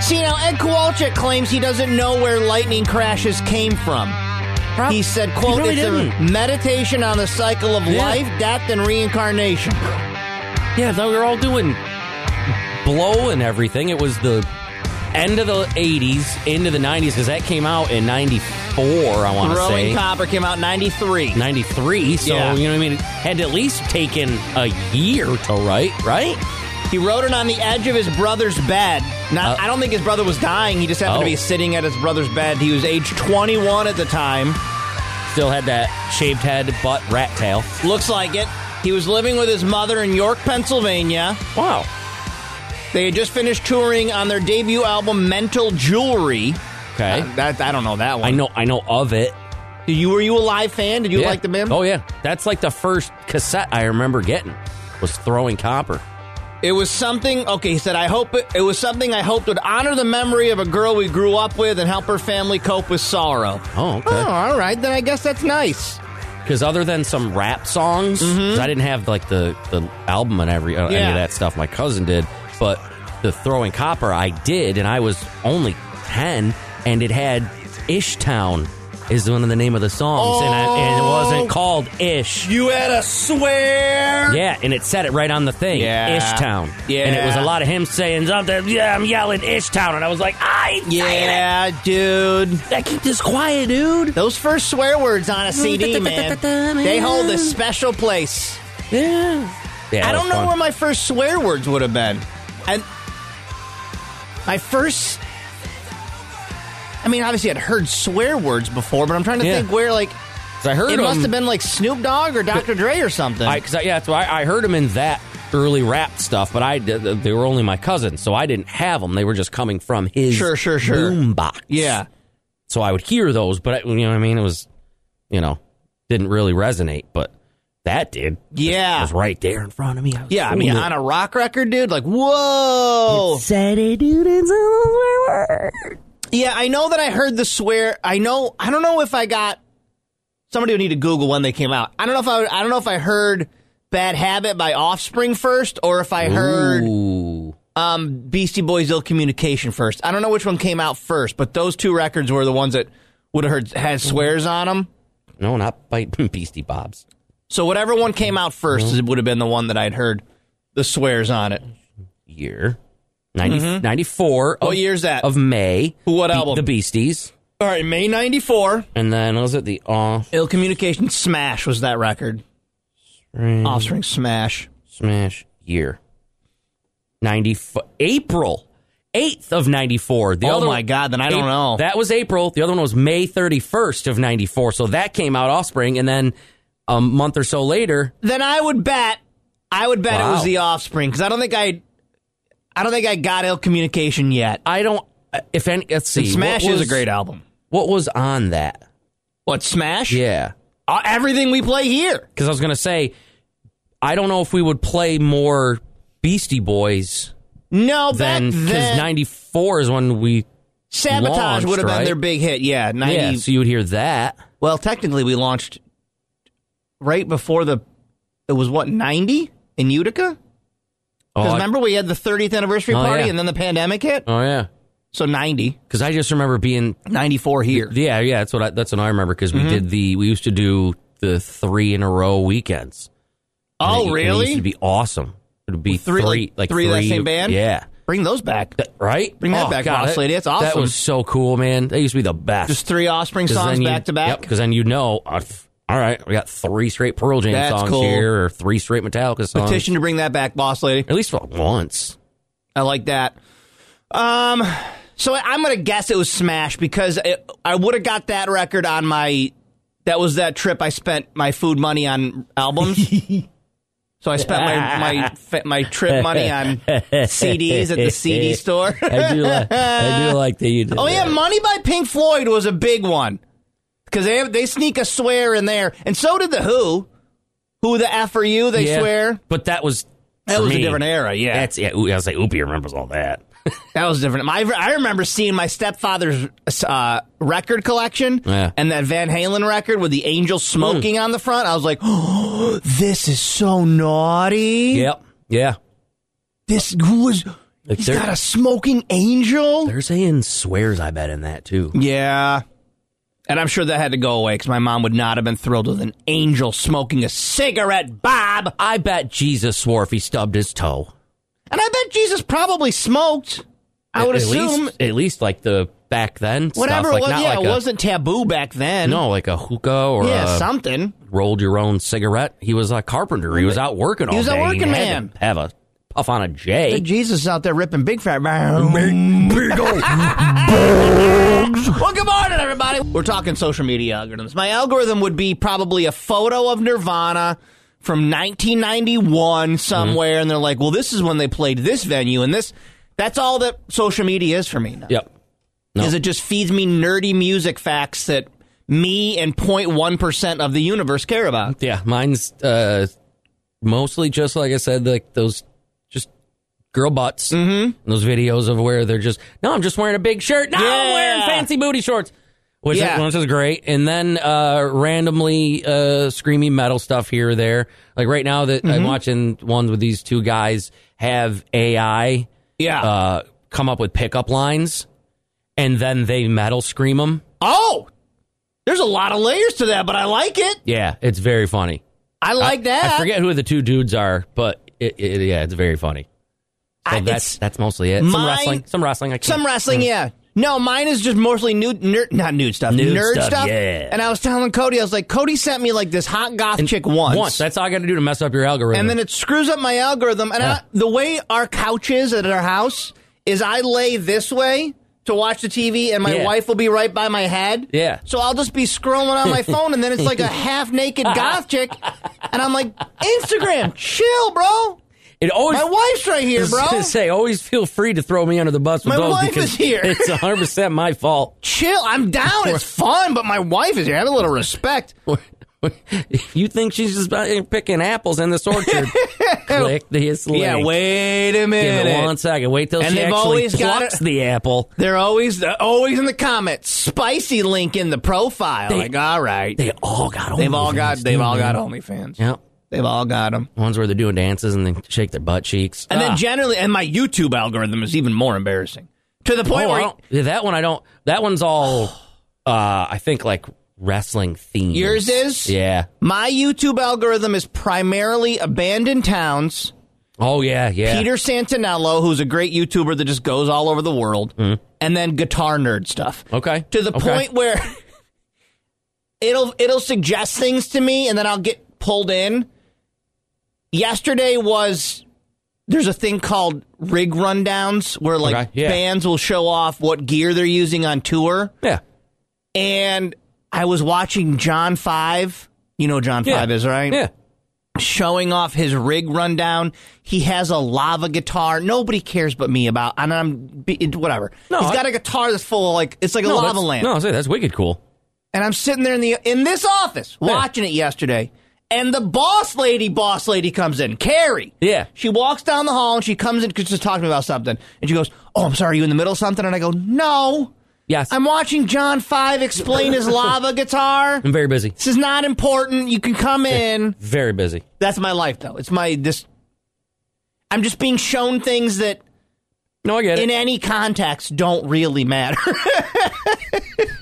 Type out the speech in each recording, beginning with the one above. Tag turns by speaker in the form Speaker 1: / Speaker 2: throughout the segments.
Speaker 1: See, now Ed Kowalczyk claims he doesn't know where lightning crashes came from. He said, quote,
Speaker 2: really
Speaker 1: it's a
Speaker 2: didn't."
Speaker 1: meditation on the cycle of
Speaker 2: Yeah.
Speaker 1: life, death, and reincarnation.
Speaker 2: Yeah, though we were all doing blow and everything. It was the end of the 80s, into the 90s, because that came out in 94, I want to
Speaker 1: Growing
Speaker 2: say.
Speaker 1: Copper came out in 93.
Speaker 2: 93, so,
Speaker 1: Yeah.
Speaker 2: you know what I mean? It had to at least taken a year to write, Oh, right?
Speaker 1: He wrote it on the edge of his brother's bed. Now,
Speaker 2: Uh,
Speaker 1: I don't think his brother was dying. He just happened
Speaker 2: Oh.
Speaker 1: to be sitting at his brother's bed. He was age 21 at the time.
Speaker 2: Still had that shaved head, butt, rat tail.
Speaker 1: Looks like it. He was living with his mother in York, Pennsylvania.
Speaker 2: Wow.
Speaker 1: They had just finished touring on their debut album, Mental Jewelry.
Speaker 2: Okay.
Speaker 1: Uh, that I don't know that
Speaker 2: I
Speaker 1: one.
Speaker 2: know I know of it.
Speaker 1: Did you were you a live fan? Did you
Speaker 2: Yeah.
Speaker 1: like the band?
Speaker 2: Oh, yeah. That's like the first cassette I remember getting was Throwing Copper.
Speaker 1: It was something. Okay, he said. I hope it, it was something I hoped would honor the memory of a girl we grew up with and help her family cope with sorrow.
Speaker 2: Oh, okay.
Speaker 1: Oh, all right. Then I guess that's nice.
Speaker 2: Because other than some rap songs, 'cause I didn't have like the, the album and every uh, any
Speaker 1: Mm-hmm. Yeah.
Speaker 2: of that stuff. My cousin did, but the throwing copper I did, and I was only ten, and it had Ishtown is one of the name of the songs, and, I, and it
Speaker 1: Oh.
Speaker 2: wasn't called Ish.
Speaker 1: You had a swear.
Speaker 2: Yeah, and it said it right on the thing,
Speaker 1: Yeah.
Speaker 2: Ishtown. and it was
Speaker 1: Yeah.
Speaker 2: a lot of him saying something. Yeah, I'm yelling Ishtown, and I was like, I
Speaker 1: Yeah, dude.
Speaker 2: I keep this quiet, dude.
Speaker 1: Those first swear words on a CD, man, they hold a special place.
Speaker 2: Yeah, yeah.
Speaker 1: I don't know
Speaker 2: where
Speaker 1: where my first swear words would have been. And my first I mean, obviously I'd heard swear words before, but I'm trying to
Speaker 2: Yeah.
Speaker 1: think where like
Speaker 2: I heard
Speaker 1: it must
Speaker 2: him.
Speaker 1: have been like Snoop Dogg or Dr. Dre or something.
Speaker 2: I, cause I, yeah, that's why I, I heard him in that early rap stuff, but I did- they were only my cousins, so I didn't have them. They were just coming from his
Speaker 1: Sure, sure, sure.
Speaker 2: boombox.
Speaker 1: yeah.
Speaker 2: so I would hear those, but I, you know what I mean. It was, you know, didn't really resonate, but that did.
Speaker 1: Yeah.
Speaker 2: it was right there in front of me. was
Speaker 1: Yeah, I mean
Speaker 2: feeling
Speaker 1: on
Speaker 2: it.
Speaker 1: a rock record, dude, like whoa.
Speaker 2: said it, dude. It's a swear word.
Speaker 1: Yeah, I know that I heard the swear. I know. I don't know if I got. Somebody would need to Google when they came out. I don't know if I. I don't know if I heard "Bad Habit" by Offspring first, or if I heard
Speaker 2: Ooh,
Speaker 1: um, Beastie Boys' "Ill Communication" first. I don't know which one came out first, but those two records were the ones that would have heard had swears on them.
Speaker 2: no, not by Beastie Bob's.
Speaker 1: So whatever one came out first it would have been the one that I'd heard the swears on it.
Speaker 2: Year 90, 94
Speaker 1: Mm-hmm. What
Speaker 2: of-
Speaker 1: year's that?
Speaker 2: of May?
Speaker 1: What
Speaker 2: Be-
Speaker 1: album?
Speaker 2: The Beasties,
Speaker 1: All right, May '94,
Speaker 2: and then was it the off?
Speaker 1: "Ill Communication" smash was that record. Offspring smash.
Speaker 2: Smash year. 90 April 8th of 94. The
Speaker 1: Oh
Speaker 2: other-
Speaker 1: my God, then I don't
Speaker 2: Ap-
Speaker 1: know.
Speaker 2: That was April. The other one was May 31st of 94. So that came out Offspring and then a month or so later,
Speaker 1: then I would bet. I would bet it
Speaker 2: Wow.
Speaker 1: was the Offspring because I don't think I, I don't think I got ill communication yet.
Speaker 2: I don't uh, if any let's see.
Speaker 1: And Smash
Speaker 2: what
Speaker 1: is
Speaker 2: was,
Speaker 1: a great album.
Speaker 2: What was on that?
Speaker 1: What Smash?
Speaker 2: Yeah.
Speaker 1: Uh, everything we play here.
Speaker 2: Cuz I was going to say I don't know if we would play more Beastie Boys
Speaker 1: No, back
Speaker 2: than cuz
Speaker 1: then
Speaker 2: 94 is when we
Speaker 1: Sabotage
Speaker 2: launched,
Speaker 1: would have been
Speaker 2: right?
Speaker 1: their big hit. Yeah, ninety.
Speaker 2: yeah, so you would hear that.
Speaker 1: Well, technically, we launched right before the. It was what ninety in Utica. Because
Speaker 2: Oh, I-
Speaker 1: remember we had the 30th anniversary
Speaker 2: Oh,
Speaker 1: party
Speaker 2: yeah.
Speaker 1: and then the pandemic hit.
Speaker 2: Oh yeah.
Speaker 1: So 90,
Speaker 2: Because I just remember being
Speaker 1: 94 here.
Speaker 2: Yeah, yeah, that's what I, that's what I remember because
Speaker 1: Mm-hmm.
Speaker 2: we did the we used to do the three in a row weekends. And it-
Speaker 1: oh,
Speaker 2: and It
Speaker 1: really?
Speaker 2: used to be awesome. It would be
Speaker 1: Three-
Speaker 2: three,
Speaker 1: like
Speaker 2: like,
Speaker 1: three of that same band?
Speaker 2: Yeah,
Speaker 1: Bring those back.
Speaker 2: right? Oh,
Speaker 1: Bring that back,
Speaker 2: God,
Speaker 1: Boss Lady. That's
Speaker 2: That
Speaker 1: awesome.
Speaker 2: was so cool, man. That used to be the best.
Speaker 1: Just three offspring
Speaker 2: 'Cause
Speaker 1: songs
Speaker 2: then you-
Speaker 1: back to back.
Speaker 2: Yep, because then you know, uh, f- all right, we got three straight Pearl Jam
Speaker 1: That's
Speaker 2: songs
Speaker 1: cool.
Speaker 2: here or three straight Metallica songs.
Speaker 1: Petition to bring that back, boss lady.
Speaker 2: At least for once.
Speaker 1: I like that. Um, so I- I'm gonna guess it was Smash because it, I would have got that record on my. That was that trip I spent my food money on albums. so I spent my my fa- my trip money on CDs at the CD store.
Speaker 2: I do, like, I do like that you did.
Speaker 1: oh yeah,
Speaker 2: that.
Speaker 1: Money by Pink Floyd was a big one because they have, they sneak a swear in there, and so did the Who. Who the f are you? They
Speaker 2: Yeah.
Speaker 1: swear.
Speaker 2: But that was.
Speaker 1: That
Speaker 2: for
Speaker 1: was a
Speaker 2: me,
Speaker 1: different era. Yeah,
Speaker 2: That's yeah. ooh, I was like, Oopie remembers all that.
Speaker 1: That was different. My, I remember seeing my stepfather's uh, record collection
Speaker 2: Yeah.
Speaker 1: and that Van Halen record with the angel smoking on the front. I was like, oh, this is so naughty.
Speaker 2: yep. Yeah.
Speaker 1: This was,
Speaker 2: Like
Speaker 1: he's
Speaker 2: they're-
Speaker 1: got a smoking angel.
Speaker 2: They're saying swears, I bet, in that too.
Speaker 1: Yeah. And I'm sure that had to go away because my mom would not have been thrilled with an angel smoking a cigarette, Bob.
Speaker 2: I bet Jesus swore if he stubbed his toe.
Speaker 1: And I bet Jesus probably smoked. I would
Speaker 2: at
Speaker 1: assume
Speaker 2: least, at least like the back then.
Speaker 1: whatever it
Speaker 2: stuff. Like,
Speaker 1: was.
Speaker 2: not
Speaker 1: yeah,
Speaker 2: like
Speaker 1: it
Speaker 2: a-
Speaker 1: wasn't taboo back then.
Speaker 2: No, uh, like a hookah or
Speaker 1: Yeah,
Speaker 2: a
Speaker 1: something.
Speaker 2: rolled your own cigarette. He was a carpenter. He was out working all
Speaker 1: He was a
Speaker 2: day.
Speaker 1: working
Speaker 2: had to
Speaker 1: man.
Speaker 2: Have a puff on a J.
Speaker 1: Hey, Jesus is out there ripping big fat. well, good morning, everybody. We're talking social media algorithms. My algorithm would be probably a photo of Nirvana from 1991 somewhere, and they're like, "Well, this is when they played this venue, and this." That's all that social media is for me. Now.
Speaker 2: Yep. No.
Speaker 1: Because it just feeds me nerdy music facts that me and 0.1% of the universe care about.
Speaker 2: Yeah, mine's uh, mostly just like I said, like those just girl butts. Mm-hmm. Those videos of where they're just no, I'm just wearing a big shirt. No, I'm
Speaker 1: Yeah.
Speaker 2: wearing fancy booty shorts. Which,
Speaker 1: Yeah.
Speaker 2: is, which is great, and then uh, randomly uh, screamy metal stuff here or there. Like right now, that
Speaker 1: Mm-hmm.
Speaker 2: I'm watching ones with these two guys have AI
Speaker 1: Yeah.
Speaker 2: uh, come up with pickup lines, and then they metal scream them.
Speaker 1: oh, there's a lot of layers to that, but I like it.
Speaker 2: Yeah, it's very funny.
Speaker 1: I like that.
Speaker 2: I forget who the two dudes are, but it, it, yeah, it's very funny. So
Speaker 1: I-
Speaker 2: that's
Speaker 1: it's-
Speaker 2: that's mostly it. some
Speaker 1: Mine-
Speaker 2: wrestling, some wrestling. I can't,
Speaker 1: Some wrestling, yeah. No, mine is just mostly nude, nerd, not nude stuff,
Speaker 2: Nude
Speaker 1: nerd
Speaker 2: stuff,
Speaker 1: stuff.
Speaker 2: yeah.
Speaker 1: And I was telling Cody, I was like, Cody sent me like this hot goth chick once,
Speaker 2: once. That's all I got to do to mess up your algorithm.
Speaker 1: and then it screws up my algorithm. And I, the way our couch is at our house is, I lay this way to watch the TV, and my
Speaker 2: Yeah.
Speaker 1: wife will be right by my head.
Speaker 2: Yeah.
Speaker 1: So I'll just be scrolling on my phone, and then it's like a half naked goth chick, and I'm like, Instagram, chill, bro.
Speaker 2: it always
Speaker 1: My wife's right here,
Speaker 2: I was
Speaker 1: bro.
Speaker 2: gonna say always feel free to throw me under the bus with
Speaker 1: My
Speaker 2: those
Speaker 1: wife
Speaker 2: because
Speaker 1: is here.
Speaker 2: it's 100 percent my fault.
Speaker 1: Chill. I'm down. It's fun, but my wife is here. Have a little respect.
Speaker 2: you think she's just about picking apples in this orchard? Click this link.
Speaker 1: Yeah, wait a
Speaker 2: Give
Speaker 1: minute.
Speaker 2: it one second. Wait till
Speaker 1: And
Speaker 2: she
Speaker 1: they've
Speaker 2: actually
Speaker 1: always got
Speaker 2: plucks
Speaker 1: it-
Speaker 2: the apple.
Speaker 1: They're always they're always in the comments. Spicy link in the profile.
Speaker 2: They-
Speaker 1: like, all right,
Speaker 2: They all got.
Speaker 1: They've all
Speaker 2: OnlyFans,
Speaker 1: got. They've
Speaker 2: dude,
Speaker 1: all
Speaker 2: man.
Speaker 1: got OnlyFans.
Speaker 2: Yep.
Speaker 1: They've all got them.
Speaker 2: Ones where they're doing dances and they shake their butt cheeks.
Speaker 1: And
Speaker 2: Ah.
Speaker 1: then generally, and my YouTube algorithm is even more embarrassing to the point
Speaker 2: Oh, I
Speaker 1: where
Speaker 2: don't- yeah, that one I don't. That one's all. uh I think like wrestling themes.
Speaker 1: Yours is?
Speaker 2: Yeah.
Speaker 1: my YouTube algorithm is primarily abandoned towns.
Speaker 2: Oh yeah, yeah.
Speaker 1: Peter Santinello, who's a great YouTuber that just goes all over the world,
Speaker 2: Mm-hmm.
Speaker 1: and then guitar nerd stuff.
Speaker 2: Okay.
Speaker 1: to the
Speaker 2: Okay.
Speaker 1: point where it'll it'll suggest things to me and then I'll get pulled in. Yesterday was there's a thing called rig rundowns where like
Speaker 2: Okay, yeah.
Speaker 1: bands will show off what gear they're using on tour
Speaker 2: Yeah.
Speaker 1: and I was watching John 5, you know who John
Speaker 2: Yeah.
Speaker 1: 5 is, right?
Speaker 2: Yeah.
Speaker 1: showing off his rig rundown. He has a lava guitar. Nobody cares but me about. And I'm be- it- whatever.
Speaker 2: No,
Speaker 1: He's
Speaker 2: I-
Speaker 1: got a guitar that's full of like it's like a
Speaker 2: No,
Speaker 1: lava
Speaker 2: that's-
Speaker 1: lamp.
Speaker 2: No, I say that's wicked cool.
Speaker 1: And I'm sitting there in the in this office watching it yesterday. And the boss lady, boss lady comes in, Carrie.
Speaker 2: Yeah.
Speaker 1: She walks down the hall and she comes in to talk to me about something. And she goes, "Oh, I'm sorry, are you in the middle of something?" And I go, "No,
Speaker 2: Yes.
Speaker 1: I'm watching John Five explain his lava guitar.
Speaker 2: I'm very busy.
Speaker 1: This is not important. You can come in."
Speaker 2: Very busy.
Speaker 1: That's my life, though. It's my this. I'm just being shown things that,
Speaker 2: No, I get
Speaker 1: in
Speaker 2: it.
Speaker 1: any context, don't really matter.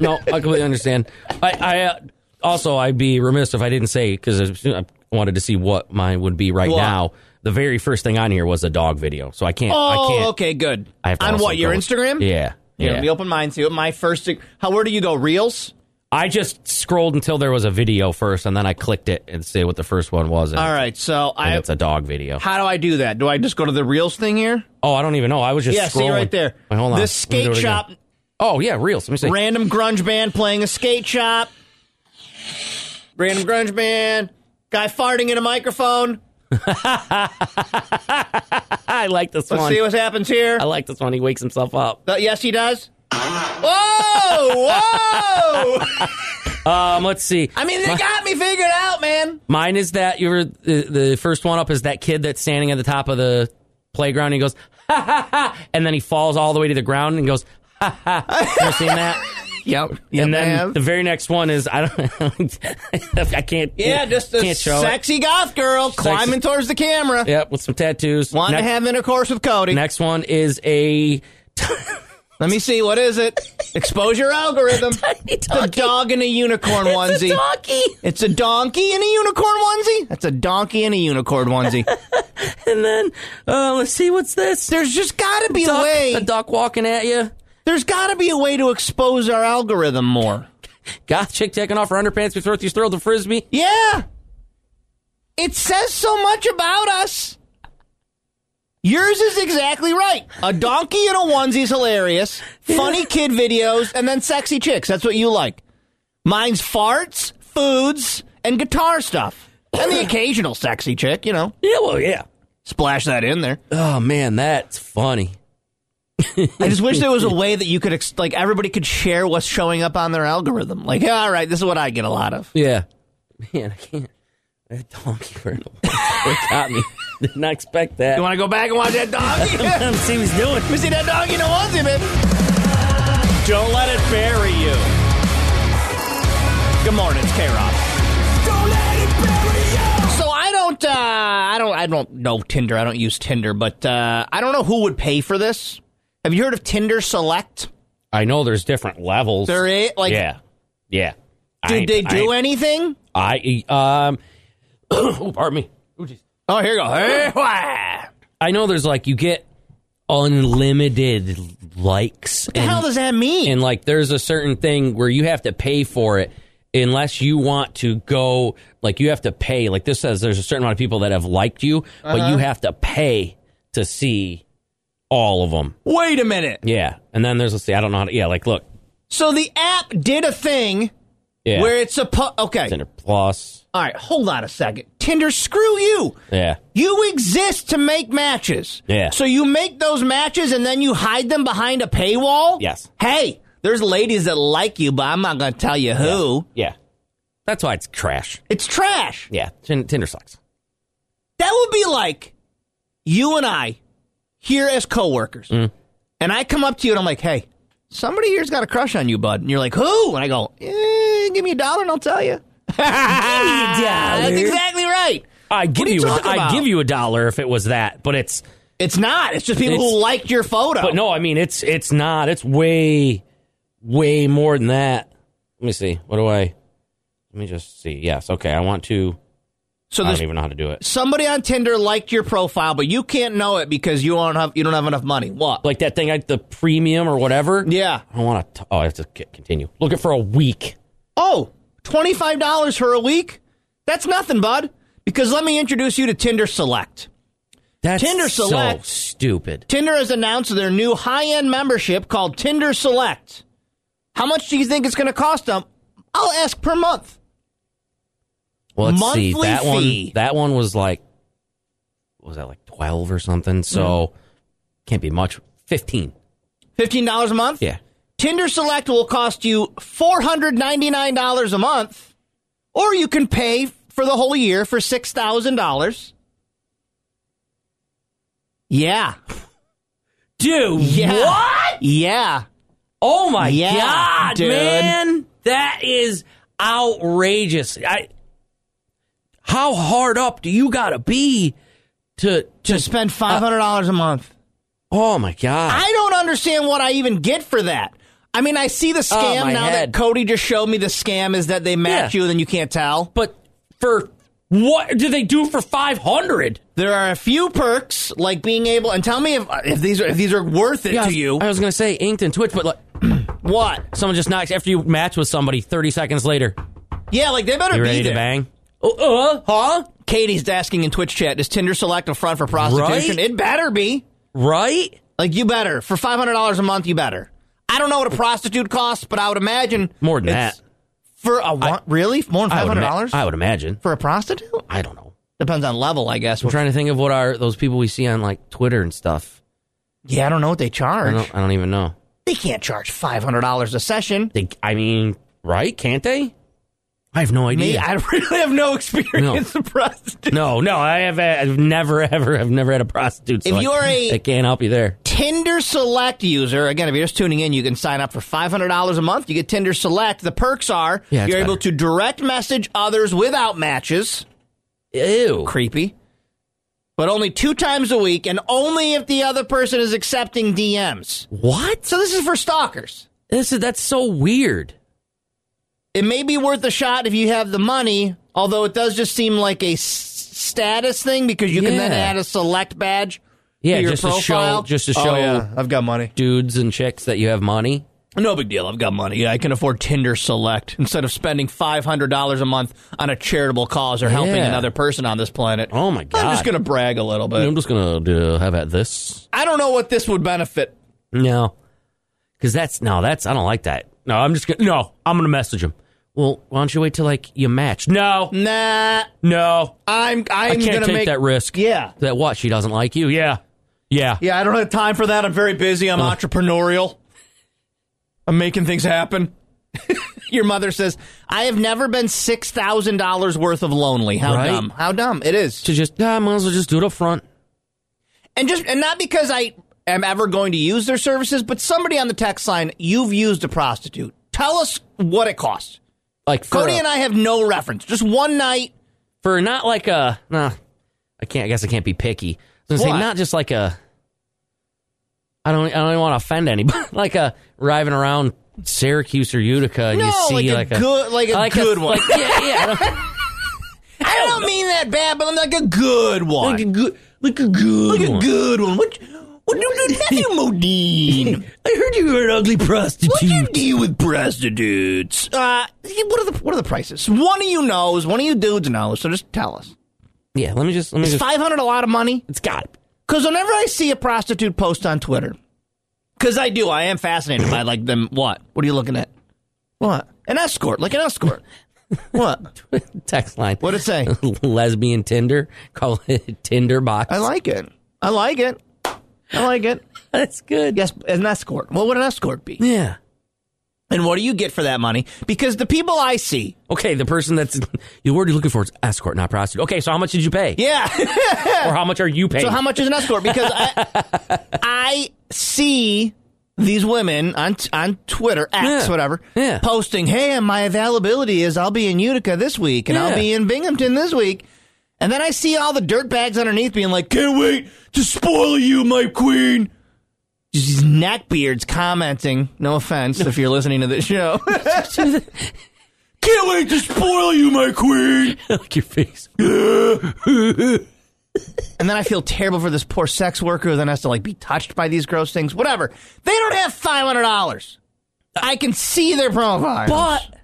Speaker 2: No, I completely understand. I, I uh, also I'd be remiss if I didn't say because I wanted to see what mine would be right
Speaker 1: What?
Speaker 2: now. the very first thing on here was a dog video, so I can't. I
Speaker 1: Oh,
Speaker 2: can't,
Speaker 1: okay, good.
Speaker 2: I have to
Speaker 1: On
Speaker 2: also
Speaker 1: what your
Speaker 2: go-
Speaker 1: Instagram?
Speaker 2: Yeah,
Speaker 1: Here,
Speaker 2: yeah.
Speaker 1: Let me open mine. See what my first. How where do you go? Reels.
Speaker 2: I just scrolled until there was a video first, and then I clicked it and see what the first one was. And,
Speaker 1: All right, so
Speaker 2: and
Speaker 1: I.
Speaker 2: it's a dog video.
Speaker 1: How do I do that? Do I just go to the reels thing here?
Speaker 2: Oh, I don't even know. I was just
Speaker 1: yeah,
Speaker 2: scrolling.
Speaker 1: see right there.
Speaker 2: Wait, hold on.
Speaker 1: This
Speaker 2: Let me do
Speaker 1: skate
Speaker 2: it again.
Speaker 1: shop,
Speaker 2: Oh yeah, reels. Let me see.
Speaker 1: random grunge band playing a skate shop. Random grunge band, guy farting in a microphone.
Speaker 2: I like this
Speaker 1: Let's
Speaker 2: one.
Speaker 1: see what happens here.
Speaker 2: I like this one. He wakes himself up.
Speaker 1: Uh, yes, he does. Whoa, whoa!
Speaker 2: Um, let's see.
Speaker 1: I mean, they
Speaker 2: My-
Speaker 1: got me figured out, man.
Speaker 2: Mine is that you were the, the first one up is that kid that's standing at the top of the playground. And he goes ha ha ha, and then he falls all the way to the ground and goes ha ha. You ever seen that?
Speaker 1: Yep.
Speaker 2: and then the very next one is I don't. I can't.
Speaker 1: yeah, just a
Speaker 2: can't show it.
Speaker 1: sexy goth girl climbing towards the camera,
Speaker 2: Yep, with some tattoos.
Speaker 1: wanting
Speaker 2: Next-
Speaker 1: to have intercourse with Cody.
Speaker 2: Next one is a
Speaker 1: Let me see what is it. Exposure algorithm. It's a dog and a unicorn onesie.
Speaker 2: donkey,
Speaker 1: It's a donkey and a unicorn onesie. That's a donkey and a unicorn onesie.
Speaker 2: and then uh, let's see what's this.
Speaker 1: There's just got to be a
Speaker 2: Duck, a
Speaker 1: way.
Speaker 2: duck walking at you.
Speaker 1: There's got to be a way to expose our algorithm more.
Speaker 2: Goth chick taking off her underpants before she's thrilled the frisbee.
Speaker 1: Yeah. It says so much about us. Yours is exactly right. A donkey in a onesie's hilarious. Funny kid videos and then sexy chicks. That's what you like. Mine's farts, foods, and guitar stuff. And the occasional sexy chick, you know.
Speaker 2: Yeah, well, yeah.
Speaker 1: Splash that in there.
Speaker 2: Oh man, that's funny.
Speaker 1: I just wish there was a way that you could ex- like everybody could share what's showing up on their algorithm. Like, yeah, all right, this is what I get a lot of.
Speaker 2: Yeah. Man, I can't. That donkey burn. it got me. Did not expect that.
Speaker 1: You want to go back and watch that donkey?
Speaker 2: to see what he's doing?
Speaker 1: We see that dog in a onesie, baby. Don't let it bury you. Good morning, it's K Rock. So I don't, uh, I don't, I don't know Tinder. I don't use Tinder, but uh, I don't know who would pay for this. Have you heard of Tinder Select?
Speaker 2: I know there's different levels.
Speaker 1: There is like,
Speaker 2: yeah. Yeah. I
Speaker 1: did
Speaker 2: ain't-
Speaker 1: they
Speaker 2: I ain't-
Speaker 1: do anything?
Speaker 2: I um, oh, pardon me.
Speaker 1: Oh, here you go. Hey, wah.
Speaker 2: I know there's like you get unlimited likes.
Speaker 1: the
Speaker 2: and,
Speaker 1: hell does that mean?
Speaker 2: and like there's a certain thing where you have to pay for it unless you want to go like you have to pay. Like this says there's a certain amount of people that have liked you, but
Speaker 1: Uh-huh.
Speaker 2: you have to pay to see all of them.
Speaker 1: Wait a minute.
Speaker 2: Yeah. And then there's let's see, I don't know how to yeah, like look.
Speaker 1: So the app did a thing
Speaker 2: Yeah.
Speaker 1: where it's supposed. Okay,
Speaker 2: Tinder Plus.
Speaker 1: all right. Hold on a second. Tinder, screw you.
Speaker 2: Yeah.
Speaker 1: You exist to make matches.
Speaker 2: Yeah.
Speaker 1: So you make those matches and then you hide them behind a paywall?
Speaker 2: Yes.
Speaker 1: Hey, there's ladies that like you, but I'm not going to tell you who.
Speaker 2: Yeah. That's why it's trash.
Speaker 1: It's trash.
Speaker 2: Yeah. Tin- Tinder sucks.
Speaker 1: That would be like you and I here as coworkers.
Speaker 2: Mm.
Speaker 1: And I come up to you and I'm like, hey, somebody here's got a crush on you, bud. And you're like, who? And I go, eh, give me a dollar and I'll tell you. That's exactly right.
Speaker 2: I give
Speaker 1: are you
Speaker 2: you, a,
Speaker 1: talking
Speaker 2: I
Speaker 1: about?
Speaker 2: give you a dollar if it was that, but it's
Speaker 1: It's not. It's just people who
Speaker 2: It's-
Speaker 1: liked your photo.
Speaker 2: but no, I mean it's it's not. It's way way more than that. Let me see. What do I? Let me just see. Yes. Okay. I want to.
Speaker 1: so
Speaker 2: I
Speaker 1: there's
Speaker 2: don't even know how to do it.
Speaker 1: somebody on Tinder liked your profile, but you can't know it because you don't have you don't have enough money. What?
Speaker 2: Like that thing, I the premium or whatever.
Speaker 1: Yeah.
Speaker 2: I want to. Oh, I have to c- continue. Looking for a week.
Speaker 1: Oh, $25 for a week? That's nothing, bud. Because let me introduce you to Tinder Select.
Speaker 2: That's
Speaker 1: Tinder Select.
Speaker 2: so stupid.
Speaker 1: Tinder has announced their new high-end membership called Tinder Select. How much do you think it's going to cost them? I'll ask per month.
Speaker 2: Well, let's see.
Speaker 1: Monthly
Speaker 2: That
Speaker 1: fee.
Speaker 2: one. That one was like. what was that like twelve or something?
Speaker 1: Hmm.
Speaker 2: So can't be much. Fifteen.
Speaker 1: $15 a month?
Speaker 2: Yeah.
Speaker 1: Tinder Select will cost you $499 a month, or you can pay for the whole year for $6,000. Yeah.
Speaker 2: Dude.
Speaker 1: Yeah. Yeah.
Speaker 2: Oh my
Speaker 1: Yeah,
Speaker 2: god,
Speaker 1: dude.
Speaker 2: man. That is outrageous. I How hard up do you got to be to
Speaker 1: To spend $500 a month.
Speaker 2: Oh my god.
Speaker 1: I don't understand what I even get for that. I mean, I see the scam
Speaker 2: Oh, my
Speaker 1: now that
Speaker 2: head.
Speaker 1: Cody just showed me the scam is that they match
Speaker 2: Yeah.
Speaker 1: you and then you can't tell.
Speaker 2: but for What do they do for 500?
Speaker 1: There are a few perks like being able and tell me if, if these are if these are worth it
Speaker 2: Yeah, I
Speaker 1: to
Speaker 2: was-
Speaker 1: you.
Speaker 2: I was going to say inked and twitch, but like,
Speaker 1: what?
Speaker 2: someone just knocks after you match with somebody 30 seconds later.
Speaker 1: Yeah, like they better
Speaker 2: You
Speaker 1: be
Speaker 2: ready to
Speaker 1: there.
Speaker 2: bang? Uh, uh, huh?
Speaker 1: Katie's asking in Twitch chat, does Tinder select a front for prostitution?
Speaker 2: Right?
Speaker 1: It better be.
Speaker 2: Right?
Speaker 1: Like you better. For five hundred dollars a month, you better. I don't know what a prostitute costs, but I would imagine
Speaker 2: More than
Speaker 1: it's-
Speaker 2: that.
Speaker 1: For a wa- really? More than
Speaker 2: I
Speaker 1: five
Speaker 2: would,
Speaker 1: hundred
Speaker 2: ima-
Speaker 1: dollars?
Speaker 2: I would imagine.
Speaker 1: For a prostitute?
Speaker 2: I don't know.
Speaker 1: Depends on level, I guess.
Speaker 2: I'm trying to think of what are those people we see on like Twitter and stuff.
Speaker 1: Yeah, I don't know what they
Speaker 2: I
Speaker 1: charge.
Speaker 2: don't, I don't even know.
Speaker 1: They can't charge five hundred dollars a session.
Speaker 2: They, I mean, right? Can't they? I have no
Speaker 1: Me,
Speaker 2: idea.
Speaker 1: I really have no experience
Speaker 2: No.
Speaker 1: in prostitution.
Speaker 2: no, no, I have. uh, I've never, ever, I've never had a prostitute. So
Speaker 1: If
Speaker 2: I-
Speaker 1: you're a-
Speaker 2: I can't help you there.
Speaker 1: Tinder Select user. Again, if you're just tuning in, you can sign up for $500 a month. You get Tinder Select. The perks are
Speaker 2: Yeah, it's
Speaker 1: you're able
Speaker 2: better.
Speaker 1: to direct message others without matches.
Speaker 2: Ew.
Speaker 1: Creepy. But only two times a week and only if the other person is accepting DMs.
Speaker 2: What?
Speaker 1: So this is for stalkers.
Speaker 2: This is that's so weird.
Speaker 1: It may be worth a shot if you have the money, although it does just seem like a s- status thing because you can then
Speaker 2: Yeah.
Speaker 1: add a select badge.
Speaker 2: Yeah,
Speaker 1: to your
Speaker 2: just to
Speaker 1: profile.
Speaker 2: show, just to
Speaker 1: Oh,
Speaker 2: show
Speaker 1: yeah, I've got money.
Speaker 2: dudes and chicks that you have money.
Speaker 1: No big deal. I've got money. Yeah, I can afford Tinder Select instead of spending five hundred dollars a month on a charitable cause or helping
Speaker 2: Yeah.
Speaker 1: another person on this planet.
Speaker 2: Oh, my
Speaker 1: I'm
Speaker 2: God.
Speaker 1: just gonna brag a little bit.
Speaker 2: I'm just gonna do, have at this.
Speaker 1: I don't know what this would benefit.
Speaker 2: No, because that's no, that's I don't like that. No, I'm just gonna no, I'm gonna message him. Well, why don't you wait till like you match? No,
Speaker 1: Nah,
Speaker 2: no,
Speaker 1: I'm. I'm
Speaker 2: I can't
Speaker 1: gonna
Speaker 2: take
Speaker 1: make
Speaker 2: that risk.
Speaker 1: Yeah,
Speaker 2: That what? She doesn't like you? Yeah, yeah.
Speaker 1: yeah. I don't have time for that. I'm very busy. I'm entrepreneurial. I'm making things happen. Your mother says I have never been six thousand dollars worth of lonely. How
Speaker 2: Right?
Speaker 1: dumb? How dumb it is.
Speaker 2: To just ah, I might as well just do it up front.
Speaker 1: and just and not because I am ever going to use their services, but somebody on the text line, you've used a prostitute. Tell us what it costs.
Speaker 2: Like for
Speaker 1: Cody
Speaker 2: a-
Speaker 1: and I have no reference. Just one night.
Speaker 2: for not like a nah, I can't. I guess I can't be picky. I was gonna
Speaker 1: What?
Speaker 2: say not just like a. I don't. I don't even want to offend anybody. like a driving around Syracuse or Utica, and
Speaker 1: No,
Speaker 2: you see
Speaker 1: like
Speaker 2: like,
Speaker 1: a good- like a good one.
Speaker 2: like- yeah, yeah. I don't-
Speaker 1: I don't mean that bad, but I'm like a good one.
Speaker 2: Like a good, like a good,
Speaker 1: Like a
Speaker 2: one.
Speaker 1: good one. What? What do you do, Modine?
Speaker 2: I heard you were an ugly
Speaker 1: What do you
Speaker 2: prostitute.
Speaker 1: deal with prostitutes? Uh, what are the what are the prices? One of you knows. One of you dudes knows. So just tell us.
Speaker 2: Yeah, let me just, let me
Speaker 1: Is
Speaker 2: just.
Speaker 1: five hundred a lot of money?
Speaker 2: It's got.
Speaker 1: Because whenever I see a prostitute post on Twitter, because I do, I am fascinated by like them. What? What are you looking at? What? An escort, like an escort. what?
Speaker 2: Text line.
Speaker 1: What'd it say?
Speaker 2: Lesbian Tinder. Call it Tinder box.
Speaker 1: I like it. I like it. I like it.
Speaker 2: That's good.
Speaker 1: Yes, an escort. What would an escort be?
Speaker 2: Yeah.
Speaker 1: And what do you get for that money? Because the people I see,
Speaker 2: Okay, the person that's the word you're looking for is escort, not prostitute. Okay, so how much did you pay?
Speaker 1: yeah.
Speaker 2: Or how much are you paying?
Speaker 1: So how much is an escort? Because I, I see these women on on Twitter, X,
Speaker 2: Yeah.
Speaker 1: whatever,
Speaker 2: Yeah.
Speaker 1: posting, "Hey, my availability is I'll be in Utica this week, and I'll
Speaker 2: Yeah.
Speaker 1: be in Binghamton this week." And then I see all the dirt bags underneath being like, "Can't wait to spoil you, my queen." Just These neckbeards commenting. No offense if you're listening to this show. Can't wait to spoil you, my queen.
Speaker 2: like your face.
Speaker 1: And then I feel terrible for this poor sex worker who then has to like be touched by these gross things. Whatever. They don't have five hundred dollars. I can see their profile.
Speaker 2: But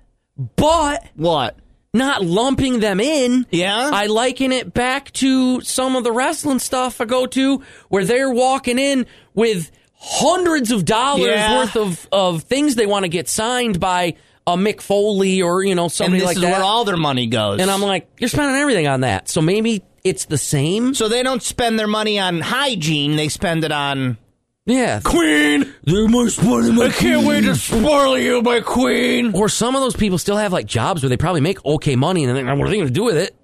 Speaker 2: but
Speaker 1: what?
Speaker 2: not lumping them in.
Speaker 1: Yeah?
Speaker 2: I liken it back to some of the wrestling stuff I go to where they're walking in with hundreds of dollars
Speaker 1: Yeah.
Speaker 2: worth of, of things they want to get signed by a Mick Foley or, you know,
Speaker 1: And
Speaker 2: somebody
Speaker 1: this
Speaker 2: like
Speaker 1: is
Speaker 2: that.
Speaker 1: where all their money goes.
Speaker 2: and I'm like, you're spending everything on that. So maybe it's the same.
Speaker 1: so they don't spend their money on hygiene. They spend it on
Speaker 2: Yeah.
Speaker 1: queen.
Speaker 2: They're more spending my
Speaker 1: spoil you, my queen.
Speaker 2: Or some of those people still have like jobs where they probably make okay money and they're like, what are they going to do with it?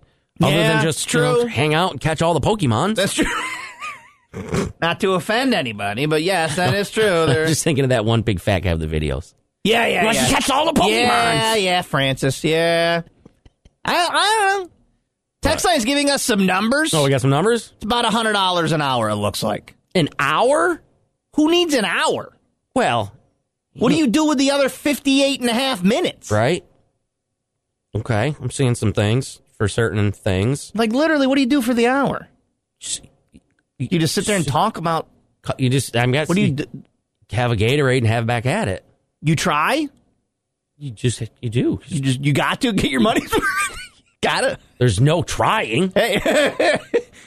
Speaker 2: Other
Speaker 1: Yeah,
Speaker 2: than
Speaker 1: it's
Speaker 2: just you know,
Speaker 1: true.
Speaker 2: hang out and catch all the Pokemon.
Speaker 1: That's true. Not to offend anybody, but yes, that is true.
Speaker 2: I'm
Speaker 1: They're-
Speaker 2: just thinking of that one big fat guy with the videos.
Speaker 1: yeah, yeah,
Speaker 2: Like,
Speaker 1: yeah.
Speaker 2: catch all the Pokemons.
Speaker 1: Yeah, yeah, Francis. Yeah. I, I don't know. Text line's giving us some numbers.
Speaker 2: Oh, we got some numbers?
Speaker 1: It's about hundred dollars an hour. It looks like.
Speaker 2: An hour?
Speaker 1: Who needs an hour?
Speaker 2: Well,
Speaker 1: What do you do with the other 58 and a half minutes?
Speaker 2: right? Okay, I'm seeing some things. for certain things.
Speaker 1: Like literally, what do you do for the hour? You just sit there and talk about
Speaker 2: Cu- You just, I mean,
Speaker 1: what do you d-
Speaker 2: have a Gatorade and have back at it.
Speaker 1: you try?
Speaker 2: You just, you do.
Speaker 1: You just you got to get your money. got to.
Speaker 2: There's no trying.
Speaker 1: Hey,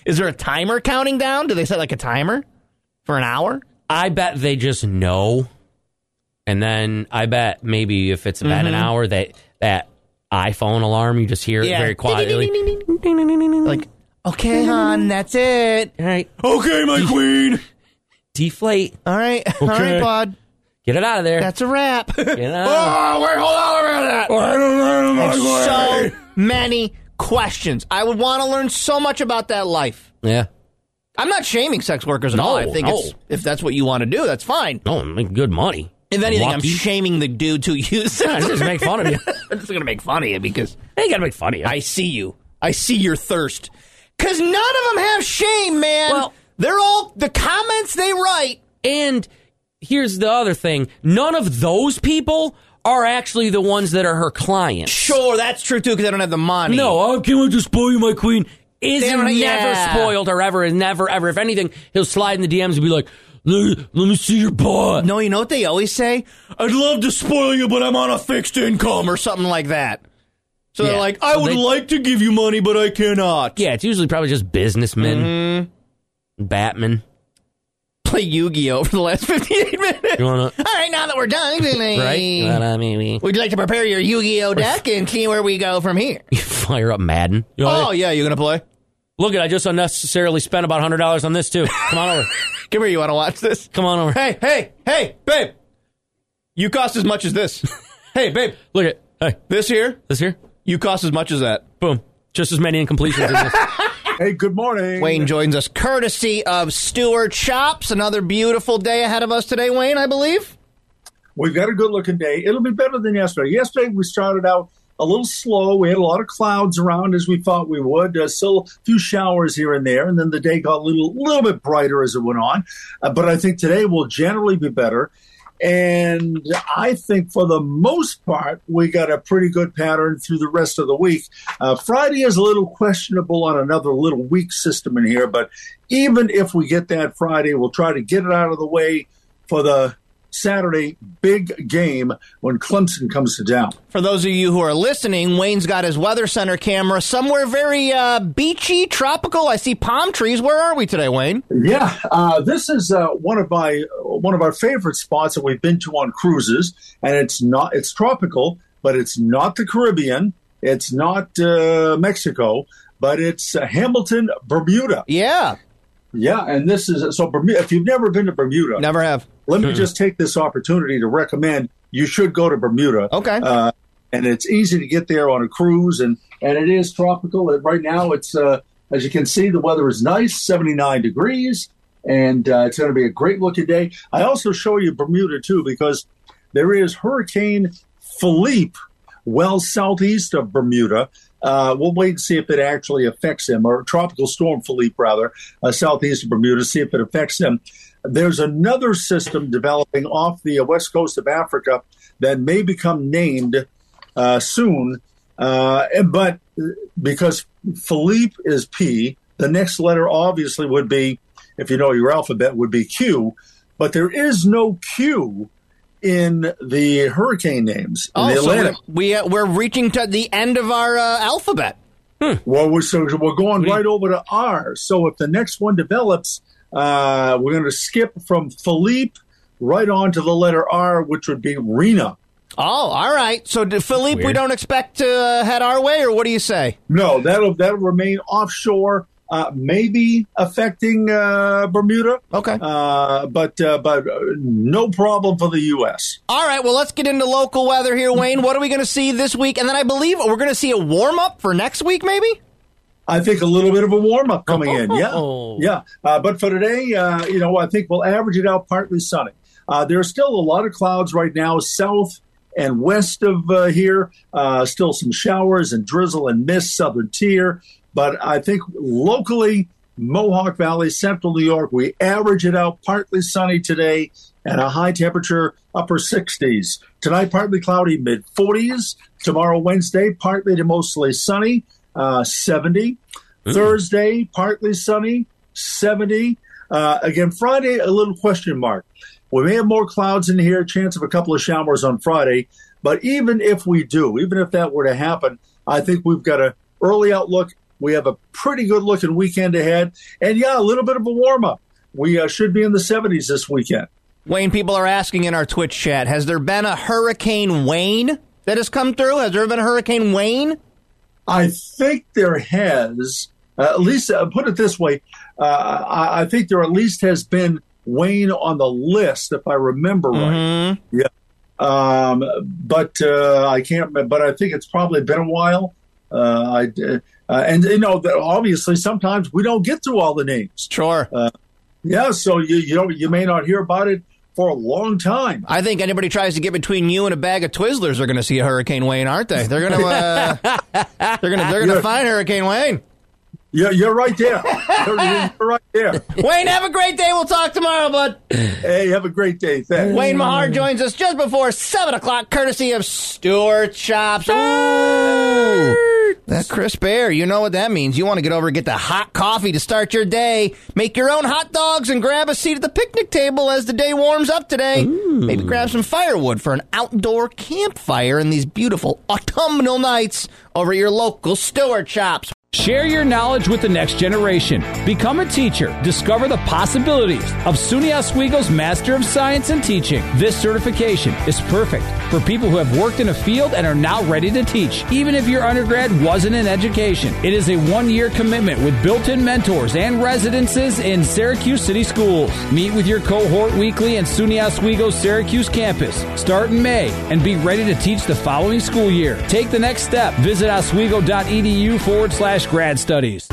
Speaker 1: is there a timer counting down? Do they set like a timer for an hour?
Speaker 2: I bet they just know. And then I bet maybe if it's about
Speaker 1: Mm-hmm.
Speaker 2: an hour that that iPhone alarm you just hear it
Speaker 1: Yeah.
Speaker 2: very quietly.
Speaker 1: Like, okay, hon, that's it.
Speaker 2: All right,
Speaker 1: Okay, my Oh, queen.
Speaker 2: deflate.
Speaker 1: All right, all right, bud.
Speaker 2: Get it out of there.
Speaker 1: That's a wrap.
Speaker 2: Get it out.
Speaker 1: Oh, wait, hold on a minute.
Speaker 2: I don't know
Speaker 1: so many questions. I would want to learn so much about that life.
Speaker 2: Yeah.
Speaker 1: I'm not shaming sex workers at
Speaker 2: No,
Speaker 1: all. I think
Speaker 2: no.
Speaker 1: it's, if that's what you want to do, that's fine.
Speaker 2: No, make good money.
Speaker 1: If anything, I'm
Speaker 2: Lucky.
Speaker 1: shaming the dudes who use
Speaker 2: I
Speaker 1: it.
Speaker 2: just make fun of you.
Speaker 1: I'm just gonna make fun of you because
Speaker 2: They gotta make fun of you.
Speaker 1: I see you. I see your thirst. Cause none of them have shame, man.
Speaker 2: Well-
Speaker 1: they're all the comments they write.
Speaker 2: and here's the other thing: none of those people are actually the ones that are her clients.
Speaker 1: Sure, that's true too. Because I don't have the money.
Speaker 2: No, I can't just spoil you, my queen. Is
Speaker 1: Damn
Speaker 2: never
Speaker 1: it, yeah.
Speaker 2: spoiled or ever, and never ever. If anything, he'll slide in the DMs and be like, "Let, let me see your butt."
Speaker 1: no. You know what they always say? I'd love to spoil you, but I'm on a fixed income or something like that. So
Speaker 2: Yeah.
Speaker 1: they're like, I
Speaker 2: So
Speaker 1: would
Speaker 2: they-
Speaker 1: like to give you money, but I cannot.
Speaker 2: Yeah, it's usually probably just businessmen, Mm-hmm. Batman.
Speaker 1: Play Yu-Gi-Oh for the last 58 minutes.
Speaker 2: You wanna
Speaker 1: All right, now that we're done, eh,
Speaker 2: right? You know what I mean? We-
Speaker 1: would you like to prepare your Yu-Gi-Oh deck and see where we go from here?
Speaker 2: You fire up Madden. You know what I mean?
Speaker 1: Oh yeah, you're gonna play.
Speaker 2: Look at I just unnecessarily spent about hundred dollars on this too. Come on over.
Speaker 1: Come here, you want to watch this?
Speaker 2: Come on over.
Speaker 1: Hey, hey, hey, babe. You cost as much as this. hey, babe.
Speaker 2: Look at hey
Speaker 1: This here,
Speaker 2: this here.
Speaker 1: you cost as much as that.
Speaker 2: Boom. Just as many incompletions. as this.
Speaker 3: Hey, good morning.
Speaker 1: Wayne joins us courtesy of Stewart Shops. Another beautiful day ahead of us today, Wayne, I believe.
Speaker 3: We've got a good looking day. It'll be better than yesterday. Yesterday, we started out a little slow. We had a lot of clouds around as we thought we would. Uh, still a few showers here and there. And then the day got a little, little bit brighter as it went on. Uh, but I think today will generally be better. And I think for the most part, we got a pretty good pattern through the rest of the week. Uh, Friday is a little questionable on another little weak system in here, but even if we get that Friday, we'll try to get it out of the way for the Saturday big game when Clemson comes to town.
Speaker 1: For those of you who are listening, Wayne's got his Weather Center camera somewhere very uh, beachy, tropical. I see palm trees. Where are we today, Wayne?
Speaker 3: Yeah, uh, this is uh, one of my one of our favorite spots that we've been to on cruises, and it's not it's tropical, but it's not the Caribbean, it's not uh, Mexico, but it's uh, Hamilton, Bermuda.
Speaker 1: Yeah.
Speaker 3: Yeah, and this is so Bermuda. If you've never been to Bermuda,
Speaker 1: Never have.
Speaker 3: let me just take this opportunity to recommend you should go to Bermuda.
Speaker 1: Okay.
Speaker 3: Uh, and it's easy to get there on a cruise, and, and it is tropical. And right now, it's uh, as you can see, the weather is nice, 79 degrees, and uh, it's going to be a great looking day. I also show you Bermuda, too, because there is Hurricane Philippe well southeast of Bermuda. Uh, we'll wait and see if it actually affects him, or Tropical Storm Philippe, rather, uh, southeast of Bermuda, see if it affects him. There's another system developing off the uh, west coast of Africa that may become named uh, soon, uh, and- but uh, because Philippe is P, the next letter obviously would be, if you know your alphabet, would be Q, but there is no Q in the hurricane names in the
Speaker 1: Oh, so
Speaker 3: Atlantic.
Speaker 1: we're, we, uh, we're reaching to the end of our uh, alphabet.
Speaker 3: Well, we're, so we're going right over to R. So if the next one develops, uh, we're going to skip from Philippe right on to the letter R, which would be Rena.
Speaker 1: Oh, all right. So, did Philippe, we don't expect to uh, head our way, or what do you say?
Speaker 3: No, that'll that'll remain offshore, uh, maybe affecting uh, Bermuda,
Speaker 1: Okay.
Speaker 3: uh, but uh, but uh, no problem for the U.S.
Speaker 1: All right, well, let's get into local weather here, Wayne. What are we going to see this week? And then I believe we're going to see a warm up for next week, maybe?
Speaker 3: I think a little bit of a warm up coming in. Yeah.
Speaker 2: Oh.
Speaker 3: Yeah. Uh, but for today, uh, you know, I think we'll average it out partly sunny. Uh, there are still a lot of clouds right now, south and west of uh, here. Uh, still some showers and drizzle and mist, southern tier. But I think locally, Mohawk Valley, central New York, we average it out partly sunny today and a high temperature upper 60s. Tonight, partly cloudy, mid 40s. Tomorrow, Wednesday, partly to mostly sunny. uh, 70. Thursday, partly sunny, 70. Uh, again, Friday, a little question mark. We may have more clouds in here, chance of a couple of showers on Friday. But even if we do, even if that were to happen, I think we've got a early outlook. We have a pretty good looking weekend ahead. And yeah, a little bit of a warm up. We uh, should be in the 70s this weekend.
Speaker 1: Wayne, people are asking in our Twitch chat, has there been a Hurricane Wayne that has come through? Has there been a Hurricane Wayne?
Speaker 3: I think there has, uh, at least uh, put it this way, uh, I, I think there at least has been Wayne on the list, if I remember right. Yeah. Um, but uh, I can't, but I think it's probably been a while. Uh, I, uh, and, you know, that obviously sometimes we don't get through all the names.
Speaker 1: Sure.
Speaker 3: Yeah, so you, you, don't, you may not hear about it for a long time.
Speaker 1: I think anybody tries to get between you and a bag of Twizzlers are going to see a Hurricane Wayne, aren't they? They're going to uh, they're going to they're going to
Speaker 3: You're-
Speaker 1: find Hurricane Wayne.
Speaker 3: You're, you're right there. You're, you're right there.
Speaker 1: Wayne, have a great day. We'll talk tomorrow, bud.
Speaker 3: Hey, have a great day. Thanks.
Speaker 1: Wayne Mahar joins us just before seven o'clock, courtesy of Stuart Shops. Ooh. That crisp air, you know what that means. You want to get over and get the hot coffee to start your day. Make your own hot dogs and grab a seat at the picnic table as the day warms up today. Maybe grab some firewood for an outdoor campfire in these beautiful autumnal nights over at your local Stuart Shops.
Speaker 4: Share your knowledge with the next generation. Become a teacher. Discover the possibilities of SUNY Oswego's Master of Science in Teaching. This certification is perfect for people who have worked in a field and are now ready to teach, even if your undergrad wasn't in education. It is a one year commitment with built in mentors and residences in Syracuse City Schools. Meet with your cohort weekly in SUNY Oswego's Syracuse campus. Start in May and be ready to teach the following school year. Take the next step. Visit oswego.edu forward slash grad studies.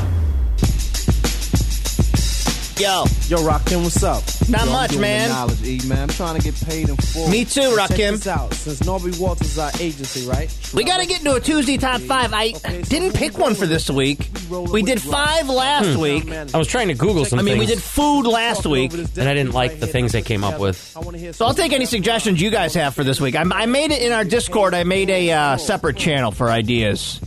Speaker 1: Yo,
Speaker 5: Yo, Rakim, what's up?
Speaker 1: Not
Speaker 5: Yo, I'm
Speaker 1: much,
Speaker 5: doing
Speaker 1: man.
Speaker 5: The knowledge, E, man. I'm trying to get paid in full.
Speaker 1: Me too,
Speaker 5: Check
Speaker 1: Rakim.
Speaker 5: this out. Since Norby Walters is our agency, right?
Speaker 1: we got to get into a Tuesday top five. I didn't pick one for this week. We did five last
Speaker 5: Hmm.
Speaker 1: week.
Speaker 2: I was trying to Google some
Speaker 1: I mean, we
Speaker 2: things.
Speaker 1: did fod last week.
Speaker 2: and I didn't like the things they came up with.
Speaker 1: So I'll take any suggestions you guys have for this week. I, I made it in our Discord. I made a uh, separate channel for ideas.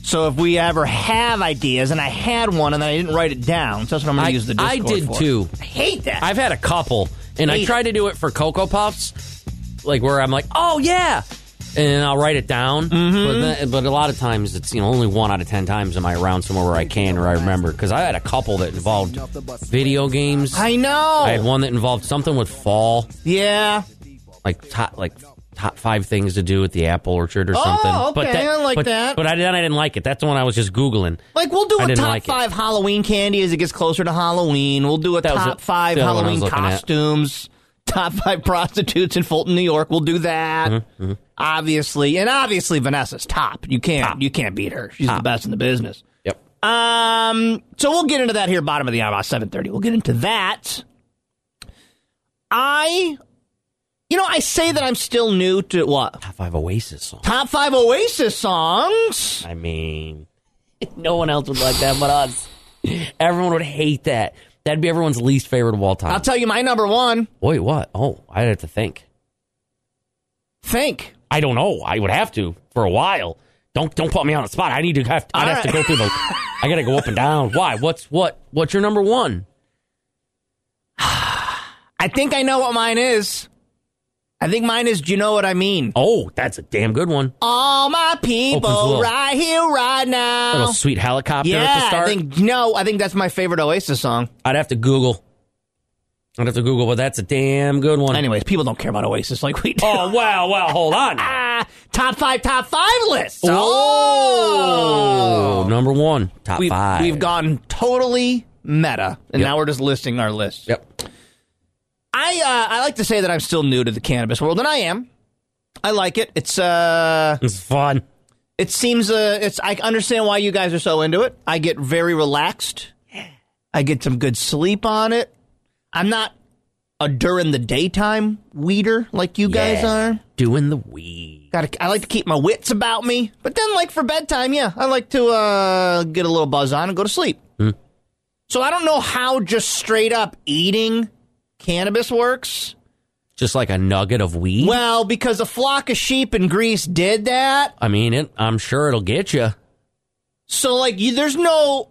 Speaker 1: So if we ever have ideas, and I had one, and then I didn't write it down, so that's what I'm going
Speaker 2: I,
Speaker 1: to use the Discord
Speaker 2: I did
Speaker 1: for.
Speaker 2: too.
Speaker 1: I hate that.
Speaker 2: I've had a couple, and I
Speaker 1: Hate
Speaker 2: try to do it for Cocoa Puffs, like where I'm like, oh yeah, and I'll write it down. But,
Speaker 1: Mm-hmm.
Speaker 2: then, but a lot of times it's you know only one out of ten times am I around somewhere where I can or I remember because I had a couple that involved video games.
Speaker 1: I know.
Speaker 2: I had one that involved something with fall,
Speaker 1: yeah.
Speaker 2: like top like top five things to do at the apple orchard or
Speaker 1: Oh,
Speaker 2: something.
Speaker 1: okay, I like
Speaker 2: but,
Speaker 1: that.
Speaker 2: But I, then I didn't like it. That's the one I was just googling.
Speaker 1: Like we'll do
Speaker 2: I
Speaker 1: a
Speaker 2: didn't
Speaker 1: top
Speaker 2: like it.
Speaker 1: five Halloween candy as it gets closer to Halloween. We'll do a
Speaker 2: That was
Speaker 1: top
Speaker 2: the-
Speaker 1: five
Speaker 2: the other one I was
Speaker 1: Halloween
Speaker 2: looking at.
Speaker 1: costumes. Top five prostitutes in Fulton, New York. We'll do that.
Speaker 2: Mm-hmm,
Speaker 1: Obviously, and obviously Vanessa's top. You can't you can't beat her. She's the best in the business.
Speaker 2: Yep.
Speaker 1: Um, so we'll get into that here, bottom of the hour, about seven thirty. We'll get into that. I, you know, I say that I'm still new to what
Speaker 2: Top five Oasis songs.
Speaker 1: top five Oasis songs.
Speaker 2: I mean, no one else would like that but us. Everyone would hate that. That'd be everyone's least favorite of all time.
Speaker 1: I'll tell you my number one.
Speaker 2: Wait, what? Oh, I'd have to think.
Speaker 1: Think.
Speaker 2: I don't know. I would have to for a while. Don't don't put me on the spot. I need to have. I'd
Speaker 1: All
Speaker 2: have to
Speaker 1: right.
Speaker 2: go through the. I gotta go up and down. Why? What's what? What's your number one?
Speaker 1: I think I know what mine is. I think mine is. Do you know what I mean?
Speaker 2: Oh, that's a damn good one.
Speaker 1: All my
Speaker 2: Opens
Speaker 1: people,
Speaker 2: little-
Speaker 1: right here, right
Speaker 2: Little
Speaker 1: now.
Speaker 2: sweet helicopter at the
Speaker 1: Yeah, I
Speaker 2: start.
Speaker 1: think no. I think that's my favorite Oasis song.
Speaker 2: I'd have to Google. I'd have to Google, but that's a damn good one.
Speaker 1: Anyways, people don't care about Oasis like we do.
Speaker 2: Oh wow, wow. Hold on.
Speaker 1: Ah, top five, top five list.
Speaker 2: Oh, number one, top
Speaker 1: we've,
Speaker 2: five.
Speaker 1: we've gone totally meta, and
Speaker 2: Yep.
Speaker 1: now we're just listing our list.
Speaker 2: Yep.
Speaker 1: I uh, I like to say that I'm still new to the cannabis world, and I am. I like it. It's uh,
Speaker 2: It's fun.
Speaker 1: it seems uh, it's. I understand why you guys are so into it. I get very relaxed. I get some good sleep on it. I'm not a during the daytime weeder like you guys
Speaker 2: Yeah.
Speaker 1: are.
Speaker 2: Doing the weed.
Speaker 1: Got I like to keep my wits about me, but then like for bedtime, yeah, I like to uh, get a little buzz on and go to sleep. So I don't know how just straight up eating cannabis works.
Speaker 2: Just like a nugget of weed.
Speaker 1: Well, because a flock of sheep in Greece did that.
Speaker 2: I mean, it, I'm sure it'll get you.
Speaker 1: So like, you, there's no.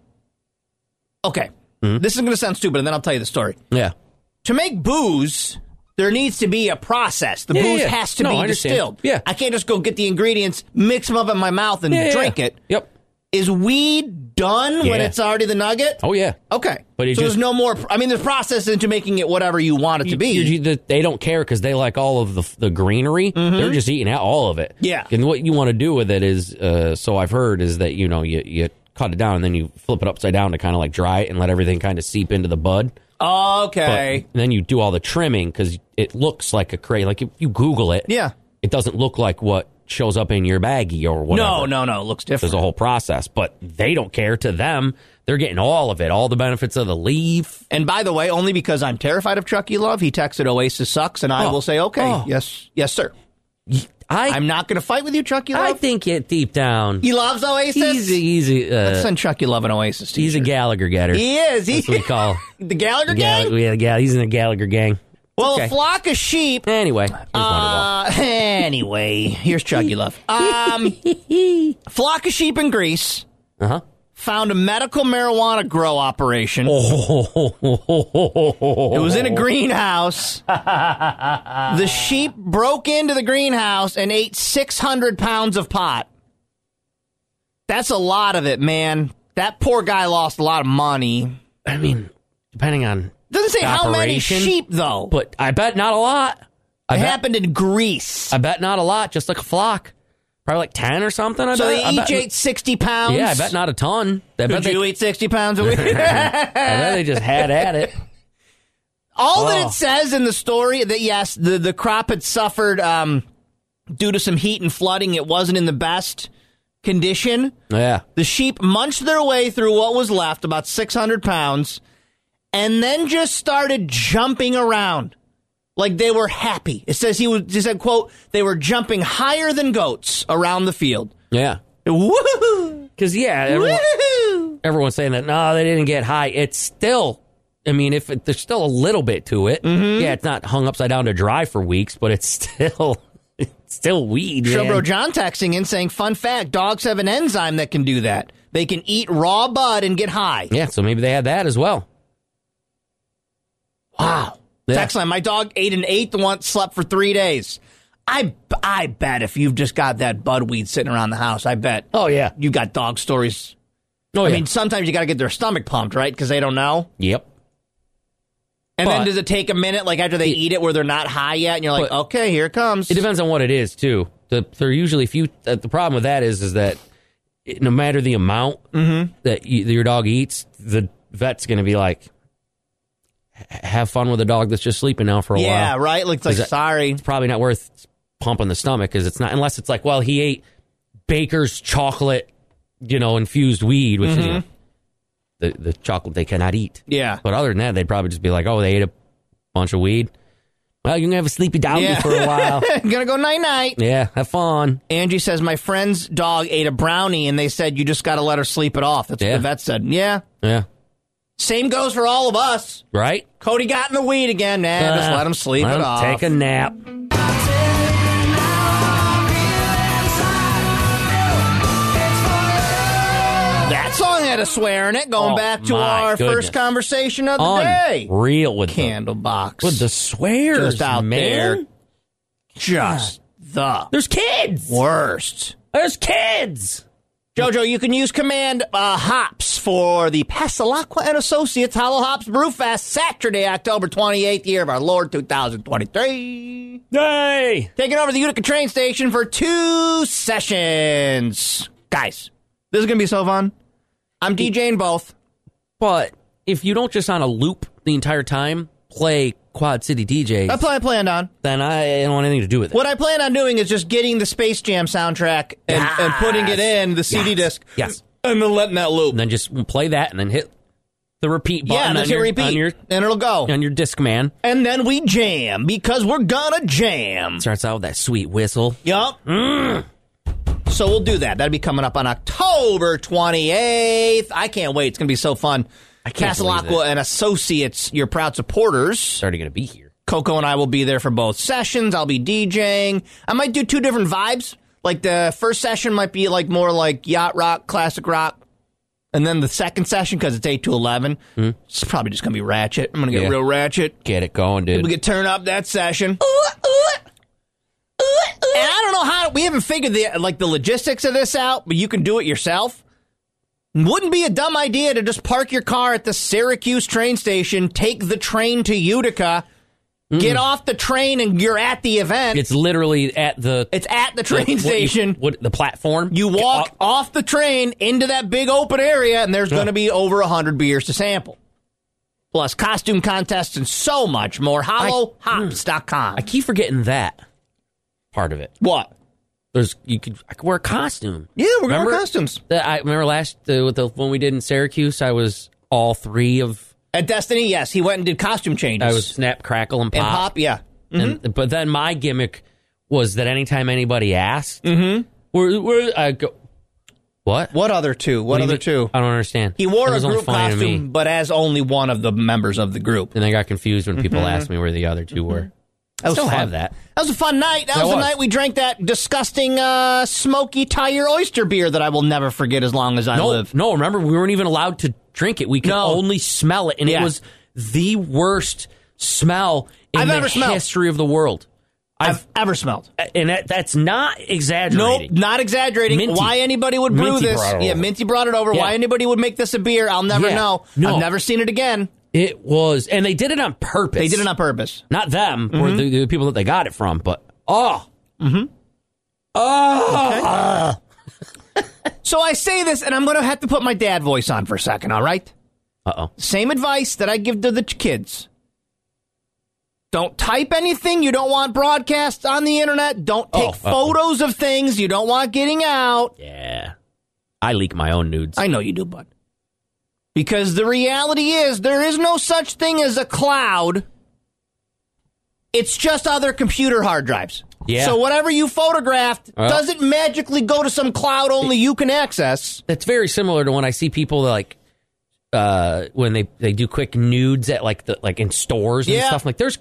Speaker 1: Okay,
Speaker 2: Mm-hmm.
Speaker 1: this is going to sound stupid, and then I'll tell you the story.
Speaker 2: Yeah.
Speaker 1: To make booze, there needs to be a process. The
Speaker 2: Yeah,
Speaker 1: booze
Speaker 2: yeah.
Speaker 1: has to
Speaker 2: No, I
Speaker 1: be
Speaker 2: understand.
Speaker 1: distilled.
Speaker 2: Yeah.
Speaker 1: I can't just go get the ingredients, mix them up in my mouth, and
Speaker 2: Yeah, yeah,
Speaker 1: drink
Speaker 2: yeah.
Speaker 1: it.
Speaker 2: Yep.
Speaker 1: Is weed done when
Speaker 2: Yeah.
Speaker 1: it's already the nugget?
Speaker 2: Oh yeah.
Speaker 1: Okay,
Speaker 2: But
Speaker 1: so
Speaker 2: you
Speaker 1: there's
Speaker 2: just-
Speaker 1: no more. I mean, there's process into making it whatever you want it to be.
Speaker 2: You- you- the- they don't care because they like all of the the greenery. They're just eating out all of it.
Speaker 1: Mm-hmm. Yeah.
Speaker 2: And what you want to do with it is, uh, so I've heard, is that you know you you cut it down and then you flip it upside down to kind of like dry it and let everything kind of seep into the bud. But
Speaker 1: okay,
Speaker 2: then you do all the trimming because it looks like a cray. Like if you Google it,
Speaker 1: yeah.
Speaker 2: it doesn't look like what shows up in your baggie or whatever.
Speaker 1: No, no, no. It looks different.
Speaker 2: There's a whole process, but they don't care. To them, they're getting all of it, all the benefits of the leaf.
Speaker 1: And by the way, only because I'm terrified of Chucky Love, he texted Oasis sucks, and I
Speaker 2: Oh.
Speaker 1: will say, okay,
Speaker 2: Oh.
Speaker 1: yes, yes, sir.
Speaker 2: I
Speaker 1: I'm not going to fight with you, Chucky Love.
Speaker 2: I think it deep down.
Speaker 1: he loves Oasis.
Speaker 2: He's easy. Uh,
Speaker 1: Send Chucky Love an Oasis.
Speaker 2: he's a
Speaker 1: t-shirt.
Speaker 2: Gallagher getter.
Speaker 1: He is. He,
Speaker 2: That's what we call
Speaker 1: the Gallagher gang.
Speaker 2: Gallagher. Yeah, Gall- he's in the Gallagher gang.
Speaker 1: Well,
Speaker 2: okay.
Speaker 1: a flock of sheep.
Speaker 2: Anyway, here's Wonderwall.
Speaker 1: Uh, anyway, here's Chucky Love. Um, flock of sheep in Greece
Speaker 2: Uh-huh. Oh.
Speaker 1: found a medical marijuana grow operation. It
Speaker 2: It
Speaker 1: was in a greenhouse. the sheep broke into the greenhouse and ate 600 pounds of pot. That's a lot of it, man. That poor guy lost a lot of money.
Speaker 2: I mean, depending on,
Speaker 1: Doesn't say how many
Speaker 2: Operation?
Speaker 1: sheep, though.
Speaker 2: but I bet not a lot. I
Speaker 1: it
Speaker 2: bet,
Speaker 1: happened in Greece.
Speaker 2: I bet not a lot. Just like a flock, probably like ten or something. I
Speaker 1: so E
Speaker 2: bet.
Speaker 1: they
Speaker 2: I
Speaker 1: each
Speaker 2: bet-
Speaker 1: ate 60 pounds.
Speaker 2: Yeah, I bet not a ton. I bet,
Speaker 1: Could
Speaker 2: they,
Speaker 1: you eat 60 pounds a week?
Speaker 2: I bet they just had at it.
Speaker 1: All that
Speaker 2: Oh.
Speaker 1: it says in the story that yes, the, the crop had suffered um, due to some heat and flooding. It wasn't in the best condition.
Speaker 2: Yeah.
Speaker 1: The sheep munched their way through what was left, about 600 pounds, and then just started jumping around like they were happy. It says he was, he said, quote, they were jumping higher than goats around the field.
Speaker 2: Yeah.
Speaker 1: Woohoo!
Speaker 2: Because yeah, everyone,
Speaker 1: Woohoo!
Speaker 2: everyone's saying that no, they didn't get high. It's still, I mean, if it, there's still a little bit to it,
Speaker 1: Mm-hmm.
Speaker 2: yeah, it's not hung upside down to dry for weeks, but it's still, it's still weed.
Speaker 1: Showbro
Speaker 2: man.
Speaker 1: John texting in saying, fun fact, dogs have an enzyme that can do that. They can eat raw bud and get high.
Speaker 2: yeah, so maybe they had that as well.
Speaker 1: Wow.
Speaker 2: Yeah.
Speaker 1: Text line, my dog ate an eighth once, slept for three days. I, I bet if you've just got that bud weed sitting around the house, I bet
Speaker 2: Oh yeah.
Speaker 1: you got dog stories.
Speaker 2: Oh
Speaker 1: I
Speaker 2: yeah.
Speaker 1: mean, sometimes you got to get their stomach pumped, right? Because they don't know.
Speaker 2: yep.
Speaker 1: And then
Speaker 2: But-
Speaker 1: does it take a minute, like after they eat it, where they're not high yet, and you're like,
Speaker 2: But-
Speaker 1: okay, here it comes.
Speaker 2: It depends on what it is too. The, there are usually few. Uh, the problem with that is, is that it- no matter the amount
Speaker 1: Mm-hmm.
Speaker 2: that you, your dog eats, the vet's going to be like, "H- "Have fun with a dog that's just sleeping now for a while."
Speaker 1: yeah, right. Like, it's like
Speaker 2: Is that-
Speaker 1: sorry,
Speaker 2: it's probably not worth pumping the stomach because it's not unless it's like well he ate baker's chocolate you know infused weed which is
Speaker 1: Mm-hmm.
Speaker 2: you know, the, the chocolate they cannot eat
Speaker 1: yeah,
Speaker 2: but other than that they'd probably just be like oh they ate a bunch of weed well you're gonna have a sleepy doggy
Speaker 1: Yeah.
Speaker 2: for a while
Speaker 1: gonna go night night.
Speaker 2: yeah have fun
Speaker 1: Angie says my friend's dog ate a brownie, and they said you just got to let her sleep it off. That's what
Speaker 2: Yeah.
Speaker 1: the vet said. Yeah,
Speaker 2: yeah
Speaker 1: same goes for all of us.
Speaker 2: right
Speaker 1: Cody got in the weed again. Nah, just
Speaker 2: Uh,
Speaker 1: let him sleep
Speaker 2: let
Speaker 1: it
Speaker 2: him
Speaker 1: off.
Speaker 2: take a nap
Speaker 1: that song had a swear in it. Going
Speaker 2: Oh,
Speaker 1: back to
Speaker 2: my
Speaker 1: our
Speaker 2: goodness.
Speaker 1: first conversation of the day.
Speaker 2: unreal with
Speaker 1: Candle box.
Speaker 2: the, with the swears
Speaker 1: just out
Speaker 2: man.
Speaker 1: there. Just the
Speaker 2: there's kids
Speaker 1: worst.
Speaker 2: there's kids
Speaker 1: Jojo, you can use command uh, hops for the Pasalacqua and Associates Hollow Hops Brewfest Saturday, October 28th, year of our Lord 2023.
Speaker 2: yay
Speaker 1: Taking over the Utica train station for two sessions. Guys, this is going to be so fun. I'm DJing both.
Speaker 2: But if you don't just on a loop the entire time play Quad City DJs,
Speaker 1: That's what I planned on.
Speaker 2: then I don't want anything to do with it.
Speaker 1: What I plan on doing is just getting the Space Jam soundtrack and, and putting it in the CD
Speaker 2: Yes.
Speaker 1: disc.
Speaker 2: Yes.
Speaker 1: And then letting that loop.
Speaker 2: And then just play that and then hit the repeat button
Speaker 1: Yeah, and
Speaker 2: on,
Speaker 1: then
Speaker 2: your,
Speaker 1: hit repeat.
Speaker 2: on your
Speaker 1: and it'll go.
Speaker 2: on your disc man.
Speaker 1: and then we jam because we're gonna jam.
Speaker 2: Starts out with that sweet whistle.
Speaker 1: Yup.
Speaker 2: Mm.
Speaker 1: So we'll do that. That'll be coming up on October 28th. I can't wait. It's gonna be so fun.
Speaker 2: I can't
Speaker 1: Castle
Speaker 2: believe
Speaker 1: Aqua
Speaker 2: it.
Speaker 1: and Associates, your proud supporters.
Speaker 2: It's already gonna be here.
Speaker 1: Coco and I will be there for both sessions. I'll be DJing. I might do two different vibes. Like the first session might be like more like yacht rock, classic rock, And then the second session, because it's 8 to 11, it's probably just going to be ratchet. I'm going to get
Speaker 2: Hmm. Yeah.
Speaker 1: real ratchet.
Speaker 2: Get it going, dude.
Speaker 1: We could turn up that session. And I don't know how we haven't figured the like the logistics of this out, but you can do it yourself. Wouldn't be a dumb idea to just park your car at the Syracuse train station, take the train to Utica, get off the train, and you're at the event. It's,
Speaker 2: Mm. it's literally at the
Speaker 1: at the train
Speaker 2: what you-
Speaker 1: station.
Speaker 2: what the platform.
Speaker 1: You
Speaker 2: Get
Speaker 1: walk
Speaker 2: off-
Speaker 1: off the train into that big open area, and there's going to be over 100 beers to sample. Plus costume contests and so much more. HollowHops.com.
Speaker 2: I keep forgetting that part of it.
Speaker 1: what?
Speaker 2: There's you could I could wear a costume.
Speaker 1: Yeah, we're going
Speaker 2: Remember?
Speaker 1: to customs.
Speaker 2: That I remember last uh, with the one we did in Syracuse. I was all three of.
Speaker 1: At Destiny, yes. He went and did costume changes.
Speaker 2: I was snap, crackle, and pop.
Speaker 1: And Pop, Mm-hmm. yeah.
Speaker 2: And, but then my gimmick was that anytime anybody asked, mm-hmm. where, where I go, what?
Speaker 1: What other two? What,
Speaker 2: do you
Speaker 1: other
Speaker 2: mean?
Speaker 1: two?
Speaker 2: I don't understand.
Speaker 1: He wore
Speaker 2: That
Speaker 1: a
Speaker 2: was only
Speaker 1: group
Speaker 2: funny to me.
Speaker 1: costume, but as only one of the members of the group.
Speaker 2: And I got confused when people
Speaker 1: Mm-hmm.
Speaker 2: asked me where the other two were. I
Speaker 1: was
Speaker 2: still
Speaker 1: fun.
Speaker 2: have that.
Speaker 1: That was a fun night. That,
Speaker 2: That
Speaker 1: was, the
Speaker 2: was.
Speaker 1: night we drank that disgusting uh, smoky tire oyster beer that I will never forget as long as I
Speaker 2: No,
Speaker 1: live.
Speaker 2: no. Remember, we weren't even allowed to drink it. We could
Speaker 1: No.
Speaker 2: only smell it, and
Speaker 1: Yeah.
Speaker 2: it was the worst smell in
Speaker 1: I've
Speaker 2: the
Speaker 1: ever smelled.
Speaker 2: history of the world.
Speaker 1: I've ever smelled.
Speaker 2: and that, that's not
Speaker 1: Nope,
Speaker 2: exaggerating.
Speaker 1: not exaggerating.
Speaker 2: Minty.
Speaker 1: Why anybody would brew
Speaker 2: Minty
Speaker 1: this?
Speaker 2: brought it
Speaker 1: Yeah,
Speaker 2: over.
Speaker 1: Minty brought it over.
Speaker 2: Yeah.
Speaker 1: Why anybody would make this a beer? I'll never
Speaker 2: Yeah.
Speaker 1: know.
Speaker 2: No.
Speaker 1: I've never seen it again.
Speaker 2: It was, and they did it on purpose.
Speaker 1: They did it on purpose.
Speaker 2: not them
Speaker 1: Mm-hmm.
Speaker 2: or the, the people that they got it from, but oh, oh,
Speaker 1: So I say this, and I'm going to have to put my dad voice on for a second. All right.
Speaker 2: uh oh.
Speaker 1: same advice that I give to the ch- kids. Don't type anything you don't want broadcast on the internet. Don't take
Speaker 2: Oh, uh-oh.
Speaker 1: photos of things you don't want getting out.
Speaker 2: Yeah, I leak my own nudes.
Speaker 1: I know you do, bud. Because the reality is, there is no such thing as a cloud. It's just other computer hard drives.
Speaker 2: Yeah.
Speaker 1: So whatever you photographed
Speaker 2: Well.
Speaker 1: doesn't magically go to some cloud only you can access.
Speaker 2: that's very similar to when I see people that like uh when they they do quick nudes at like the like in stores and
Speaker 1: Yeah.
Speaker 2: stuff. Like there's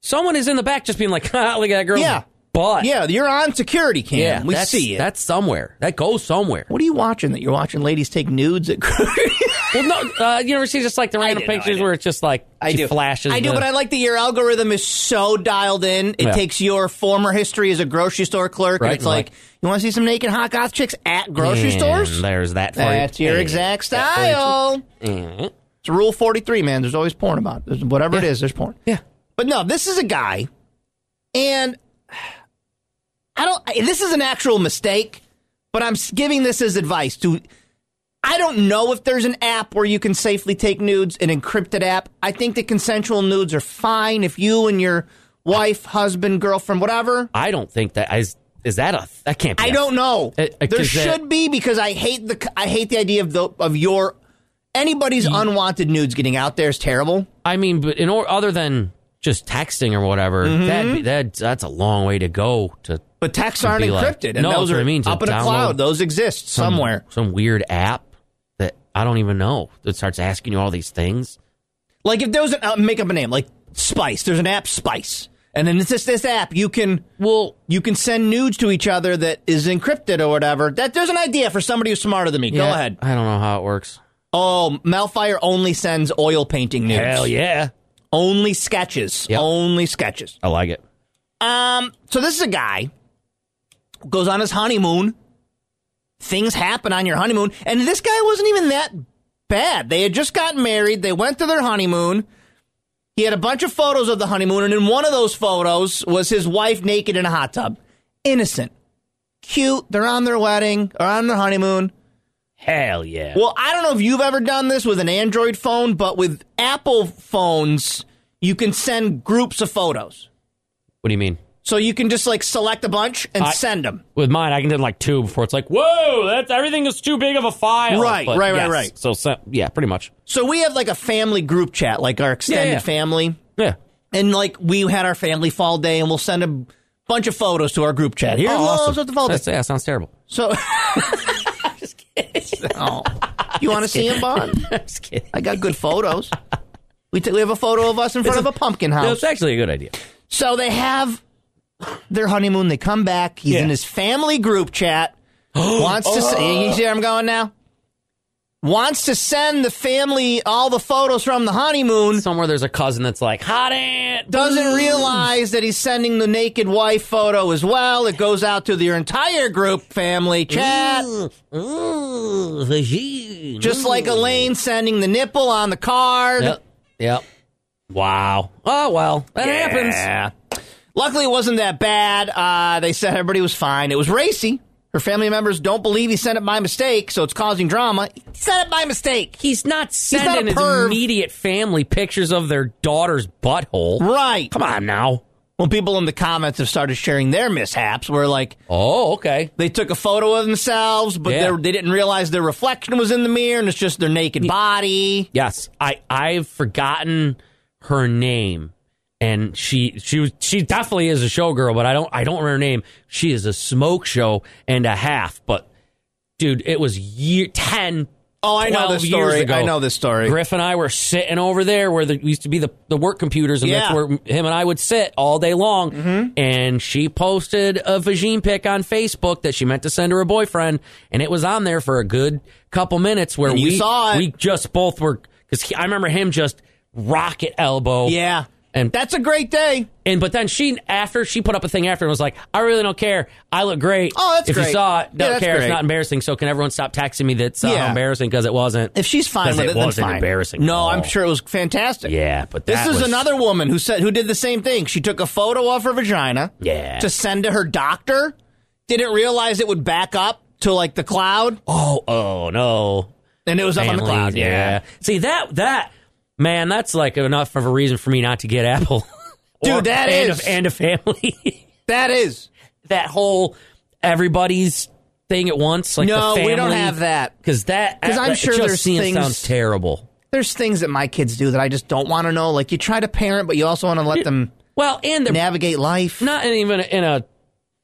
Speaker 2: someone is in the back just being like, "Ha, look at that girl.
Speaker 1: Yeah.
Speaker 2: But
Speaker 1: Yeah, you're on security cam.
Speaker 2: yeah,
Speaker 1: we
Speaker 2: that's-
Speaker 1: see it.
Speaker 2: That's somewhere. That goes somewhere.
Speaker 1: What are you watching that you're watching ladies take nudes at
Speaker 2: well, no, uh, you ever see just like the random
Speaker 1: do know, I
Speaker 2: pictures
Speaker 1: do.
Speaker 2: where it's just like she flashes.
Speaker 1: I do,
Speaker 2: the-
Speaker 1: but I like that your algorithm is so dialed in. It
Speaker 2: Yeah.
Speaker 1: takes your former history as a grocery store clerk,
Speaker 2: Right,
Speaker 1: and it's
Speaker 2: and
Speaker 1: like,
Speaker 2: like-
Speaker 1: you want to see some naked hot goth chicks at grocery
Speaker 2: And
Speaker 1: stores?
Speaker 2: There's that. For you.
Speaker 1: That's your
Speaker 2: And
Speaker 1: exact
Speaker 2: that for you.
Speaker 1: style.
Speaker 2: And-
Speaker 1: It's rule 43, man. There's always porn about it. There's, whatever it
Speaker 2: Yeah.
Speaker 1: is, there's porn.
Speaker 2: Yeah.
Speaker 1: But no, this is a guy, and I don't. I- This is an actual mistake, but I'm s- giving this as advice to. I don't know if there's an app where you can safely take nudes, an encrypted app. I think that consensual nudes are fine if you and your wife, husband, girlfriend, whatever.
Speaker 2: I don't think that is is that a that can't. Be
Speaker 1: I
Speaker 2: a-
Speaker 1: don't know.
Speaker 2: Uh, uh,
Speaker 1: there
Speaker 2: 'cause that-
Speaker 1: should be because I hate the c- I hate the idea of the of your anybody's unwanted nudes getting out there is terrible.
Speaker 2: I mean, but in or other than just texting or whatever,
Speaker 1: Mm-hmm.
Speaker 2: that that that's a long way to go to
Speaker 1: But texts
Speaker 2: It'd
Speaker 1: aren't
Speaker 2: be like-
Speaker 1: encrypted, and
Speaker 2: No,
Speaker 1: those
Speaker 2: that's what
Speaker 1: are
Speaker 2: I mean, to
Speaker 1: up in a
Speaker 2: download
Speaker 1: cloud. Those exist
Speaker 2: some-
Speaker 1: somewhere.
Speaker 2: some weird app that I don't even know that starts asking you all these things.
Speaker 1: Like if there was an uh, make up a name, like Spice. There's an app Spice, and then it's just this app you can
Speaker 2: Well,
Speaker 1: you can send nudes to each other that is encrypted or whatever. That there's an idea for somebody who's smarter than me. Go
Speaker 2: yeah,
Speaker 1: ahead.
Speaker 2: I don't know how it works.
Speaker 1: Oh, Malfire only sends oil painting nudes.
Speaker 2: yeah,
Speaker 1: Only sketches.
Speaker 2: Yep.
Speaker 1: Only sketches.
Speaker 2: I like it.
Speaker 1: Um, so this is a guy who goes on his honeymoon. Things happen on your honeymoon, and this guy wasn't even that bad. They had just gotten married. They went to their honeymoon. He had a bunch of photos of the honeymoon, and in one of those photos was his wife naked in a hot tub. Innocent, cute. They're on their wedding or on their honeymoon.
Speaker 2: Hell yeah.
Speaker 1: Well, I don't know if you've ever done this with an Android phone, but with Apple phones, you can send groups of photos.
Speaker 2: What do you mean?
Speaker 1: So you can just like select a bunch and
Speaker 2: I-
Speaker 1: send them.
Speaker 2: With mine, I can do like two before it's like, whoa, that's everything is too big of a file.
Speaker 1: Right, right, right, right.
Speaker 2: So, so yeah, pretty much.
Speaker 1: So we have like a family group chat, like our extended
Speaker 2: Yeah, yeah.
Speaker 1: family.
Speaker 2: Yeah.
Speaker 1: And like we had our family fall day and we'll send a bunch of photos to our group chat. Here's
Speaker 2: Oh,
Speaker 1: loads of the fall day.
Speaker 2: That's, yeah, sounds terrible.
Speaker 1: So just kidding. Oh. You want to see them, Bond?
Speaker 2: I'm just kidding.
Speaker 1: I got good photos. We, t- we have a photo of us in front of a pumpkin
Speaker 2: No,
Speaker 1: house.
Speaker 2: it's actually a good idea.
Speaker 1: So they have their honeymoon. They come back. He's
Speaker 2: Yeah.
Speaker 1: in his family group chat. wants to see. You see where I'm going now? wants to send the family all the photos from the honeymoon,
Speaker 2: Somewhere there's a cousin that's like, hot aunt.
Speaker 1: doesn't realize that he's sending the naked wife photo as well. It goes out to their entire group family chat.
Speaker 2: Ooh, vagine.
Speaker 1: Just like Elaine sending the nipple on the card.
Speaker 2: Mm. Yep. Yep. Wow. Oh well, that happens.
Speaker 1: Yeah. Luckily, it wasn't that bad. Uh, they said everybody was fine. It was racy. Her family members don't believe he sent it by mistake, so it's causing drama. He sent it by mistake.
Speaker 2: He's not
Speaker 1: not a
Speaker 2: sending his
Speaker 1: perv.
Speaker 2: immediate family pictures of their daughter's butthole.
Speaker 1: Right.
Speaker 2: Come on now.
Speaker 1: Well, people in the comments have started sharing their mishaps where, like,
Speaker 2: Oh, okay.
Speaker 1: they took a photo of themselves, but
Speaker 2: Yeah.
Speaker 1: they're- they didn't realize their reflection was in the mirror and it's just their naked body.
Speaker 2: Yes, I I've forgotten her name, and she she was she definitely is a showgirl, but I don't I don't remember her name. She is a smoke show and a half, but dude, it was year ten.
Speaker 1: Oh, I know
Speaker 2: 12
Speaker 1: this
Speaker 2: years
Speaker 1: story.
Speaker 2: ago.
Speaker 1: I know this story.
Speaker 2: Griff and I were sitting over there where there used to be the, the work computers, and that's
Speaker 1: Yeah. Mm-hmm.
Speaker 2: where him and I would sit all day long. And she posted a vagine pic on Facebook that she meant to send to her boyfriend, and it was on there for a good couple minutes where
Speaker 1: And you
Speaker 2: we
Speaker 1: saw it.
Speaker 2: we just both were because I remember him just rocket elbow.
Speaker 1: Yeah.
Speaker 2: And
Speaker 1: That's a great day.
Speaker 2: and but then she after she put up a thing after and was like, I really don't care. I look great.
Speaker 1: Oh, that's
Speaker 2: if you
Speaker 1: great.
Speaker 2: saw it,
Speaker 1: Yeah,
Speaker 2: don't
Speaker 1: that's
Speaker 2: care.
Speaker 1: great.
Speaker 2: It's not embarrassing. So can everyone stop texting me that's uh,
Speaker 1: Yeah.
Speaker 2: embarrassing because it wasn't.
Speaker 1: If she's fine
Speaker 2: 'Cause
Speaker 1: with it,
Speaker 2: it
Speaker 1: then
Speaker 2: wasn't
Speaker 1: fine.
Speaker 2: embarrassing
Speaker 1: No,
Speaker 2: at
Speaker 1: I'm
Speaker 2: all.
Speaker 1: sure it was fantastic.
Speaker 2: Yeah, but
Speaker 1: This
Speaker 2: that
Speaker 1: is
Speaker 2: was-
Speaker 1: another woman who said who did the same thing. She took a photo of her vagina
Speaker 2: Yeah.
Speaker 1: to send to her doctor. Didn't realize it would back up to like the cloud,
Speaker 2: Oh, oh no.
Speaker 1: and it was up on the
Speaker 2: Families,
Speaker 1: cloud.
Speaker 2: See that that man, that's like enough of a reason for me not to get Apple.
Speaker 1: Dude,
Speaker 2: Or-
Speaker 1: that
Speaker 2: and
Speaker 1: is-
Speaker 2: a, and a family.
Speaker 1: that is
Speaker 2: that whole everybody's thing at once. Like
Speaker 1: no. We don't have that.
Speaker 2: because that
Speaker 1: 'Cause I'm
Speaker 2: that
Speaker 1: sure
Speaker 2: just
Speaker 1: there's
Speaker 2: seems-
Speaker 1: things-
Speaker 2: sounds terrible.
Speaker 1: There's things that my kids do that I just don't want to know. Like you try to parent, but you also want to let them
Speaker 2: Well, and they're
Speaker 1: navigate life.
Speaker 2: not in even in a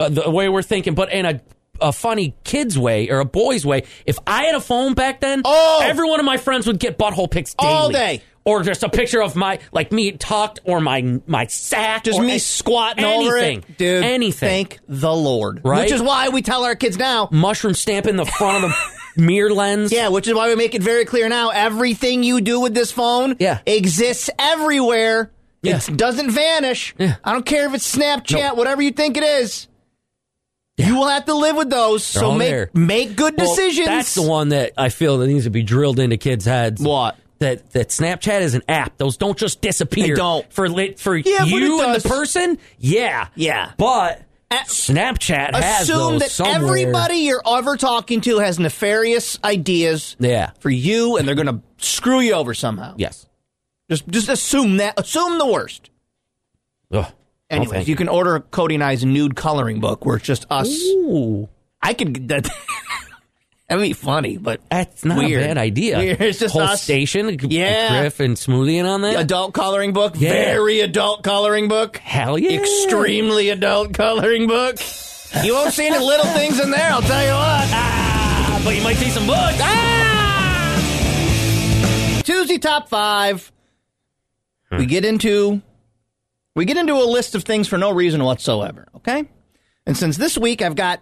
Speaker 2: uh, the way we're thinking, but in a a funny kid's way or a boy's way. If I had a phone back then,
Speaker 1: Oh!
Speaker 2: every one of my friends would get butthole pics daily.
Speaker 1: All day.
Speaker 2: Or just a picture of my like me tucked or my my sack,
Speaker 1: Just
Speaker 2: or
Speaker 1: me
Speaker 2: a-
Speaker 1: squatting over
Speaker 2: anything,
Speaker 1: it, dude.
Speaker 2: Anything.
Speaker 1: Thank the Lord.
Speaker 2: Right?
Speaker 1: Which is why we tell our kids now.
Speaker 2: Mushroom stamp in the front of the mirror lens.
Speaker 1: Yeah, which is why we make it very clear now. Everything you do with this phone
Speaker 2: Yeah.
Speaker 1: exists everywhere.
Speaker 2: Yeah.
Speaker 1: It doesn't vanish.
Speaker 2: Yeah.
Speaker 1: I don't care if it's Snapchat, whatever you think it is. You will have to live with those.
Speaker 2: They're
Speaker 1: so
Speaker 2: all
Speaker 1: make
Speaker 2: there.
Speaker 1: make good
Speaker 2: Well,
Speaker 1: decisions.
Speaker 2: that's the one that I feel that needs to be drilled into kids' heads.
Speaker 1: What?
Speaker 2: That that Snapchat is an app. Those don't just disappear.
Speaker 1: They don't.
Speaker 2: for lit for
Speaker 1: Yeah, but
Speaker 2: you
Speaker 1: it
Speaker 2: and the
Speaker 1: does.
Speaker 2: person. Yeah,
Speaker 1: Yeah.
Speaker 2: But
Speaker 1: A-
Speaker 2: Snapchat has
Speaker 1: Assume
Speaker 2: those
Speaker 1: that
Speaker 2: somewhere.
Speaker 1: everybody you're ever talking to has nefarious ideas
Speaker 2: Yeah.
Speaker 1: for you and they're gonna screw you over somehow.
Speaker 2: Yes.
Speaker 1: Just just assume that assume the worst.
Speaker 2: Ugh. No,
Speaker 1: Anyways,
Speaker 2: thank
Speaker 1: you can order Cody and I's nude coloring book where it's just us.
Speaker 2: Ooh,
Speaker 1: I could that. That'd be funny, but
Speaker 2: that's not
Speaker 1: Weird.
Speaker 2: a bad idea.
Speaker 1: Weird. It's just
Speaker 2: whole
Speaker 1: us.
Speaker 2: station.
Speaker 1: Yeah.
Speaker 2: Griff and Smoothie in on that.
Speaker 1: adult coloring book,
Speaker 2: Yeah.
Speaker 1: very adult coloring book,
Speaker 2: Hell yeah.
Speaker 1: extremely adult coloring book. You won't see any little things in there. I'll tell you what.
Speaker 2: Ah, but you might see some books. Ah!
Speaker 1: Tuesday top five. We get into we get into a list of things for no reason whatsoever. Okay, and since this week I've got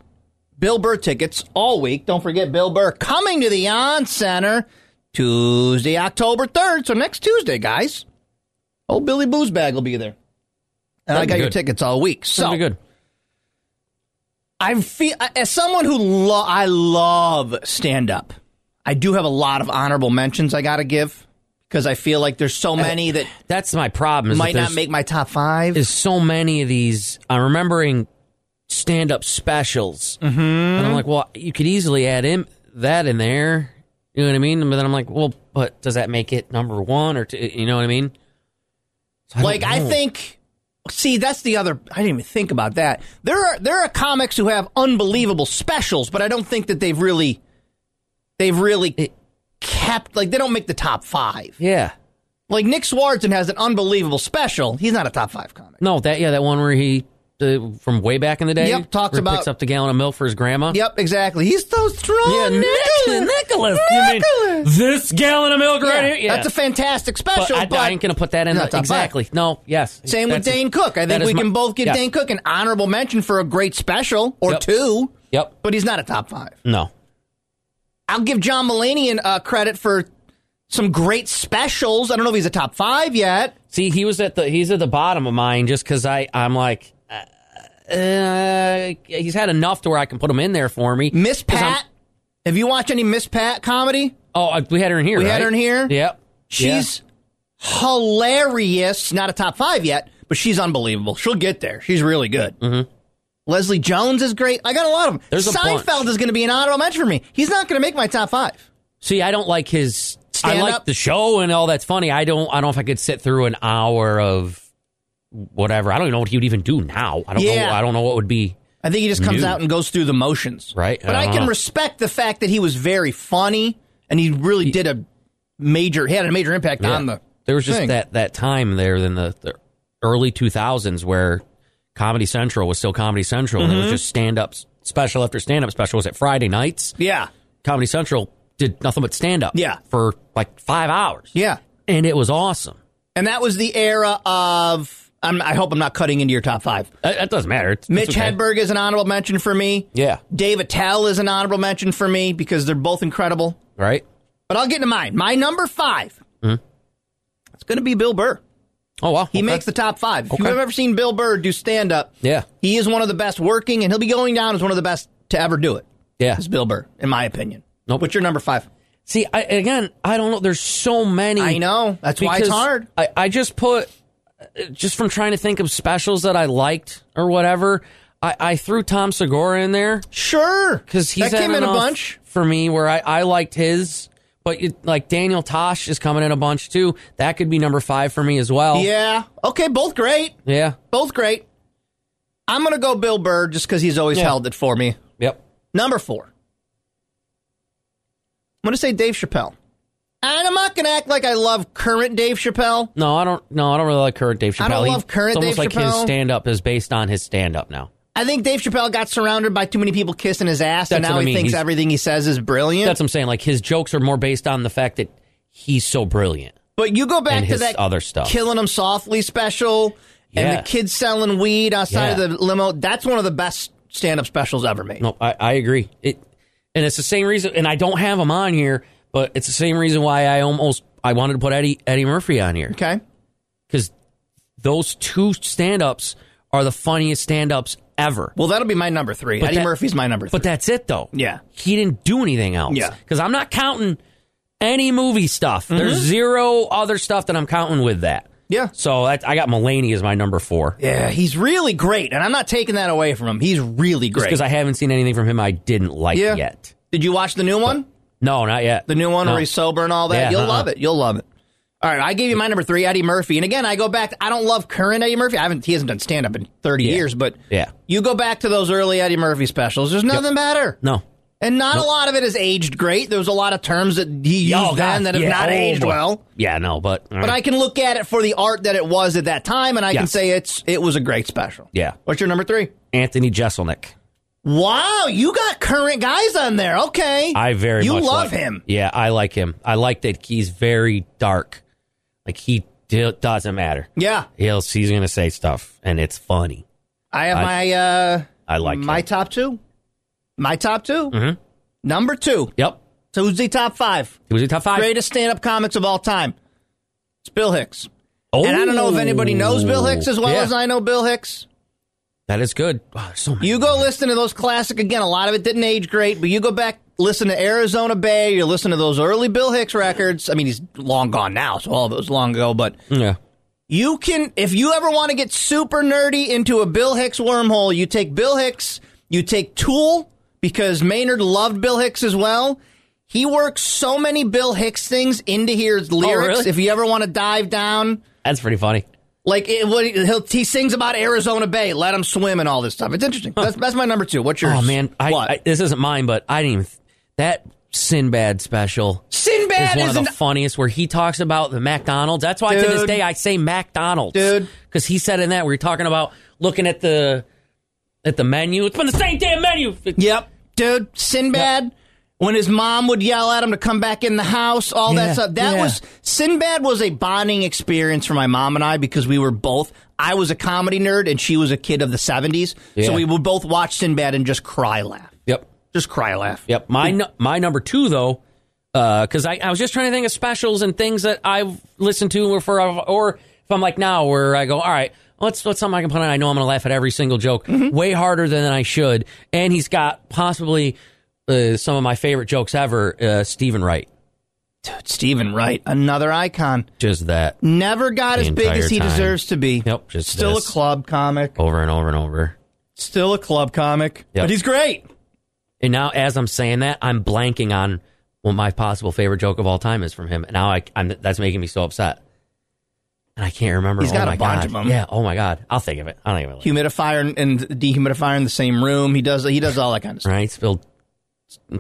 Speaker 1: Bill Burr tickets all week. Don't forget Bill Burr coming to the On Center Tuesday, October third. So next Tuesday, guys. Old Billy Boozbag will be there, and I
Speaker 2: That'd be
Speaker 1: got your
Speaker 2: good.
Speaker 1: tickets all week. So
Speaker 2: That'd be good.
Speaker 1: I feel as someone who lo- I love stand up. I do have a lot of honorable mentions I got to give because I feel like there's so many that
Speaker 2: That's my problem. Is Eh, that
Speaker 1: might not
Speaker 2: there's-
Speaker 1: make my top five.
Speaker 2: is so many of these. I'm remembering stand up specials, mm-hmm. and I'm like, well, you could easily add in that in there. You know what I mean? But then I'm like, well, but does that make it number one or two? You know what I mean? So don't
Speaker 1: like I
Speaker 2: know.
Speaker 1: think see that's the other I didn't even think about that. There are there are comics who have unbelievable specials, but I don't think that they've really they've really kept like they don't make the top 5.
Speaker 2: yeah,
Speaker 1: Like Nick Swartzen has an unbelievable special. He's not a top 5 comic.
Speaker 2: no, that yeah, that one where he uh, from way back in the day,
Speaker 1: Yep, talks
Speaker 2: where he
Speaker 1: about-
Speaker 2: picks up the gallon of milk for his grandma.
Speaker 1: Yep, exactly. He's so strong.
Speaker 2: Yeah, Nicholas, Nicholas, you mean
Speaker 1: Nicholas.
Speaker 2: this gallon of milk right
Speaker 1: Yeah,
Speaker 2: here. Yeah,
Speaker 1: That's a fantastic
Speaker 2: but
Speaker 1: special,
Speaker 2: I,
Speaker 1: but,
Speaker 2: I ain't gonna put that in.
Speaker 1: No,
Speaker 2: the-
Speaker 1: it's not
Speaker 2: exactly. No. Yes.
Speaker 1: same with
Speaker 2: That's a-
Speaker 1: Dane Cook. I
Speaker 2: that
Speaker 1: think
Speaker 2: is
Speaker 1: we
Speaker 2: my-
Speaker 1: can both give
Speaker 2: yes.
Speaker 1: Dane Cook an honorable mention for a great special or
Speaker 2: Yep.
Speaker 1: two,
Speaker 2: Yep.
Speaker 1: but he's not a top 5.
Speaker 2: No.
Speaker 1: I'll give John Mulaney uh, credit for some great specials. I don't know if he's a top five yet.
Speaker 2: See, he was at the he's at the bottom of mine just because I I'm like, uh, uh, he's had enough to where I can put him in there for me.
Speaker 1: Miss
Speaker 2: 'Cause I'm-
Speaker 1: Pat. Have you watched any Miss Pat comedy?
Speaker 2: oh, uh, we had her in here.
Speaker 1: We had
Speaker 2: right?
Speaker 1: her in here.
Speaker 2: Yep.
Speaker 1: She's hilarious. Not a top five yet, but she's unbelievable. She'll get there. She's really good. Mm-hmm. Leslie Jones is great. I got a lot of them.
Speaker 2: There's a
Speaker 1: Seinfeld
Speaker 2: bunch.
Speaker 1: is going to be an honorable mention for me. He's not going to make my top five.
Speaker 2: See, I don't like his. I
Speaker 1: Stand
Speaker 2: like
Speaker 1: up.
Speaker 2: the show and all that's funny. I don't. I don't know if I could sit through an hour of whatever. I don't even know what he would even do now. I don't know.
Speaker 1: Yeah.
Speaker 2: I don't know what would be
Speaker 1: I think he just comes
Speaker 2: New.
Speaker 1: out and goes through the motions.
Speaker 2: Right. Uh-huh.
Speaker 1: But
Speaker 2: I
Speaker 1: I,
Speaker 2: don't
Speaker 1: can
Speaker 2: know.
Speaker 1: respect the fact that he was very funny and he really did a major, he had a major impact on
Speaker 2: Yeah.
Speaker 1: the.
Speaker 2: There was just
Speaker 1: thing.
Speaker 2: that that time there in the, the early 2000s where Comedy Central was still Comedy Central. and It
Speaker 1: Mm-hmm.
Speaker 2: was just stand up special after stand up special. Was it Friday nights?
Speaker 1: Yeah.
Speaker 2: Comedy Central did nothing but stand up.
Speaker 1: Yeah.
Speaker 2: for like five hours.
Speaker 1: Yeah.
Speaker 2: and it was awesome.
Speaker 1: And that was the era of. I'm, I hope I'm not cutting into your top five.
Speaker 2: Uh, That doesn't matter. It's,
Speaker 1: Mitch
Speaker 2: it's okay.
Speaker 1: Hedberg is an honorable mention for me.
Speaker 2: Yeah.
Speaker 1: Dave Attell is an honorable mention for me because they're both incredible.
Speaker 2: right?
Speaker 1: But I'll get into mine. My number 5 It's going to be Bill Burr.
Speaker 2: Oh wow,
Speaker 1: He
Speaker 2: Mm-hmm. okay.
Speaker 1: makes the top five. If
Speaker 2: Okay.
Speaker 1: you've ever seen Bill Burr do stand up,
Speaker 2: Yeah.
Speaker 1: he is one of the best working, and he'll be going down as one of the best to ever do it.
Speaker 2: yeah.
Speaker 1: Is Bill Burr, in my opinion.
Speaker 2: Nope.
Speaker 1: What's your number five?
Speaker 2: See, I, again, I don't know. There's so many.
Speaker 1: I know. That's why it's
Speaker 2: Because
Speaker 1: hard.
Speaker 2: I, I just put, just from trying to think of specials that I liked or whatever. I, I threw Tom Segura in there.
Speaker 1: Sure,
Speaker 2: because he's
Speaker 1: that
Speaker 2: had
Speaker 1: came in a
Speaker 2: enough
Speaker 1: bunch.
Speaker 2: for me where I, I liked his but it, like daniel tosh is coming in a bunch too that could be number five for me as well
Speaker 1: Yeah. Okay, both great.
Speaker 2: yeah
Speaker 1: Both great. I'm gonna go Bill Burr just because he's always
Speaker 2: Yeah.
Speaker 1: held it for me.
Speaker 2: yep
Speaker 1: Number four. I'm gonna say Dave Chappelle. And I'm not gonna act like I love current Dave Chappelle.
Speaker 2: no i don't no i don't really like current dave chappelle
Speaker 1: I don't
Speaker 2: He-
Speaker 1: love current
Speaker 2: it's almost
Speaker 1: Dave
Speaker 2: like his
Speaker 1: Chappelle.
Speaker 2: stand-up is based on his stand-up now
Speaker 1: I think Dave Chappelle got surrounded by too many people kissing his ass, and
Speaker 2: That's
Speaker 1: now
Speaker 2: what I mean.
Speaker 1: he thinks
Speaker 2: He's-
Speaker 1: everything he says is brilliant.
Speaker 2: that's what i'm saying like his jokes are more based on the fact that he's so brilliant
Speaker 1: But you go back
Speaker 2: and
Speaker 1: to
Speaker 2: his
Speaker 1: that
Speaker 2: other stuff.
Speaker 1: killing them softly special,
Speaker 2: Yeah.
Speaker 1: and the kids selling weed outside
Speaker 2: Yeah.
Speaker 1: of the limo. That's one of the best stand-up specials ever made.
Speaker 2: no i, I agree it and it's the same reason and i don't have him on here but it's the same reason why i almost i wanted to put eddie eddie murphy on here
Speaker 1: Okay,
Speaker 2: because those two stand-ups are the funniest stand-ups ever.
Speaker 1: well that'll be my number three.
Speaker 2: But
Speaker 1: Eddie
Speaker 2: that-
Speaker 1: Murphy's my number three.
Speaker 2: But that's it, though.
Speaker 1: Yeah.
Speaker 2: he didn't do anything else.
Speaker 1: Yeah. Mm-hmm.
Speaker 2: because I'm not counting any movie stuff. There's zero other stuff that I'm counting with that.
Speaker 1: yeah,
Speaker 2: So that, I got Mulaney as my number four.
Speaker 1: yeah, he's really great, and I'm not taking that away from him. He's really great.
Speaker 2: because I haven't seen anything from him I didn't like
Speaker 1: Yeah.
Speaker 2: yet.
Speaker 1: Did you watch the new one?
Speaker 2: No, not yet.
Speaker 1: The new one
Speaker 2: No.
Speaker 1: where he's sober and all that.
Speaker 2: Yeah,
Speaker 1: You'll
Speaker 2: uh-uh.
Speaker 1: love it. You'll love it. All right, I gave you my number three, Eddie Murphy, and again, I go back. I don't love current Eddie Murphy. I haven't. He hasn't done stand up in 30
Speaker 2: Yeah.
Speaker 1: years, but
Speaker 2: Yeah.
Speaker 1: you go back to those early Eddie Murphy specials. There's nothing better.
Speaker 2: No.
Speaker 1: And not
Speaker 2: Nope.
Speaker 1: a lot of it has aged great. There's a lot of terms that he used
Speaker 2: Oh, God.
Speaker 1: then that have
Speaker 2: Yeah.
Speaker 1: not
Speaker 2: Oh,
Speaker 1: aged
Speaker 2: boy.
Speaker 1: well.
Speaker 2: Yeah, no, but
Speaker 1: But I can look at it for the art that it was at that time, and I can
Speaker 2: Yes.
Speaker 1: say it's it was a great special.
Speaker 2: Yeah.
Speaker 1: What's your number three?
Speaker 2: Anthony Jeselnik.
Speaker 1: Wow, you got current guys on there. Okay,
Speaker 2: I very
Speaker 1: you
Speaker 2: much
Speaker 1: love
Speaker 2: like-
Speaker 1: him.
Speaker 2: Yeah, I like him. I like that he's very dark. Like he d- doesn't matter.
Speaker 1: Yeah,
Speaker 2: He'll he's gonna say stuff and it's funny.
Speaker 1: I have
Speaker 2: I-
Speaker 1: my uh
Speaker 2: I like
Speaker 1: my
Speaker 2: him.
Speaker 1: top two, my top 2 Number two,
Speaker 2: Yep.
Speaker 1: Tuesday top five,
Speaker 2: He was in top five.
Speaker 1: greatest stand up comics of all time. It's Bill Hicks,
Speaker 2: Oh.
Speaker 1: and I don't know if anybody knows Bill Hicks as well
Speaker 2: Yeah.
Speaker 1: as I know Bill Hicks.
Speaker 2: That is good. Wow, there's so many.
Speaker 1: You go listen to those classic again. A lot of it didn't age great, but you go back, listen to Arizona Bay. You listen to those early Bill Hicks records. I mean, he's long gone now, so all of it was long ago. But
Speaker 2: Yeah.
Speaker 1: you can, if you ever want to get super nerdy into a Bill Hicks wormhole, you take Bill Hicks, you take Tool because Maynard loved Bill Hicks as well. He works so many Bill Hicks things into his lyrics.
Speaker 2: Oh, really?
Speaker 1: If you ever want to dive down,
Speaker 2: That's pretty funny.
Speaker 1: like it, what, he'll, he sings about Arizona Bay, let him swim, and all this stuff. It's interesting. That's, that's my number two. What's yours?
Speaker 2: Oh man, I,
Speaker 1: what?
Speaker 2: I, this isn't mine, but I didn't even th- that Sinbad special.
Speaker 1: Sinbad
Speaker 2: is one
Speaker 1: is
Speaker 2: of
Speaker 1: an-
Speaker 2: the funniest where he talks about the McDonald's. That's why to this
Speaker 1: Dude.
Speaker 2: day I say McDonald's,
Speaker 1: Dude.
Speaker 2: because he said in that we were talking about looking at the at the menu. It's been the same damn menu.
Speaker 1: Yep, dude, Sinbad. When his mom would yell at him to come back in the house, all
Speaker 2: Yeah,
Speaker 1: that stuff. That
Speaker 2: yeah.
Speaker 1: was Sinbad was a bonding experience for my mom and I because we were both. I was a comedy nerd and she was a kid of the seventies,
Speaker 2: Yeah.
Speaker 1: so we would both watch Sinbad and just cry laugh,
Speaker 2: Yep.
Speaker 1: just Just cry laugh.
Speaker 2: Yep. My nu- my number two though, because I, I was just trying to think of specials and things that I've listened to or for or if I'm like now where I go, all right, what's what's something I can put on? I know I'm going to laugh at every single joke
Speaker 1: Mm-hmm.
Speaker 2: way harder than I should, and he's got possibly uh, some of my favorite jokes ever. Uh, Stephen Wright,
Speaker 1: Dude, Stephen Wright, another icon.
Speaker 2: just that
Speaker 1: Never got
Speaker 2: The
Speaker 1: as big as
Speaker 2: entire
Speaker 1: he
Speaker 2: time.
Speaker 1: deserves to be.
Speaker 2: Yep, just
Speaker 1: Still
Speaker 2: this.
Speaker 1: a club comic.
Speaker 2: over and over and over.
Speaker 1: Still a club comic.
Speaker 2: Yep.
Speaker 1: But he's great.
Speaker 2: And now, as I'm saying that, I'm blanking on what my possible favorite joke of all time is from him. And now I, I'm, that's making me so upset. And I can't remember.
Speaker 1: He's
Speaker 2: oh
Speaker 1: got a
Speaker 2: my
Speaker 1: bunch
Speaker 2: God.
Speaker 1: of 'em.
Speaker 2: Yeah. Oh my God. I'll think of it. I'll think of it. Later.
Speaker 1: Humidifier and, and dehumidifier in the same room. He does he does all that kind of stuff.
Speaker 2: Right? Spilled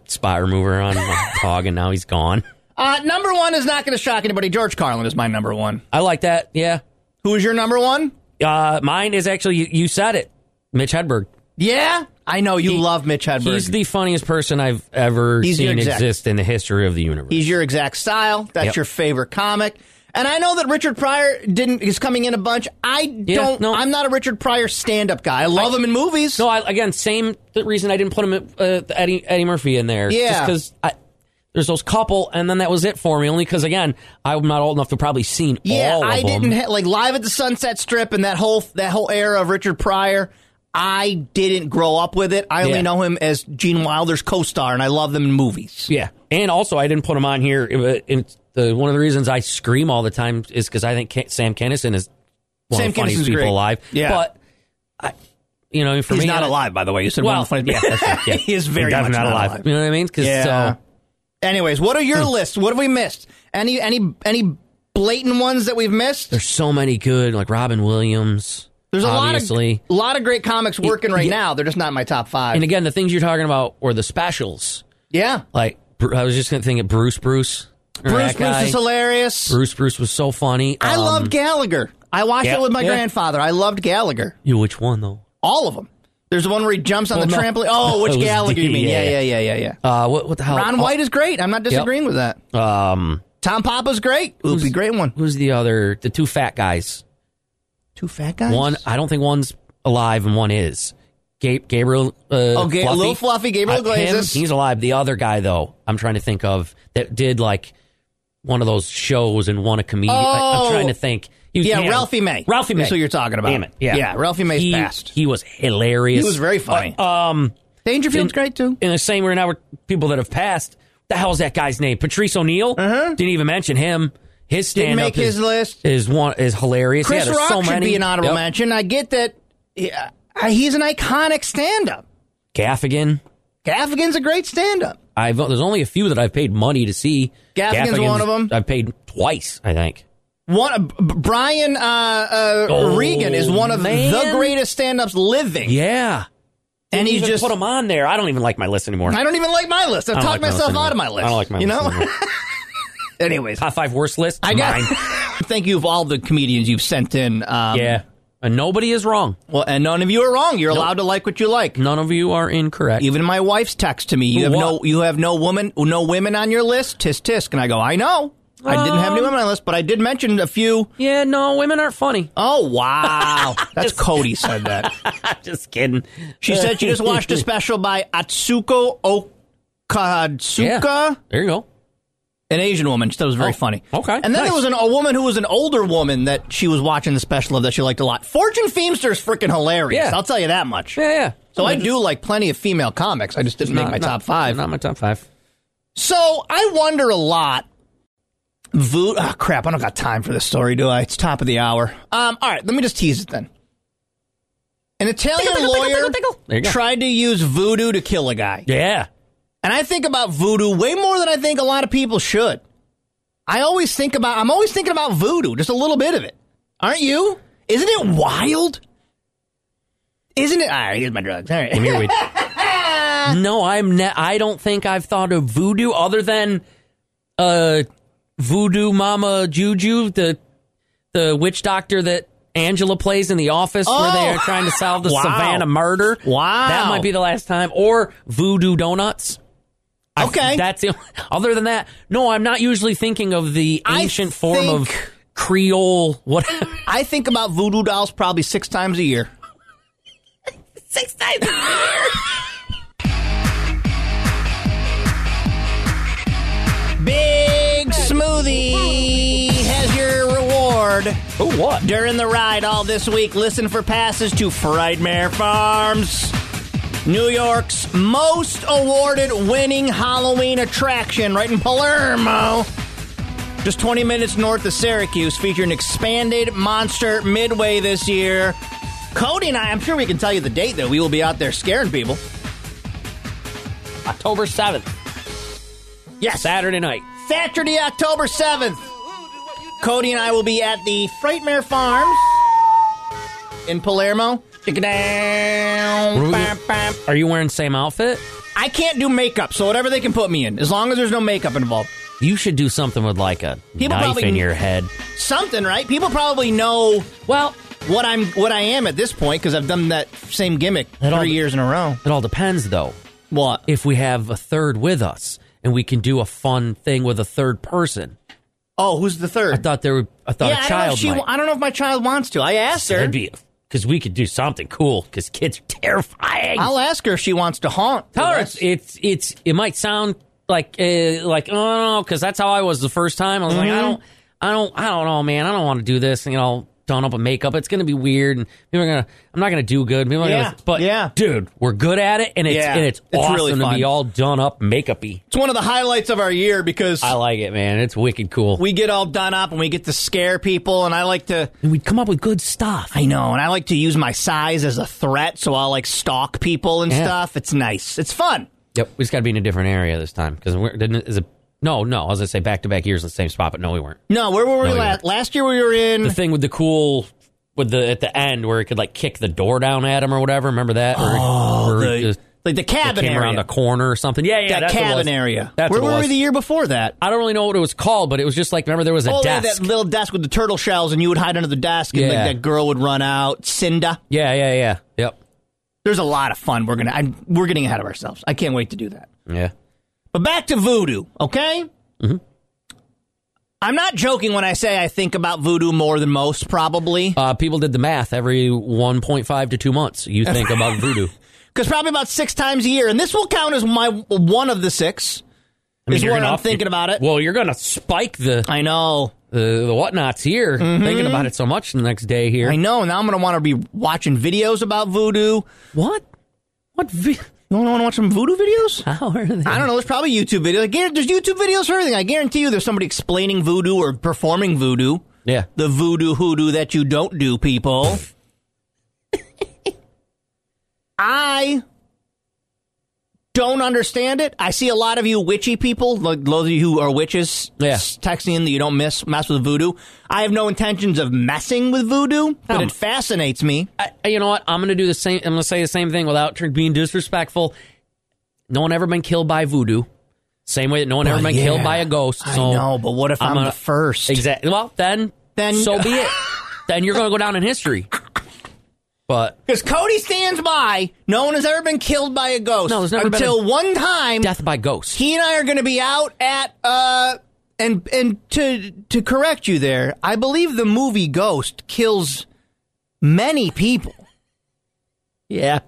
Speaker 2: spot remover on my dog, and now he's gone.
Speaker 1: Uh, number one is not going to shock anybody. George Carlin is my number one.
Speaker 2: I like that. Yeah.
Speaker 1: Who is your number one?
Speaker 2: Uh, mine is actually you, you said it, Mitch Hedberg.
Speaker 1: Yeah, I know you love Mitch Hedberg.
Speaker 2: He's the funniest person I've ever
Speaker 1: He's your
Speaker 2: seen
Speaker 1: exact-
Speaker 2: exist in the history of the universe.
Speaker 1: He's your exact style. That's
Speaker 2: Yep.
Speaker 1: your favorite comic. And I know that Richard Pryor didn't is coming in a bunch. I don't.
Speaker 2: no.
Speaker 1: I'm not a Richard Pryor stand up guy. I love him in movies.
Speaker 2: No, I, again, same th- reason I didn't put him uh, Eddie Eddie Murphy in there.
Speaker 1: Yeah.
Speaker 2: because there's those couple, and then that was it for me. Only because again, I'm not old enough to probably seen
Speaker 1: yeah,
Speaker 2: all of
Speaker 1: I didn't
Speaker 2: them.
Speaker 1: ha- like Live at the Sunset Strip and that whole that whole era of Richard Pryor. I didn't grow up with it. I only
Speaker 2: Yeah.
Speaker 1: know him as Gene Wilder's co-star, and I love them in movies.
Speaker 2: yeah, and also I didn't put him on here. It- it- it's the one of the reasons I scream all the time is because I think Ken- Sam Kennison is one
Speaker 1: Sam
Speaker 2: of the funniest
Speaker 1: Kennison's
Speaker 2: people
Speaker 1: great.
Speaker 2: alive.
Speaker 1: Yeah.
Speaker 2: but I, you know, for
Speaker 1: He's
Speaker 2: me,
Speaker 1: not
Speaker 2: I-
Speaker 1: alive, by the way. You said
Speaker 2: Well,
Speaker 1: one of the
Speaker 2: yeah,
Speaker 1: funniest.
Speaker 2: that's right, yeah.
Speaker 1: he is very
Speaker 2: Definitely
Speaker 1: much
Speaker 2: not alive. You know what I mean? 'Cause,
Speaker 1: Yeah.
Speaker 2: so-
Speaker 1: Anyways, what are your
Speaker 2: Hmm.
Speaker 1: lists? What have we missed? Any any any blatant ones that we've missed?
Speaker 2: there's so many good, like Robin Williams.
Speaker 1: There's a
Speaker 2: obviously.
Speaker 1: lot of lot of great comics working right
Speaker 2: yeah.
Speaker 1: now. They're just not in my top five.
Speaker 2: and again, the things you're talking about were the specials.
Speaker 1: yeah,
Speaker 2: Like Bru- I was just gonna think of Bruce Bruce. Remember
Speaker 1: Bruce
Speaker 2: that
Speaker 1: Bruce
Speaker 2: guy?
Speaker 1: is hilarious.
Speaker 2: Bruce Bruce was so funny.
Speaker 1: I
Speaker 2: Um,
Speaker 1: loved Gallagher. I watched
Speaker 2: yeah,
Speaker 1: it with my
Speaker 2: yeah.
Speaker 1: grandfather. I loved Gallagher.
Speaker 2: you. Which one though?
Speaker 1: All of them. There's the one where he jumps on
Speaker 2: Well,
Speaker 1: the
Speaker 2: no.
Speaker 1: trampoline. Oh,
Speaker 2: It
Speaker 1: which
Speaker 2: was
Speaker 1: Gallagher? you
Speaker 2: D,
Speaker 1: mean?
Speaker 2: yeah,
Speaker 1: Yeah, yeah,
Speaker 2: yeah.
Speaker 1: yeah, yeah, yeah.
Speaker 2: Uh, what what the hell?
Speaker 1: Ron White is great. I'm not disagreeing with that.
Speaker 2: Oh, Um,
Speaker 1: Tom Papa's great. Would be great one.
Speaker 2: who's the other? The two fat guys.
Speaker 1: Two fat guys.
Speaker 2: One I don't think one's alive and one is. Ga- Gabriel. Uh,
Speaker 1: Oh, Ga-
Speaker 2: Fluffy.
Speaker 1: Lil Fluffy, Gabriel
Speaker 2: Uh, him,
Speaker 1: Glazes.
Speaker 2: he's alive. The other guy though, I'm trying to think of that did like one of those shows and won a comedian. I,
Speaker 1: Oh.
Speaker 2: am trying to think. He was-
Speaker 1: Yeah,
Speaker 2: yeah,
Speaker 1: Ralphie May.
Speaker 2: Ralphie May.
Speaker 1: That's what you're talking about.
Speaker 2: Damn it. Yeah,
Speaker 1: Yeah, Ralphie May's
Speaker 2: he,
Speaker 1: passed.
Speaker 2: He was hilarious.
Speaker 1: He was very funny.
Speaker 2: Uh, um,
Speaker 1: Dangerfield's
Speaker 2: in-
Speaker 1: great too.
Speaker 2: in the same way now with people that have passed. The hell's that guy's name? Patrice O'Neill. Uh-huh. Didn't even mention him. His
Speaker 1: Didn't
Speaker 2: stand up
Speaker 1: make his
Speaker 2: is,
Speaker 1: list.
Speaker 2: is one is hilarious.
Speaker 1: Chris
Speaker 2: yeah, there's
Speaker 1: Rock
Speaker 2: so
Speaker 1: should
Speaker 2: many.
Speaker 1: be an honorable
Speaker 2: Yep.
Speaker 1: mention. I get that yeah, he's an iconic stand-up.
Speaker 2: Gaffigan.
Speaker 1: Gaffigan's a great stand-up.
Speaker 2: I've there's only a few that I've paid money to see.
Speaker 1: Gaffigan's one of 'em.
Speaker 2: I've paid twice, I think.
Speaker 1: One B- B- Brian uh, uh,
Speaker 2: Oh,
Speaker 1: Regan is one of
Speaker 2: man.
Speaker 1: the greatest stand-ups living, and
Speaker 2: Yeah, Didn't
Speaker 1: he's
Speaker 2: even
Speaker 1: just.
Speaker 2: put him on there. I don't even like my list anymore.
Speaker 1: I don't even like my list. I've
Speaker 2: I don't
Speaker 1: talked
Speaker 2: like my list
Speaker 1: myself
Speaker 2: anymore.
Speaker 1: out of my list.
Speaker 2: I don't like my
Speaker 1: you
Speaker 2: list
Speaker 1: know.
Speaker 2: anymore.
Speaker 1: Anyways,
Speaker 2: Top five worst list.
Speaker 1: I got.
Speaker 2: Mine.
Speaker 1: Thank you of all the comedians you've sent in. Um,
Speaker 2: yeah, and nobody is wrong.
Speaker 1: Well, and none of you are wrong. You're allowed to like what you like.
Speaker 2: None of you are incorrect.
Speaker 1: Even my wife's text to me, you have no
Speaker 2: What?
Speaker 1: you have no woman no women on your list, tisk tisk. And I go, I know. I didn't have any
Speaker 2: Um,
Speaker 1: women on my list, but I did mention a few.
Speaker 2: yeah, no, women aren't funny.
Speaker 1: Oh wow. That's Cody said that.
Speaker 2: just kidding.
Speaker 1: She said she just watched a special by Atsuko Okatsuka,
Speaker 2: Yeah. There you go.
Speaker 1: an Asian woman. That was very
Speaker 2: Oh,
Speaker 1: funny.
Speaker 2: okay,
Speaker 1: And then
Speaker 2: nice.
Speaker 1: there was an, a woman who was an older woman that she was watching the special of that she liked a lot. Fortune Feemster is freaking hilarious.
Speaker 2: Yeah.
Speaker 1: I'll tell you that much.
Speaker 2: Yeah, yeah.
Speaker 1: So I do like plenty of female comics. I just didn't make
Speaker 2: Not-
Speaker 1: my
Speaker 2: not-
Speaker 1: top five.
Speaker 2: Not my top five.
Speaker 1: So I wonder a lot. Voot. Oh, crap. I don't got time for this story, do I? It's top of the hour. Um, all right. Let me just tease it then. An Italian lawyer
Speaker 2: There you go.
Speaker 1: tried to use voodoo to kill a guy.
Speaker 2: Yeah.
Speaker 1: And I think about voodoo way more than I think a lot of people should. I always think about, I'm always thinking about voodoo, just a little bit of it. Aren't you? Isn't it wild? Isn't it? All right, here's my drugs. All right.
Speaker 2: Give me your weed. no, I'm. Ne- I don't think I've thought of voodoo other than, uh, voodoo mama Juju, the, the witch doctor that Angela plays in the office where they
Speaker 1: Oh.
Speaker 2: are trying to solve the
Speaker 1: Wow.
Speaker 2: Savannah murder.
Speaker 1: Wow.
Speaker 2: that might be the last time. Or voodoo donuts. I-
Speaker 1: Okay.
Speaker 2: that's the. Other than that, no, I'm not usually thinking of the
Speaker 1: I
Speaker 2: ancient form of
Speaker 1: think-
Speaker 2: Creole. What
Speaker 1: I think about voodoo dolls probably six times a year.
Speaker 2: six times?
Speaker 1: hard.
Speaker 4: Who what?
Speaker 1: During the ride all this week, listen for passes to Frightmare Farms, New York's most awarded winning Halloween attraction, right in Palermo. Just 20 minutes north of Syracuse, featuring expanded monster midway this year. Cody and I, I'm sure we can tell you the date that we will be out there scaring people.
Speaker 2: October 7th,
Speaker 1: Yes,
Speaker 2: Saturday night.
Speaker 1: Saturday, October 7th. Cody and I will be at the Frightmare Farms in Palermo. Tick-a-down, bam, bam.
Speaker 2: Are you wearing same outfit?
Speaker 1: I can't do makeup, so whatever they can put me in, as long as there's no makeup involved.
Speaker 2: You should do something with like a
Speaker 1: People
Speaker 2: knife
Speaker 1: probably-
Speaker 2: in your head.
Speaker 1: Something, right? People probably know
Speaker 2: Well,
Speaker 1: what I'm, what I am at this point because I've done that same gimmick
Speaker 2: That all-
Speaker 1: three years in a row.
Speaker 2: it all depends though.
Speaker 1: What?
Speaker 2: If we have a third with us and we can do a fun thing with a third person.
Speaker 1: Oh, who's the third?
Speaker 2: I thought there were I thought
Speaker 1: yeah,
Speaker 2: a
Speaker 1: I don't know
Speaker 2: child
Speaker 1: if she,
Speaker 2: might.
Speaker 1: I don't know if my child wants to. I asked her.
Speaker 2: That'd be cuz we could do something cool cuz kids are terrifying.
Speaker 1: I'll ask her if she wants to haunt.
Speaker 2: Tell
Speaker 1: the
Speaker 2: her
Speaker 1: rest.
Speaker 2: it's it's, it's it might sound like uh, like oh because that's how I was the first time. I was
Speaker 1: Mm-hmm.
Speaker 2: like I don't I don't I don't know man I don't want to do this you know done up with makeup it's gonna be weird and people are gonna I'm not gonna do good people are
Speaker 1: Yeah.
Speaker 2: gonna but
Speaker 1: Yeah.
Speaker 2: dude we're good at it and it's
Speaker 1: Yeah.
Speaker 2: and it's,
Speaker 1: It's
Speaker 2: awesome
Speaker 1: really
Speaker 2: to
Speaker 1: fun.
Speaker 2: be all done up makeupy.
Speaker 1: It's one of the highlights of our year because
Speaker 2: I like it man it's wicked cool.
Speaker 1: we get all done up and we get to scare people and i like to
Speaker 2: and we'd come up with good stuff.
Speaker 1: i know and i like to use my size as a threat so i'll like stalk people and
Speaker 2: Yeah.
Speaker 1: stuff it's nice it's fun
Speaker 2: Yep, we just got to be in a different area this time because we're didn't is it. No, no. I was gonna say back to back years in the same spot, but no, we weren't.
Speaker 1: no where were we
Speaker 2: No, we
Speaker 1: last
Speaker 2: weren't.
Speaker 1: last year we were
Speaker 2: Oh, the
Speaker 1: in
Speaker 2: thing with the cool with the at the end where it could like kick the door down at him or whatever. Remember that? Oh, or,
Speaker 1: the,
Speaker 2: just-
Speaker 1: like the
Speaker 2: it
Speaker 1: cabin
Speaker 2: came
Speaker 1: area
Speaker 2: around the corner or something. Yeah, yeah,
Speaker 1: that
Speaker 2: that's what it
Speaker 1: cabin
Speaker 2: was.
Speaker 1: area
Speaker 2: That's
Speaker 1: where
Speaker 2: what it
Speaker 1: were
Speaker 2: was.
Speaker 1: we the year before that
Speaker 2: I don't really know what it was called, but it was just like remember there was a
Speaker 1: oh yeah,
Speaker 2: desk.
Speaker 1: that little desk with the turtle shells and you would hide under the desk and
Speaker 2: Yeah.
Speaker 1: like, that girl would run out cinda
Speaker 2: yeah, yeah, yeah. Yep.
Speaker 1: there's a lot of fun we're gonna i we're getting ahead of ourselves i can't wait to do that
Speaker 2: Yeah.
Speaker 1: But back to voodoo, okay?
Speaker 2: Mm-hmm.
Speaker 1: I'm not joking when I say I think about voodoo more than most, probably.
Speaker 2: Uh, people did the math every 1.5 to 2 months. You think about voodoo.
Speaker 1: Because probably about six times a year, and this will count as my one of the six.
Speaker 2: I mean,
Speaker 1: is
Speaker 2: you're
Speaker 1: what
Speaker 2: gonna
Speaker 1: I'm
Speaker 2: up-
Speaker 1: thinking about it.
Speaker 2: Well, you're going to spike the,
Speaker 1: I know.
Speaker 2: the the whatnots here thinking about it so much the next day here.
Speaker 1: Mm-hmm. I know. Now I'm going to want to be watching videos about voodoo.
Speaker 2: What? What vi-
Speaker 1: You want to watch some voodoo videos?
Speaker 2: how are they?
Speaker 1: I don't know. There's probably YouTube videos. I guarantee, there's YouTube videos for everything. I guarantee you there's somebody explaining voodoo or performing voodoo.
Speaker 2: Yeah.
Speaker 1: The voodoo hoodoo that you don't do, people. I don't understand it. I see a lot of you witchy people, like those of you who are witches,
Speaker 2: Yeah.
Speaker 1: s- texting in that you don't miss mess with voodoo. I have no intentions of messing with voodoo, but
Speaker 2: Um,
Speaker 1: it fascinates me.
Speaker 2: I, you know what? I'm going to do the same. I'm going to say the same thing without tr- being disrespectful. No one ever been killed by voodoo. Same way that no one ever
Speaker 1: But
Speaker 2: been
Speaker 1: yeah,
Speaker 2: killed by a ghost.
Speaker 1: I
Speaker 2: so
Speaker 1: know, but what if I'm,
Speaker 2: gonna-
Speaker 1: the first?
Speaker 2: Exactly. Well, then,
Speaker 1: Then-
Speaker 2: then so be it. then you're going to go down in history. But
Speaker 1: Because Cody stands by. No one has ever been killed by a ghost.
Speaker 2: No, there's never been
Speaker 1: until one time.
Speaker 2: death by ghost.
Speaker 1: He and I are going to be out at uh and and to to correct you there. I believe the movie Ghost kills many people.
Speaker 2: Yeah.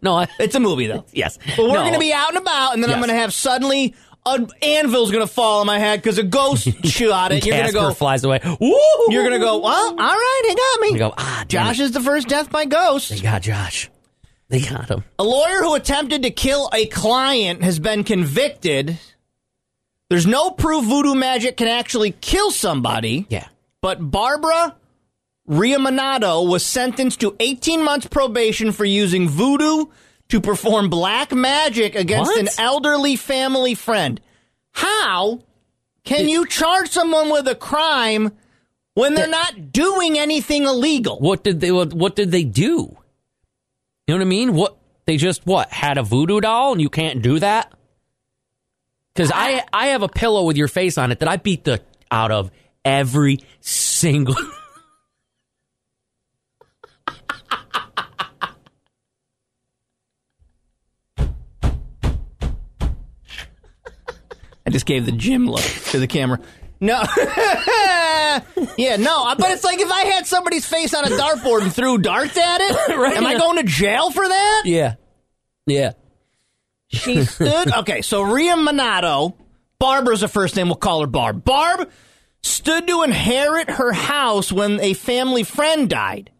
Speaker 2: No. I,
Speaker 1: It's a movie though.
Speaker 2: yes.
Speaker 1: But we're
Speaker 2: No.
Speaker 1: going to be out and about, and then I'm
Speaker 2: Yes.
Speaker 1: going to have suddenly an anvil's going to fall on my head because a ghost shot it. You're going to
Speaker 2: Casper
Speaker 1: go.
Speaker 2: flies away. Woo!
Speaker 1: You're going to go. Well, all right, it got me.
Speaker 2: You go, ah, damn
Speaker 1: Josh
Speaker 2: it.
Speaker 1: is the first death by ghost.
Speaker 2: They got Josh. They got him.
Speaker 1: A lawyer who attempted to kill a client has been convicted. There's no proof voodoo magic can actually kill somebody,
Speaker 2: Yeah.
Speaker 1: but Barbara Riamonado was sentenced to 18 months probation for using voodoo to perform black magic against
Speaker 2: What?
Speaker 1: an elderly family friend. How can you charge someone with a crime when they're not doing anything illegal?
Speaker 2: What did they? What, what did they do? You know what I mean? What they just what had a voodoo doll, and you can't do that. Because I I have a pillow with your face on it that I beat the out of every single.
Speaker 1: I just gave the gym look to the camera. No. yeah, no. uh, But it's like if I had somebody's face on a dartboard and threw darts at it,
Speaker 2: Right.
Speaker 1: am I going to jail for that?
Speaker 2: yeah, yeah.
Speaker 1: She stood. Okay, so Ria Minato, Barbara's her first name. We'll call her Barb. Barb stood to inherit her house when a family friend died.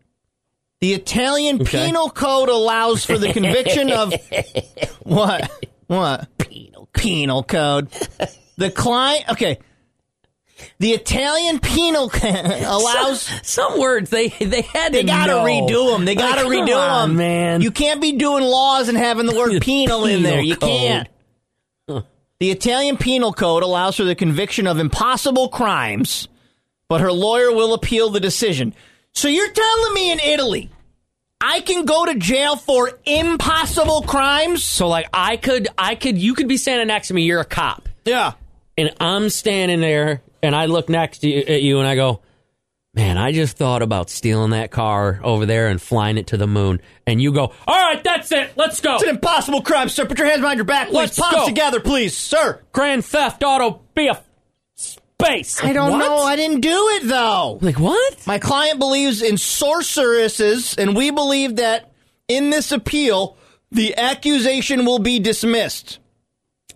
Speaker 1: The Italian
Speaker 2: Okay.
Speaker 1: penal code allows for the conviction of what? What? Penal penal code. The client. Okay. The Italian penal co- allows.
Speaker 2: some, some words they they had
Speaker 1: They
Speaker 2: to
Speaker 1: gotta
Speaker 2: know.
Speaker 1: redo them. They gotta
Speaker 2: Like,
Speaker 1: redo
Speaker 2: come on,
Speaker 1: them,
Speaker 2: man.
Speaker 1: You can't be doing laws and having the word penal in there. You
Speaker 2: Penal code.
Speaker 1: can't. The Italian penal code allows for the conviction of impossible crimes, but her lawyer will appeal the decision. So you're telling me in Italy, I can go to jail for impossible crimes?
Speaker 2: so like I could I could you could be standing next to me. You're a cop,
Speaker 1: Yeah.
Speaker 2: and I'm standing there, and I look next to you, at you, and I go, "Man, I just thought about stealing that car over there and flying it to the moon." And you go, "All right, that's it. Let's go."
Speaker 1: It's an impossible crime, sir. Put your hands behind your back, please.
Speaker 2: Let's
Speaker 1: Palms
Speaker 2: go.
Speaker 1: together, please, sir.
Speaker 2: Grand Theft Auto be a space.
Speaker 1: I don't
Speaker 2: What?
Speaker 1: know. I didn't do it though.
Speaker 2: like what?
Speaker 1: My client believes in sorceresses, and we believe that in this appeal, the accusation will be dismissed.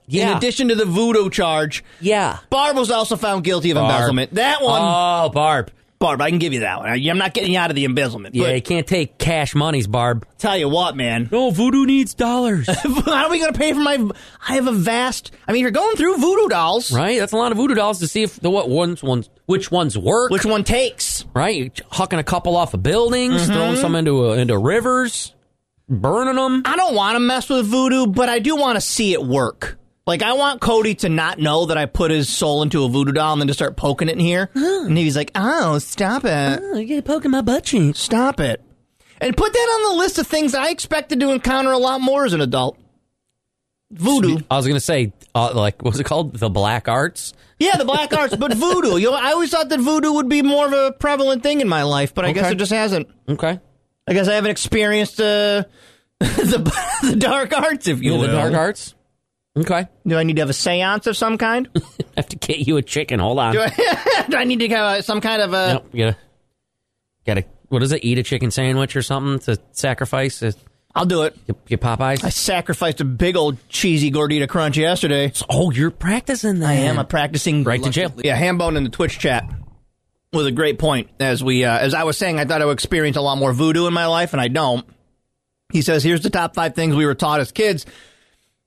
Speaker 1: In
Speaker 2: Yeah.
Speaker 1: addition to the voodoo charge,
Speaker 2: yeah.
Speaker 1: Barb was also found guilty of embezzlement. That one,
Speaker 2: Ah. Oh, Barb.
Speaker 1: Barb, I can give you that one. I, am not getting you out of the embezzlement.
Speaker 2: Yeah, you
Speaker 1: But
Speaker 2: can't take cash monies, Barb.
Speaker 1: tell you what, man.
Speaker 2: No, voodoo needs dollars.
Speaker 1: How are we going to pay for my? I have a vast. I mean, you're going through voodoo dolls.
Speaker 2: right? That's a lot of voodoo dolls to see if the what ones ones which ones work.
Speaker 1: Which one takes?
Speaker 2: right? You're hucking a couple off of buildings, throwing some into uh into rivers, burning them.
Speaker 1: I don't want to mess with voodoo, but I do want to see it work. Like I want Cody to not know that I put his soul into a voodoo doll and then to start poking it in here. And he's like, "Oh, stop it.
Speaker 2: Oh, you're poking my butt cheeks.
Speaker 1: Stop it." And put that on the list of things I expected to encounter a lot more as an adult. Voodoo.
Speaker 2: I was gonna say, uh, like, what's it called? The black arts.
Speaker 1: Yeah, the black arts, but voodoo. You know, I always thought that voodoo would be more of a prevalent thing in my life, but I guess
Speaker 2: Okay.
Speaker 1: it just hasn't.
Speaker 2: Okay,
Speaker 1: I guess I haven't experienced uh, the the dark arts, if you
Speaker 2: yeah,
Speaker 1: will.
Speaker 2: the dark arts. Okay,
Speaker 1: Do I need to have a séance of some kind?
Speaker 2: I have to get you a chicken. Hold on.
Speaker 1: Do I, do I need to have a, some kind of a?
Speaker 2: Nope, gotta, gotta. What is it? Eat a chicken sandwich or something to sacrifice uh,
Speaker 1: I'll do it.
Speaker 2: your, your Popeyes.
Speaker 1: I sacrificed a big old cheesy gordita crunch yesterday.
Speaker 2: oh, you're practicing that.
Speaker 1: I am a practicing
Speaker 2: Right to jail.
Speaker 1: Yeah, Hambone in the Twitch chat with a great point. As we, uh, as I was saying, I thought I would experience a lot more voodoo in my life, and I don't. He says, "Here's the top five things we were taught as kids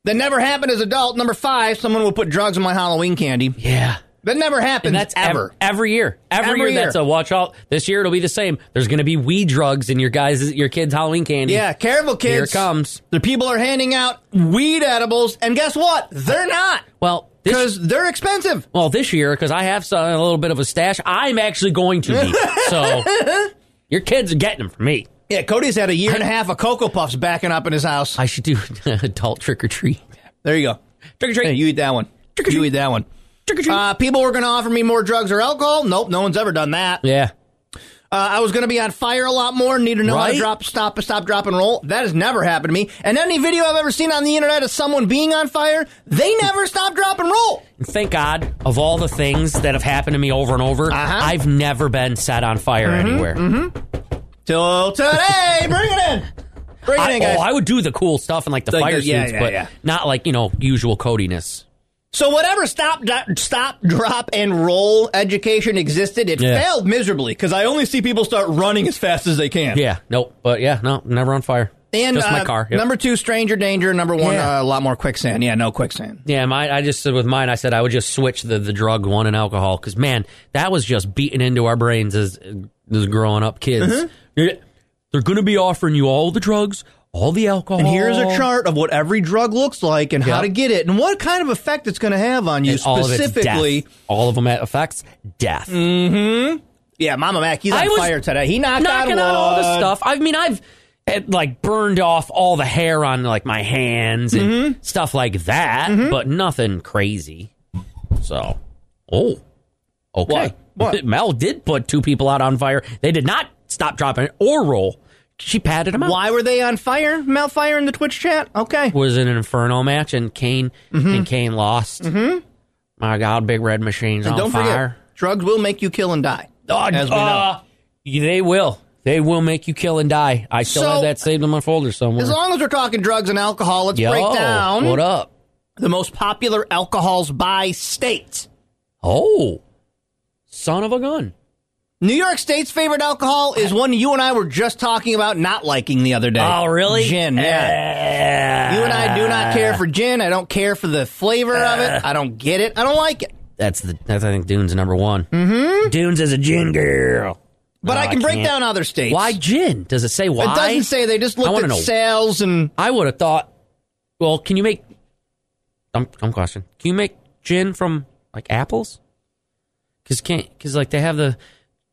Speaker 1: that never happened as adult." Number five, someone would put drugs in my Halloween candy.
Speaker 2: Yeah.
Speaker 1: That never happens.
Speaker 2: And that's ev-
Speaker 1: ever.
Speaker 2: every year. Every,
Speaker 1: Every
Speaker 2: year,
Speaker 1: year.
Speaker 2: that's a watch out. This year it'll be the same. There's going to be weed drugs in your guys, your kids' Halloween candy.
Speaker 1: Yeah, careful, kids.
Speaker 2: Here it comes.
Speaker 1: The people are handing out weed edibles, and guess what? They're not.
Speaker 2: Well, this,
Speaker 1: Because they're expensive.
Speaker 2: well, this year because I have some, a little bit of a stash. I'm actually going to be so. Your kids are getting them from me.
Speaker 1: Yeah, Cody's had a year and a half of Cocoa Puffs backing up in his house.
Speaker 2: I should do adult trick or treat.
Speaker 1: There you go.
Speaker 2: Trick or treat.
Speaker 1: Hey, you eat that one. You eat that one.
Speaker 2: Trick or treat.
Speaker 1: Uh, people were going to offer me more drugs or alcohol. Nope, no one's ever done that.
Speaker 2: yeah.
Speaker 1: Uh, I was going to be on fire a lot more. Need to know how
Speaker 2: Right?
Speaker 1: to drop, stop, stop, drop, and roll. That has never happened to me. And any video I've ever seen on the internet of someone being on fire, they never stop, drop, and roll.
Speaker 2: And thank God of all the things that have happened to me over and over,
Speaker 1: Uh-huh. Mm-hmm.
Speaker 2: I've never been set on fire anywhere.
Speaker 1: Till today, bring it in. Bring it
Speaker 2: I,
Speaker 1: in, guys.
Speaker 2: oh, I would do the cool stuff and like the
Speaker 1: Like
Speaker 2: fire
Speaker 1: the- yeah,
Speaker 2: suits,
Speaker 1: yeah,
Speaker 2: but
Speaker 1: yeah.
Speaker 2: not like you know usual codiness.
Speaker 1: So whatever stop do- stop drop and roll education existed, it
Speaker 2: Yeah.
Speaker 1: failed miserably because I only see people start running as fast as they can.
Speaker 2: Yeah, nope. But yeah, no, never on fire.
Speaker 1: And
Speaker 2: just my
Speaker 1: uh,
Speaker 2: car. Yep.
Speaker 1: Number two, stranger danger. Number one,
Speaker 2: Yeah.
Speaker 1: uh, a lot more quicksand. Yeah, no quicksand.
Speaker 2: yeah, mine. I just said with mine. I said I would just switch the the drug one and alcohol because man, that was just beaten into our brains as as growing up kids.
Speaker 1: Mm-hmm.
Speaker 2: You're- They're going to be offering you all the drugs, all the alcohol.
Speaker 1: And here's a chart of what every drug looks like and how
Speaker 2: Yep.
Speaker 1: to get it and what kind of effect it's going to have on you
Speaker 2: and all of it's death.
Speaker 1: specifically.
Speaker 2: all of them at effects death.
Speaker 1: Yeah, Mama Mac, he's
Speaker 2: I
Speaker 1: on
Speaker 2: was
Speaker 1: fire today. He knocked out
Speaker 2: knocking
Speaker 1: wood.
Speaker 2: out all the stuff. I mean, I've eh, like burned off all the hair on like my hands and stuff like that, but nothing crazy. So, oh, okay.
Speaker 1: What? What?
Speaker 2: Mel did put two people out on fire. They did not stop, dropping or roll. She patted them out.
Speaker 1: Why were they on fire? Malfire in the Twitch chat. Okay.
Speaker 2: Was in an inferno match and Kane and Kane lost. Mm-hmm. My God, big red machines
Speaker 1: And
Speaker 2: on
Speaker 1: don't
Speaker 2: fire.
Speaker 1: forget, drugs will make you kill and die. as we know.
Speaker 2: Uh, they will. They will make you kill and die. I still
Speaker 1: So-
Speaker 2: have that saved in my folder somewhere.
Speaker 1: As long as we're talking drugs and alcohol, let's
Speaker 2: Yo,
Speaker 1: break down
Speaker 2: What up?
Speaker 1: the most popular alcohols by state.
Speaker 2: Oh. Son of a gun.
Speaker 1: New York State's favorite alcohol is one you and I were just talking about not liking the other day.
Speaker 2: Oh, really?
Speaker 1: Gin, yeah.
Speaker 2: yeah.
Speaker 1: you and I do not care for gin. I don't care for the flavor of
Speaker 2: Uh.
Speaker 1: it. I don't get it. I don't like it.
Speaker 2: That's the that's I think Dune's number one. Mm-hmm. Dune's is a gin girl.
Speaker 1: But
Speaker 2: No,
Speaker 1: I can break
Speaker 2: can't.
Speaker 1: down other states.
Speaker 2: Why gin? Does it say why?
Speaker 1: It doesn't say. They just
Speaker 2: I
Speaker 1: looked
Speaker 2: wanna
Speaker 1: at
Speaker 2: know.
Speaker 1: sales and
Speaker 2: I would have thought. Well, can you make? I'm I'm question. Can you make gin from like apples? Because can't because like they have the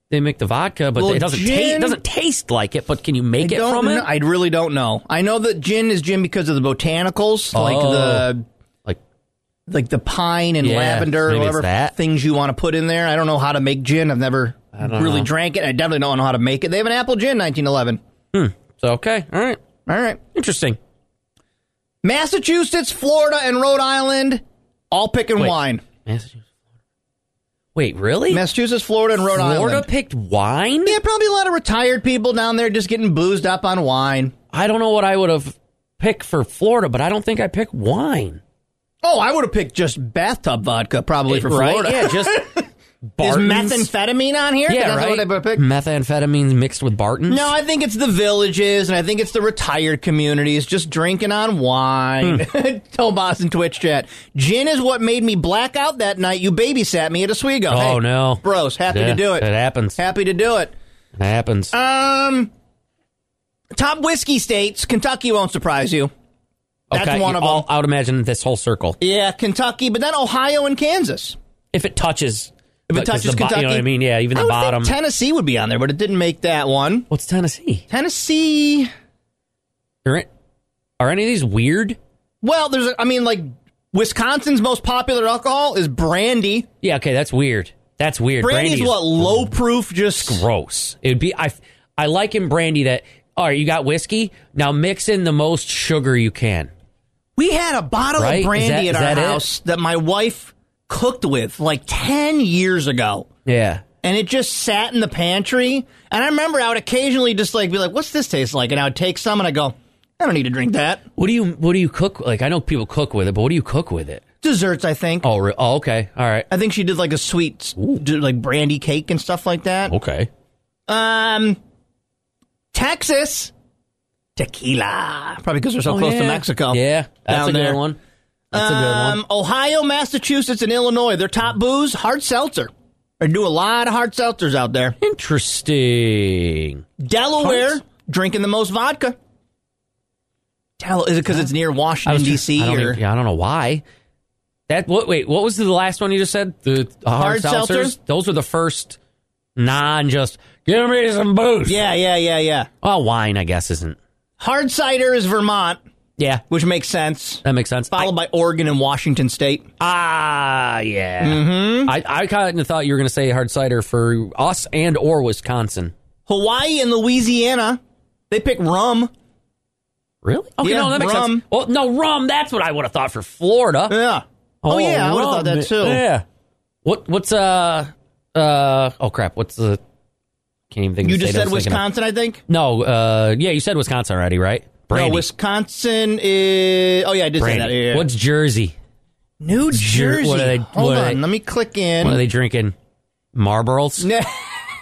Speaker 2: they make the vodka, but
Speaker 1: Well,
Speaker 2: it doesn't taste
Speaker 1: gin-
Speaker 2: doesn't taste like it. But can you make
Speaker 1: I
Speaker 2: it
Speaker 1: don't
Speaker 2: from
Speaker 1: know-
Speaker 2: it?
Speaker 1: I really don't know. I know that gin is gin because of the botanicals, like
Speaker 2: Oh.
Speaker 1: the
Speaker 2: Like
Speaker 1: like the pine and
Speaker 2: Yeah,
Speaker 1: lavender or
Speaker 2: maybe it's
Speaker 1: whatever
Speaker 2: that.
Speaker 1: things you want to put in there. I don't know how to make gin. I've never
Speaker 2: don't
Speaker 1: really
Speaker 2: know.
Speaker 1: drank it. I definitely don't know how to make it. They have an apple gin 1911.
Speaker 2: so okay, all right,
Speaker 1: All right.
Speaker 2: interesting.
Speaker 1: Massachusetts, Florida, and Rhode Island all picking
Speaker 2: Wait.
Speaker 1: wine.
Speaker 2: Massachusetts. Wait, really?
Speaker 1: Massachusetts, Florida, and Rhode
Speaker 2: Florida
Speaker 1: Island.
Speaker 2: picked wine?
Speaker 1: Yeah, probably a lot of retired people down there just getting boozed up on wine.
Speaker 2: I don't know what I would have picked for Florida, but I don't think I picked wine.
Speaker 1: Oh, I would have picked just bathtub vodka probably for
Speaker 2: Right?
Speaker 1: Florida.
Speaker 2: Yeah, just
Speaker 1: Is
Speaker 2: Barton's.
Speaker 1: methamphetamine on here?
Speaker 2: Yeah,
Speaker 1: That's
Speaker 2: right.
Speaker 1: what they would pick.
Speaker 2: Methamphetamines mixed with Barton's.
Speaker 1: No, I think it's the villages, and I think it's the retired communities just drinking on wine. Tomas and Twitch chat. Gin is what made me black out that night. You babysat me at Oswego.
Speaker 2: Oh
Speaker 1: Hey,
Speaker 2: no,
Speaker 1: bros, happy
Speaker 2: Yeah,
Speaker 1: to do it.
Speaker 2: It happens. It
Speaker 1: Happy to do it.
Speaker 2: happens.
Speaker 1: Um, top whiskey states. Kentucky won't surprise you. That's
Speaker 2: Okay,
Speaker 1: one of
Speaker 2: I'll-
Speaker 1: them.
Speaker 2: I would imagine this whole circle.
Speaker 1: Yeah, Kentucky, but then Ohio and Kansas.
Speaker 2: If it touches,
Speaker 1: If it
Speaker 2: like, 'cause
Speaker 1: touches
Speaker 2: the bo-
Speaker 1: Kentucky,
Speaker 2: you know what I mean? Yeah, even
Speaker 1: I
Speaker 2: the
Speaker 1: would think
Speaker 2: bottom.
Speaker 1: Tennessee would be on there, but it didn't make that one.
Speaker 2: What's Tennessee?
Speaker 1: Tennessee.
Speaker 2: Are, it- are any of these weird?
Speaker 1: Well, there's, a- I mean, like Wisconsin's most popular alcohol is brandy.
Speaker 2: Yeah, okay, that's weird. That's weird.
Speaker 1: Brandy's,
Speaker 2: Brandy's
Speaker 1: what low proof, just
Speaker 2: gross. It'd be I. I like in brandy that. All right, you got whiskey. Now mix in the most sugar you can.
Speaker 1: We had a bottle
Speaker 2: Right?
Speaker 1: of
Speaker 2: Is that-
Speaker 1: brandy at
Speaker 2: is
Speaker 1: our
Speaker 2: that it?
Speaker 1: house that my wife cooked with like ten years ago,
Speaker 2: Yeah.
Speaker 1: and it just sat in the pantry. And I remember I would occasionally just like be like, "What's this taste like?" And I would take some, and I go, "I don't need to drink that."
Speaker 2: What do you What do you cook? Like I know people cook with it, but what do you cook with it?
Speaker 1: Desserts, I think.
Speaker 2: Oh, re- oh okay, all right,
Speaker 1: I think she did like a sweet, d- like brandy cake and stuff like that.
Speaker 2: okay.
Speaker 1: Um, Texas tequila, probably because we're so
Speaker 2: Oh,
Speaker 1: close
Speaker 2: yeah.
Speaker 1: to Mexico.
Speaker 2: Yeah, that's
Speaker 1: Down
Speaker 2: a good
Speaker 1: there.
Speaker 2: one. That's a good one.
Speaker 1: Um, Ohio, Massachusetts, and Illinois. Their top booze, hard seltzer. They do a lot of hard seltzers out there.
Speaker 2: Interesting.
Speaker 1: Delaware,
Speaker 2: Hard-
Speaker 1: drinking the most vodka. Del- is it because it's near Washington, D.C.
Speaker 2: I don't,
Speaker 1: or
Speaker 2: even- yeah, I don't know why. That what? Wait, what was the last one you just said? The uh,
Speaker 1: Hard
Speaker 2: hard, seltzers.
Speaker 1: seltzer?
Speaker 2: Those were the first non just give me some booze.
Speaker 1: Yeah, yeah, yeah, yeah.
Speaker 2: Well, wine I guess isn't.
Speaker 1: Hard cider is Vermont,
Speaker 2: Yeah,
Speaker 1: which makes sense,
Speaker 2: that makes sense.
Speaker 1: followed by Oregon and Washington State.
Speaker 2: Ah, yeah. Mm-hmm. I, I kind of thought you were going to say hard cider for us and or Wisconsin.
Speaker 1: Hawaii and Louisiana, they pick rum.
Speaker 2: Really? Okay,
Speaker 1: Yeah,
Speaker 2: no, that makes
Speaker 1: rum.
Speaker 2: sense. Well, no, rum. That's what I would have thought for Florida.
Speaker 1: Yeah. Oh, yeah, I would have thought
Speaker 2: rum.
Speaker 1: that too.
Speaker 2: Yeah. What? What's uh uh? Oh crap! What's the? Can't even think.
Speaker 1: You
Speaker 2: of the
Speaker 1: just
Speaker 2: state I
Speaker 1: said
Speaker 2: was thinking of.
Speaker 1: Wisconsin, I think.
Speaker 2: No. Uh. Yeah, you said Wisconsin already, right? Brandy.
Speaker 1: No, Wisconsin is. Oh yeah, I did
Speaker 2: Brandy.
Speaker 1: say that. Yeah, yeah.
Speaker 2: What's Jersey?
Speaker 1: New
Speaker 2: Jer-
Speaker 1: Jersey?
Speaker 2: what are they-
Speaker 1: Hold
Speaker 2: what are
Speaker 1: on,
Speaker 2: they-
Speaker 1: let me click
Speaker 2: What are
Speaker 1: in.
Speaker 2: they drinking? Marlboros.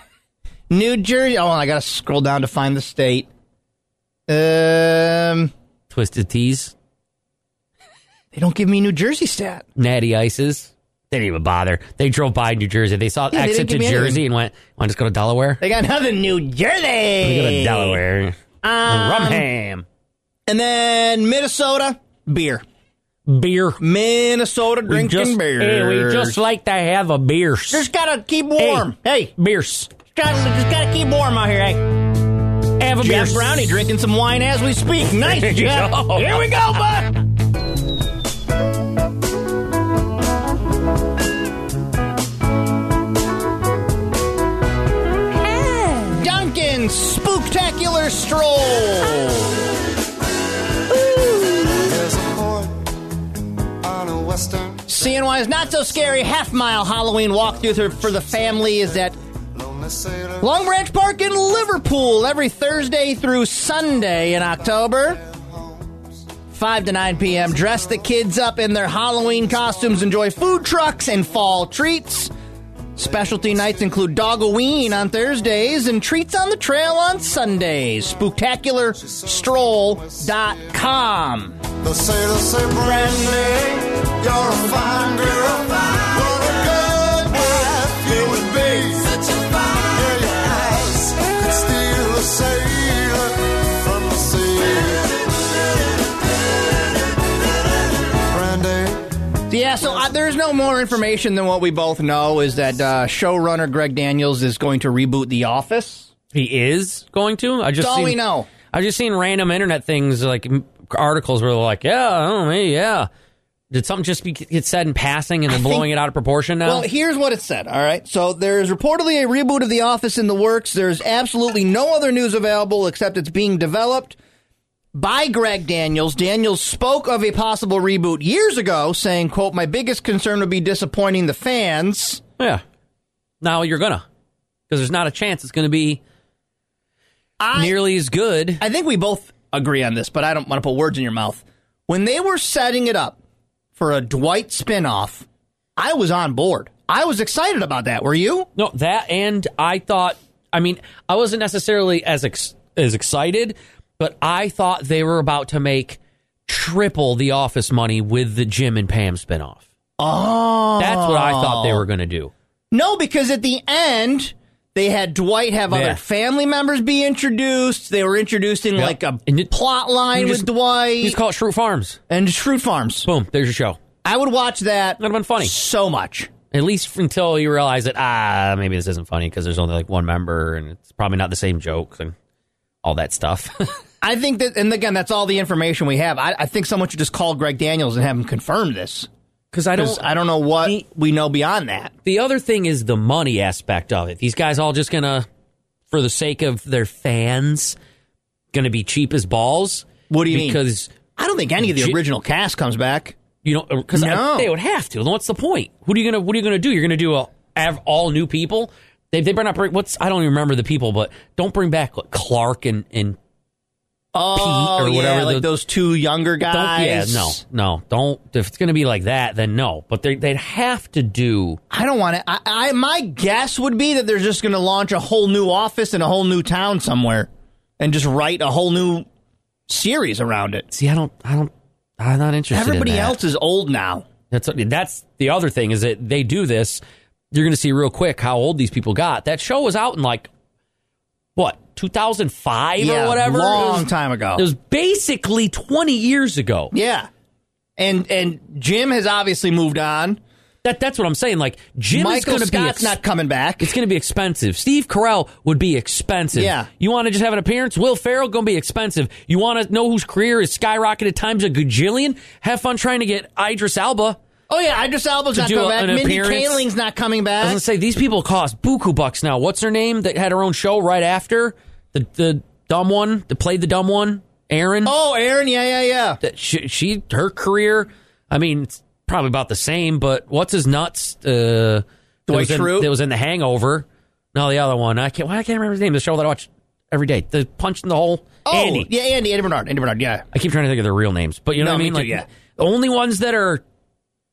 Speaker 1: New Jersey. Oh, I gotta scroll down to find the state. Um,
Speaker 2: Twisted teas.
Speaker 1: they don't give me New Jersey stat.
Speaker 2: Natty Ices. They didn't even bother. They drove by New Jersey. They saw
Speaker 1: Yeah, they
Speaker 2: exit
Speaker 1: didn't
Speaker 2: to
Speaker 1: give me
Speaker 2: Jersey
Speaker 1: anything.
Speaker 2: and went, want to just go to Delaware?
Speaker 1: They got nothing. New Jersey.
Speaker 2: They go to Delaware.
Speaker 1: Um,
Speaker 2: Rum ham.
Speaker 1: And then Minnesota beer.
Speaker 2: Beer.
Speaker 1: Minnesota drinking
Speaker 2: just,
Speaker 1: beer.
Speaker 2: Hey, we just like to have a beer.
Speaker 1: Just gotta keep warm. Hey,
Speaker 2: Beers.
Speaker 1: just, gotta, just gotta keep warm out here. Hey,
Speaker 2: Have a beer.
Speaker 1: Jeff Brownie drinking some wine as we speak. Nice, Jeff.
Speaker 2: Yo.
Speaker 1: Here we go, bud. Duncan Spooktacular Stroll.
Speaker 6: There's a port on a western
Speaker 1: CNY's not so scary half mile Halloween walkthrough through- for the family is at
Speaker 6: lonely sailor.
Speaker 1: Long Branch Park in Liverpool every Thursday through Sunday in October. 5 to 9 p.m. Dress the kids up in their Halloween costumes, enjoy food trucks and fall treats. Specialty nights include Dogoween on Thursdays and Treats on the Trail on Sundays. SpooktacularStroll.com.
Speaker 7: They say, they say, Brandy, you're a fine girl. What a good wife you would be. Yeah, your eyes could steal a sailor from the sea. Brandy,
Speaker 1: Yeah, so uh, there's no more information than what we both know is that uh, showrunner Greg Daniels is going to reboot The Office.
Speaker 2: He is going to. I just
Speaker 1: That's all
Speaker 2: seen,
Speaker 1: we know.
Speaker 2: I've just seen random internet things like m- articles where they're like, "Yeah, oh, hey, yeah." Did something just be, get said in passing and then blowing
Speaker 1: think-
Speaker 2: it out of proportion now?
Speaker 1: Well, here's what it said. All right. So there's reportedly a reboot of The Office in the works. There's absolutely no other news available except it's being developed by Greg Daniels. Daniels spoke of a possible reboot years ago, saying, "quote My biggest concern would be disappointing the fans."
Speaker 2: yeah. Now you're gonna because there's not a chance it's gonna be
Speaker 1: I
Speaker 2: nearly as good.
Speaker 1: I think we both agree on this, but I don't want to put words in your mouth. When they were setting it up for a Dwight spinoff, I was on board. I was excited about that. Were you?
Speaker 2: No, that and I thought. I mean, I wasn't necessarily as ex- as excited, but I thought they were about to make triple the office money with the Jim and Pam spinoff.
Speaker 1: Oh,
Speaker 2: That's what I thought they were going to do.
Speaker 1: No, because at the end they had Dwight have
Speaker 2: Yeah.
Speaker 1: other family members be introduced. They were introduced in
Speaker 2: Yep.
Speaker 1: like a
Speaker 2: And it-
Speaker 1: plot line
Speaker 2: you
Speaker 1: with
Speaker 2: just-
Speaker 1: Dwight
Speaker 2: He's called Shrew Farms.
Speaker 1: and Shrewd Farms.
Speaker 2: Boom, there's your show.
Speaker 1: I would watch that.
Speaker 2: That'd have been funny.
Speaker 1: so much.
Speaker 2: At least until you realize that ah, maybe this isn't funny because there's only like one member and it's probably not the same jokes and all that stuff.
Speaker 1: I think that, and again, that's all the information we have. I, I think someone should just call Greg Daniels and have him confirm this
Speaker 2: Because I
Speaker 1: because
Speaker 2: don't.
Speaker 1: I don't know what
Speaker 2: He-
Speaker 1: we know beyond that.
Speaker 2: the other thing is the money aspect of it. These guys all just gonna, for the sake of their fans, gonna be cheap as balls.
Speaker 1: What do you mean?
Speaker 2: because,
Speaker 1: I don't think any of the
Speaker 2: J-
Speaker 1: original cast comes back.
Speaker 2: you know because
Speaker 1: No.
Speaker 2: they would have to. Then what's the point? Who are you gonna What are you gonna do? You're gonna do a have all new people. They they better not bring what's I don't even remember the people, but don't bring back like, Clark and and
Speaker 1: Oh,
Speaker 2: or
Speaker 1: yeah,
Speaker 2: whatever
Speaker 1: like
Speaker 2: the-
Speaker 1: those two younger
Speaker 2: don't yeah
Speaker 1: guys.
Speaker 2: no no don't if it's gonna be like that then no. But they they'd have to do
Speaker 1: I don't want to. I, I my guess would be that they're just going to launch a whole new office in a whole new town somewhere, and just write a whole new series around it.
Speaker 2: see I don't I don't I'm not interested. in
Speaker 1: Everybody
Speaker 2: that.
Speaker 1: else is old now.
Speaker 2: That's that's the other thing is that they do this. You're going to see real quick how old these people got. That show was out in like what 2005
Speaker 1: Yeah,
Speaker 2: or whatever, It
Speaker 1: long
Speaker 2: was-
Speaker 1: time ago.
Speaker 2: It was basically 20 years ago.
Speaker 1: Yeah, and and Jim has obviously moved on.
Speaker 2: That that's what I'm saying. Like Jim is
Speaker 1: Michael
Speaker 2: going to be
Speaker 1: Scott's
Speaker 2: ex-
Speaker 1: not coming back.
Speaker 2: It's going to be expensive. Steve Carell would be expensive.
Speaker 1: Yeah.
Speaker 2: You want to just have an appearance? Will Farrell going to be expensive. You want to know whose career is skyrocketed times a gajillion? Have fun trying to get Idris Alba.
Speaker 1: oh yeah, Idris Elba's
Speaker 2: To
Speaker 1: not
Speaker 2: do
Speaker 1: coming
Speaker 2: a-
Speaker 1: back.
Speaker 2: an
Speaker 1: Mindy
Speaker 2: appearance?
Speaker 1: Kaling's not coming
Speaker 2: I was
Speaker 1: back.
Speaker 2: gonna say these people cost buku bucks now. What's her name that had her own show right after the the dumb one that played the dumb one, Aaron?
Speaker 1: oh, Aaron, yeah, yeah, yeah.
Speaker 2: That she, she her career. I mean, it's probably about the same. But what's his nuts? Uh, that
Speaker 1: Dwight
Speaker 2: was in-
Speaker 1: Schrute?
Speaker 2: That was in The Hangover. No, the other one. I can't. Why I can't remember his name. The show that I watch every day. The punch in the hole.
Speaker 1: Oh,
Speaker 2: Andy.
Speaker 1: yeah, Andy, Andy Bernard, Andy Bernard, yeah.
Speaker 2: I keep trying to think of their real names, but you know
Speaker 1: No,
Speaker 2: what
Speaker 1: me
Speaker 2: I mean.
Speaker 1: too,
Speaker 2: like
Speaker 1: yeah.
Speaker 2: the only ones that are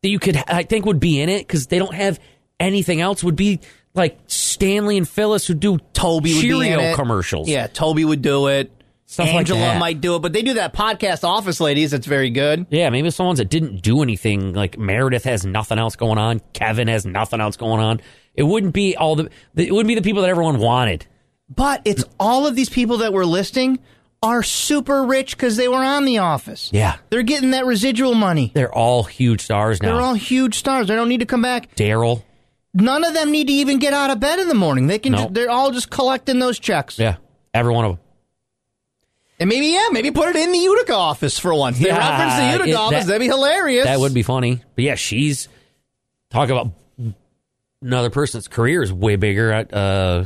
Speaker 2: that you could I think would be in it because they don't have anything else would be like Stanley and Phyllis who do
Speaker 1: Toby would
Speaker 2: Cheerio
Speaker 1: be in it.
Speaker 2: commercials.
Speaker 1: Yeah, Toby would do it.
Speaker 2: Stuff like
Speaker 1: Angela
Speaker 2: that.
Speaker 1: might do it, but they do that podcast Office Ladies. That's very good.
Speaker 2: yeah. Maybe it's the ones that didn't do anything. Like Meredith has nothing else going on. Kevin has nothing else going on. It wouldn't be all the. It wouldn't be the people that everyone wanted.
Speaker 1: But it's all of these people that we're listing are super rich because they were on The Office.
Speaker 2: Yeah.
Speaker 1: They're getting that residual money.
Speaker 2: They're all huge stars
Speaker 1: They're
Speaker 2: now.
Speaker 1: all huge stars. They don't need to come back.
Speaker 2: Daryl.
Speaker 1: None of them need to even get out of bed in the morning. They can.
Speaker 2: No.
Speaker 1: ju- they're all just collecting those checks.
Speaker 2: Yeah. Every one of them.
Speaker 1: And maybe yeah, maybe put it in the Utica office for once. They
Speaker 2: Yeah,
Speaker 1: reference the Utica
Speaker 2: it-
Speaker 1: office.
Speaker 2: that-
Speaker 1: That'd be hilarious.
Speaker 2: That would be funny. But yeah, she's talk about another person's career is way bigger. At, uh,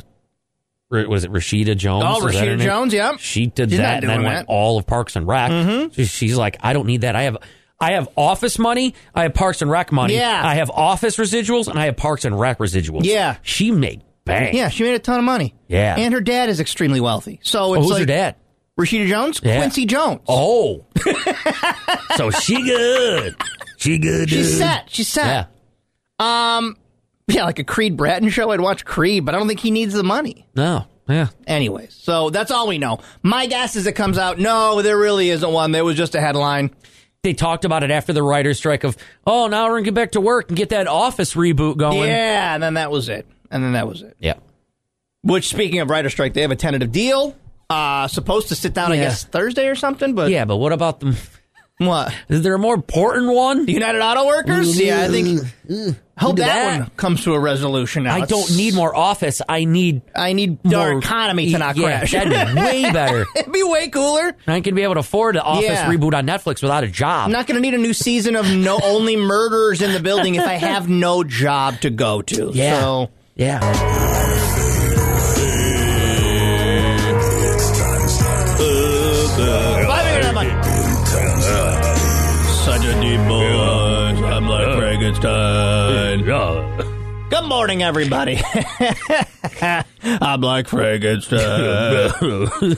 Speaker 2: R- was it Rashida Jones?
Speaker 1: Oh,
Speaker 2: Is that her
Speaker 1: Rashida
Speaker 2: name?
Speaker 1: Jones, yep.
Speaker 2: She did
Speaker 1: She's not
Speaker 2: that and then
Speaker 1: doing
Speaker 2: went
Speaker 1: that. Mm-hmm.
Speaker 2: all of Parks and Rec. So she's like, I don't need that. I have. I have office money. I have Parks and Rec money.
Speaker 1: Yeah.
Speaker 2: I have office residuals and I have Parks and Rec residuals.
Speaker 1: Yeah.
Speaker 2: She made bank.
Speaker 1: Yeah, she made a ton of money.
Speaker 2: Yeah.
Speaker 1: And her dad is extremely wealthy. So
Speaker 2: Oh,
Speaker 1: it's
Speaker 2: who's
Speaker 1: like
Speaker 2: her dad?
Speaker 1: Rashida Jones,
Speaker 2: Yeah.
Speaker 1: Quincy Jones.
Speaker 2: Oh. so she good. She good.
Speaker 1: She's
Speaker 2: dude.
Speaker 1: set. She's set.
Speaker 2: Yeah.
Speaker 1: Yeah, like a Creed Bratton show. I'd watch Creed, but I don't think he needs the money.
Speaker 2: No. Yeah.
Speaker 1: Anyways, so that's all we know. My guess is it comes out. No, there really isn't one. There was just a headline.
Speaker 2: They talked about it after the writer's strike of, oh, now we're going to get back to work and get that office reboot going.
Speaker 1: Yeah, and then that was it. And then that was it.
Speaker 2: Yeah.
Speaker 1: Which, speaking of writer strike, they have a tentative deal. Uh, supposed to sit down, I
Speaker 2: Yeah.
Speaker 1: guess, Thursday or something. But
Speaker 2: Yeah, but what about them?
Speaker 1: what?
Speaker 2: Is there a more important one?
Speaker 1: The United Auto Workers? Yeah, I think. Hope
Speaker 2: Look
Speaker 1: that,
Speaker 2: at that.
Speaker 1: one comes to a resolution. Now.
Speaker 2: I
Speaker 1: It's-
Speaker 2: don't need more office. I need
Speaker 1: I need our
Speaker 2: more- e-
Speaker 1: economy to not
Speaker 2: Yeah,
Speaker 1: crash.
Speaker 2: That'd be way better.
Speaker 1: It'd be way cooler.
Speaker 2: I can be able to afford the office
Speaker 1: Yeah.
Speaker 2: reboot on Netflix without a job.
Speaker 1: I'm not going to need a new season of no only murderers in the building if I have no job to go to.
Speaker 2: Yeah.
Speaker 1: So
Speaker 2: yeah.
Speaker 1: Why we gonna have money? Such a deep voice. I'm like Frankenstein. Good morning, everybody. I'm like Frankenstein.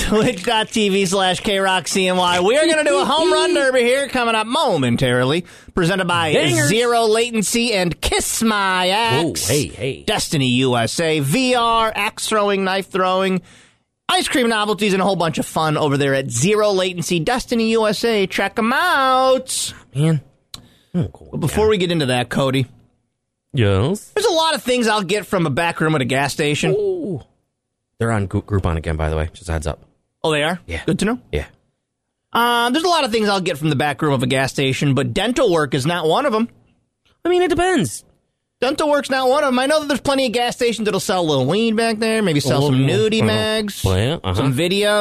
Speaker 1: Twitch.tv slash KRockCNY. We are going to do a home run derby here coming up momentarily. Presented by
Speaker 2: Dingers.
Speaker 1: Zero Latency and Kiss My
Speaker 2: Oh,
Speaker 1: Axe.
Speaker 2: hey, hey.
Speaker 1: Destiny USA, VR, axe throwing, knife throwing, ice cream novelties, and a whole bunch of fun over there at Zero Latency Destiny USA. Check them out.
Speaker 2: Man.
Speaker 1: Before we get into that, Cody,
Speaker 2: Yes.
Speaker 1: there's a lot of things I'll get from a back room at a gas station. Oh,
Speaker 2: Ooh. They're on Gro- Groupon again, by the way. Just a heads up.
Speaker 1: Oh, they are?
Speaker 2: Yeah.
Speaker 1: Good to know.
Speaker 2: Yeah.
Speaker 1: Uh, there's a lot of things I'll get from the back room of a gas station, but dental work is not one of them.
Speaker 2: I mean, it depends.
Speaker 1: Dental work's not one of them. I know that there's plenty of gas stations that'll sell a little weed back there, maybe sell some nudie
Speaker 2: Uh-huh.
Speaker 1: mags,
Speaker 2: Well, yeah, uh-huh.
Speaker 1: some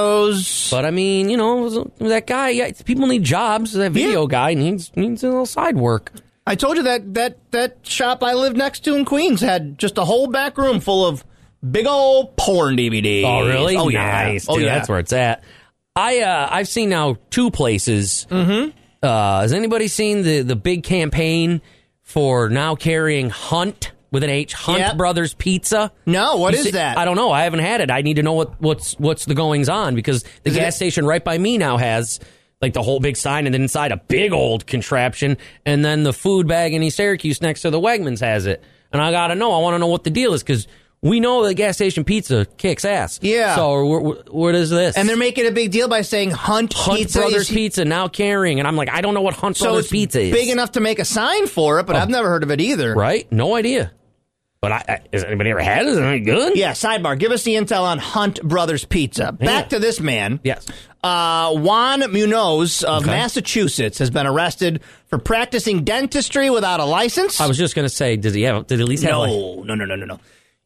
Speaker 1: videos.
Speaker 2: But I mean, you know, that guy, yeah, people need jobs. That video
Speaker 1: Yeah.
Speaker 2: guy needs needs a little side work.
Speaker 1: I told you that that that shop I lived next to in Queens had just a whole back room full of big old porn DVDs.
Speaker 2: Oh, really?
Speaker 1: Oh, yeah.
Speaker 2: Nice,
Speaker 1: oh,
Speaker 2: dude,
Speaker 1: yeah.
Speaker 2: That's where it's at. I uh, I've seen now two places. Mm-hmm. Uh, has anybody seen the the big campaign for now carrying Hunt with an H Hunt
Speaker 1: Yep.
Speaker 2: Brothers Pizza?
Speaker 1: No, what
Speaker 2: What is
Speaker 1: is that?
Speaker 2: I don't know. I haven't had it. I need to know what what's what's the goings on because the
Speaker 1: Is it-
Speaker 2: gas station right by me now has like the whole big sign and then inside a big old contraption and then the food bag in East Syracuse next to the Wegmans has it. And I gotta know. I want to know what the deal is because we know the gas station pizza kicks ass.
Speaker 1: Yeah.
Speaker 2: So wh- wh- what is this?
Speaker 1: And they're making a big deal by saying Hunt,
Speaker 2: Hunt
Speaker 1: Pizza
Speaker 2: Brothers
Speaker 1: is
Speaker 2: Pizza now carrying, and I'm like, I don't know what Hunt
Speaker 1: so
Speaker 2: Brothers
Speaker 1: it's
Speaker 2: Pizza is. Oh.
Speaker 1: big enough to make a sign for it, but I've never heard of it either.
Speaker 2: right? No idea. But I, I has anybody ever had it? Is it any good?
Speaker 1: Yeah, sidebar. Give us the intel on Hunt Brothers Pizza. Back to this man.
Speaker 2: Yes.
Speaker 1: Uh, Juan Munoz of Massachusetts has been arrested for practicing dentistry without a license.
Speaker 2: I was just gonna say, does he have? Did he at least have?
Speaker 1: no,
Speaker 2: like-
Speaker 1: no, no, no, no, no.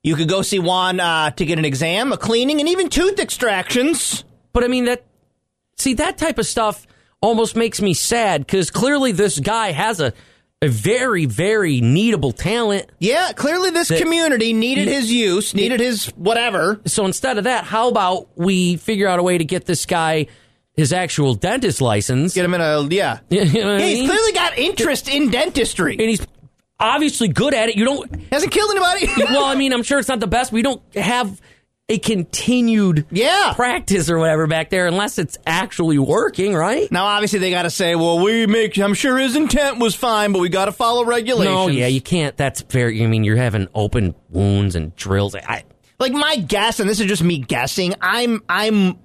Speaker 1: You could go see Juan uh, to get an exam, a cleaning, and even tooth extractions.
Speaker 2: But I mean that. See that type of stuff almost makes me sad because clearly this guy has a a very very needable talent.
Speaker 1: Yeah, clearly this
Speaker 2: That-
Speaker 1: community needed his use, needed his whatever.
Speaker 2: So instead of that, how about we figure out a way to get this guy his actual dentist license?
Speaker 1: Get him in a yeah.
Speaker 2: You know what I
Speaker 1: Yeah,
Speaker 2: mean?
Speaker 1: he's clearly got interest in dentistry.
Speaker 2: and he's obviously good at it. You don't.
Speaker 1: Hasn't killed anybody.
Speaker 2: Well, I mean, I'm sure it's not the best. We don't have a continued
Speaker 1: Yeah.
Speaker 2: practice or whatever back there unless it's actually working, right?
Speaker 1: Now, obviously, they got to say, well, we make, I'm sure his intent was fine, but we got to follow regulations.
Speaker 2: No, yeah, you can't. That's fair. I mean, you're having open wounds and drills. I,
Speaker 1: like my guess, and this is just me guessing, I'm, I'm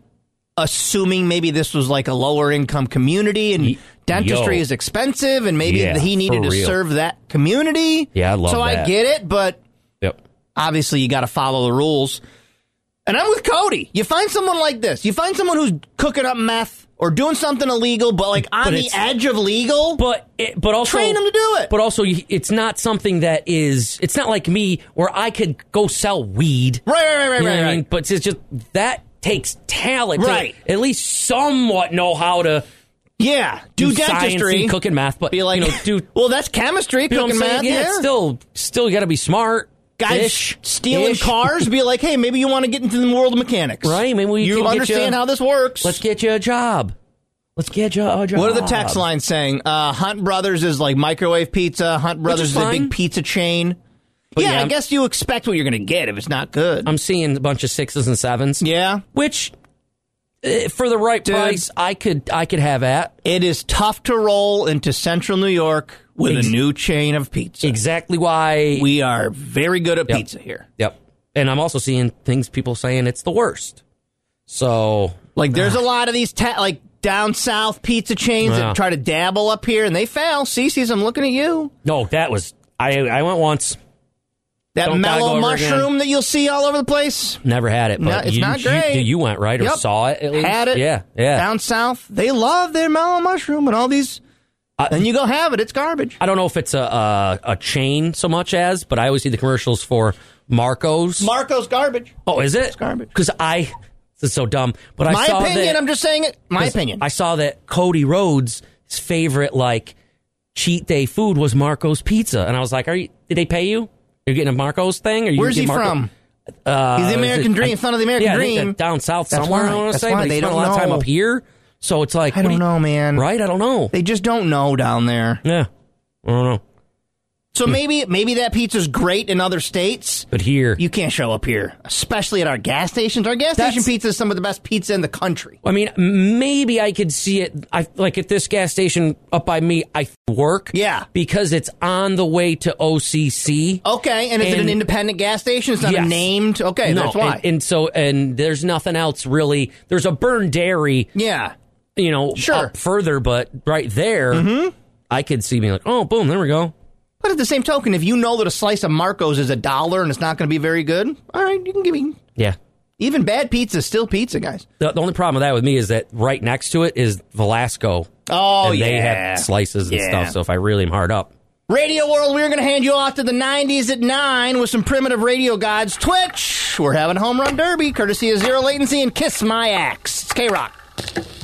Speaker 1: assuming maybe this was like a lower income community and
Speaker 2: Ye-
Speaker 1: dentistry
Speaker 2: yo.
Speaker 1: is expensive and maybe
Speaker 2: Yeah,
Speaker 1: he needed
Speaker 2: for
Speaker 1: to
Speaker 2: real.
Speaker 1: serve that community.
Speaker 2: Yeah, I love
Speaker 1: So I
Speaker 2: that.
Speaker 1: get it, but
Speaker 2: yep.
Speaker 1: obviously you got to follow the rules. And I'm with Cody. You find someone like this. You find someone who's cooking up meth or doing something illegal, but like on
Speaker 2: But
Speaker 1: the
Speaker 2: it's-
Speaker 1: edge of legal.
Speaker 2: But it, but also
Speaker 1: Train 'em to do it.
Speaker 2: But also, you- it's not something that is. It's not like me where I could go sell weed.
Speaker 1: Right, right, right, right,
Speaker 2: You know
Speaker 1: right,
Speaker 2: what I
Speaker 1: right.
Speaker 2: mean? But it's just that takes talent.
Speaker 1: Right.
Speaker 2: To at least somewhat know how to
Speaker 1: Yeah, do,
Speaker 2: science
Speaker 1: dentistry,
Speaker 2: and cooking math. But
Speaker 1: Be like,
Speaker 2: you know, do
Speaker 1: well, that's chemistry,
Speaker 2: You know what
Speaker 1: cooking
Speaker 2: I'm saying?
Speaker 1: math.
Speaker 2: Yeah,
Speaker 1: Yeah,
Speaker 2: it's still still you got to be smart.
Speaker 1: guys
Speaker 2: Ish.
Speaker 1: stealing
Speaker 2: Ish.
Speaker 1: cars. Be like, hey, maybe you want to get into the world of mechanics,
Speaker 2: Right, maybe we
Speaker 1: you
Speaker 2: can get
Speaker 1: understand
Speaker 2: you-
Speaker 1: how this works.
Speaker 2: Let's get you a job. Let's get you a job.
Speaker 1: what are the text lines saying? Uh, Hunt Brothers is like microwave pizza. Hunt Brothers
Speaker 2: is
Speaker 1: is a
Speaker 2: fine.
Speaker 1: big pizza chain.
Speaker 2: But
Speaker 1: yeah,
Speaker 2: yeah,
Speaker 1: I
Speaker 2: I'm-
Speaker 1: guess you expect what you're going to get if it's not good.
Speaker 2: I'm seeing a bunch of sixes and sevens.
Speaker 1: yeah,
Speaker 2: Which, uh, for the right
Speaker 1: Dude.
Speaker 2: price, I could I could have at.
Speaker 1: it is tough to roll into Central New York with
Speaker 2: Ex-
Speaker 1: a new chain of pizza.
Speaker 2: Exactly why
Speaker 1: We are very good at
Speaker 2: Yep.
Speaker 1: pizza here.
Speaker 2: Yep. And I'm also seeing things people saying it's the worst. So
Speaker 1: Like there's a lot of these ta- like down south pizza chains
Speaker 2: Yeah.
Speaker 1: that try to dabble up here and they fail. Cece's, I'm looking at you.
Speaker 2: no, that was I I went once,
Speaker 1: That
Speaker 2: Don't gotta go
Speaker 1: mellow
Speaker 2: over again.
Speaker 1: mushroom that you'll see all over the place.
Speaker 2: never had it, but
Speaker 1: No, it's
Speaker 2: you,
Speaker 1: not
Speaker 2: you-
Speaker 1: great.
Speaker 2: You, went right or
Speaker 1: Yep.
Speaker 2: saw it at least.
Speaker 1: Had it.
Speaker 2: Yeah. Yeah.
Speaker 1: Down south, they love their mellow mushroom and all these.
Speaker 2: I-
Speaker 1: and you go have it. It's garbage.
Speaker 2: I don't know if it's a, a a chain so much as, but I always see the commercials for Marcos.
Speaker 1: Marco's garbage.
Speaker 2: oh, is it?
Speaker 1: garbage.
Speaker 2: Because I this is so dumb, but I
Speaker 1: my
Speaker 2: saw
Speaker 1: opinion.
Speaker 2: that,
Speaker 1: I'm just saying it. My
Speaker 2: 'cause
Speaker 1: opinion.
Speaker 2: I saw that Cody Rhodes' favorite like cheat day food was Marcos Pizza, and I was like, "Are you? Did they pay you? You're getting a Marcos thing? Or you
Speaker 1: Where's
Speaker 2: get
Speaker 1: he
Speaker 2: Marco-
Speaker 1: from?
Speaker 2: Uh,
Speaker 1: He's the
Speaker 2: is
Speaker 1: American Dream, son of the American
Speaker 2: yeah, I think
Speaker 1: Dream.
Speaker 2: that down south
Speaker 1: That's
Speaker 2: somewhere.
Speaker 1: why-
Speaker 2: I want to
Speaker 1: that's
Speaker 2: say,
Speaker 1: why
Speaker 2: but he
Speaker 1: they
Speaker 2: spent a
Speaker 1: don't
Speaker 2: lot of time
Speaker 1: know.
Speaker 2: up here, so it's like
Speaker 1: I
Speaker 2: what do
Speaker 1: don't
Speaker 2: you-
Speaker 1: know, man.
Speaker 2: right? I don't know.
Speaker 1: They just don't know down there.
Speaker 2: yeah, I don't know.
Speaker 1: So maybe maybe that pizza's great in other states.
Speaker 2: Hmm. But here,
Speaker 1: You can't show up here, especially at our gas stations. Our gas
Speaker 2: That's-
Speaker 1: station pizza is some of the best pizza in the country.
Speaker 2: I mean, maybe I could see it. I like at this gas station up by me. I work.
Speaker 1: Yeah.
Speaker 2: because it's on the way to OCC.
Speaker 1: Okay, and is it
Speaker 2: And-
Speaker 1: an independent gas station? It's not
Speaker 2: Yes.
Speaker 1: a named. Okay,
Speaker 2: no,
Speaker 1: that's why.
Speaker 2: And, and so, and there's nothing else really. There's a burn dairy,
Speaker 1: yeah,
Speaker 2: you know,
Speaker 1: Sure. Mm-hmm.
Speaker 2: up further, but right there, I could see me like, oh, boom, there we go.
Speaker 1: but at the same token, if you know that a slice of Marco's is a dollar and it's not going to be very good, all right, you can give me
Speaker 2: Yeah.
Speaker 1: even bad pizza is still pizza, guys.
Speaker 2: The, the only problem with that with me is that right next to it is Velasco.
Speaker 1: Oh
Speaker 2: and
Speaker 1: yeah,
Speaker 2: they have slices and
Speaker 1: Yeah.
Speaker 2: stuff. So if I really am hard up,
Speaker 1: Radio World, we're going to hand you off to the 90s at 9 with some primitive radio gods. Twitch, we're having Home Run Derby, courtesy of Zero Latency and Kiss My Axe. It's K Rock.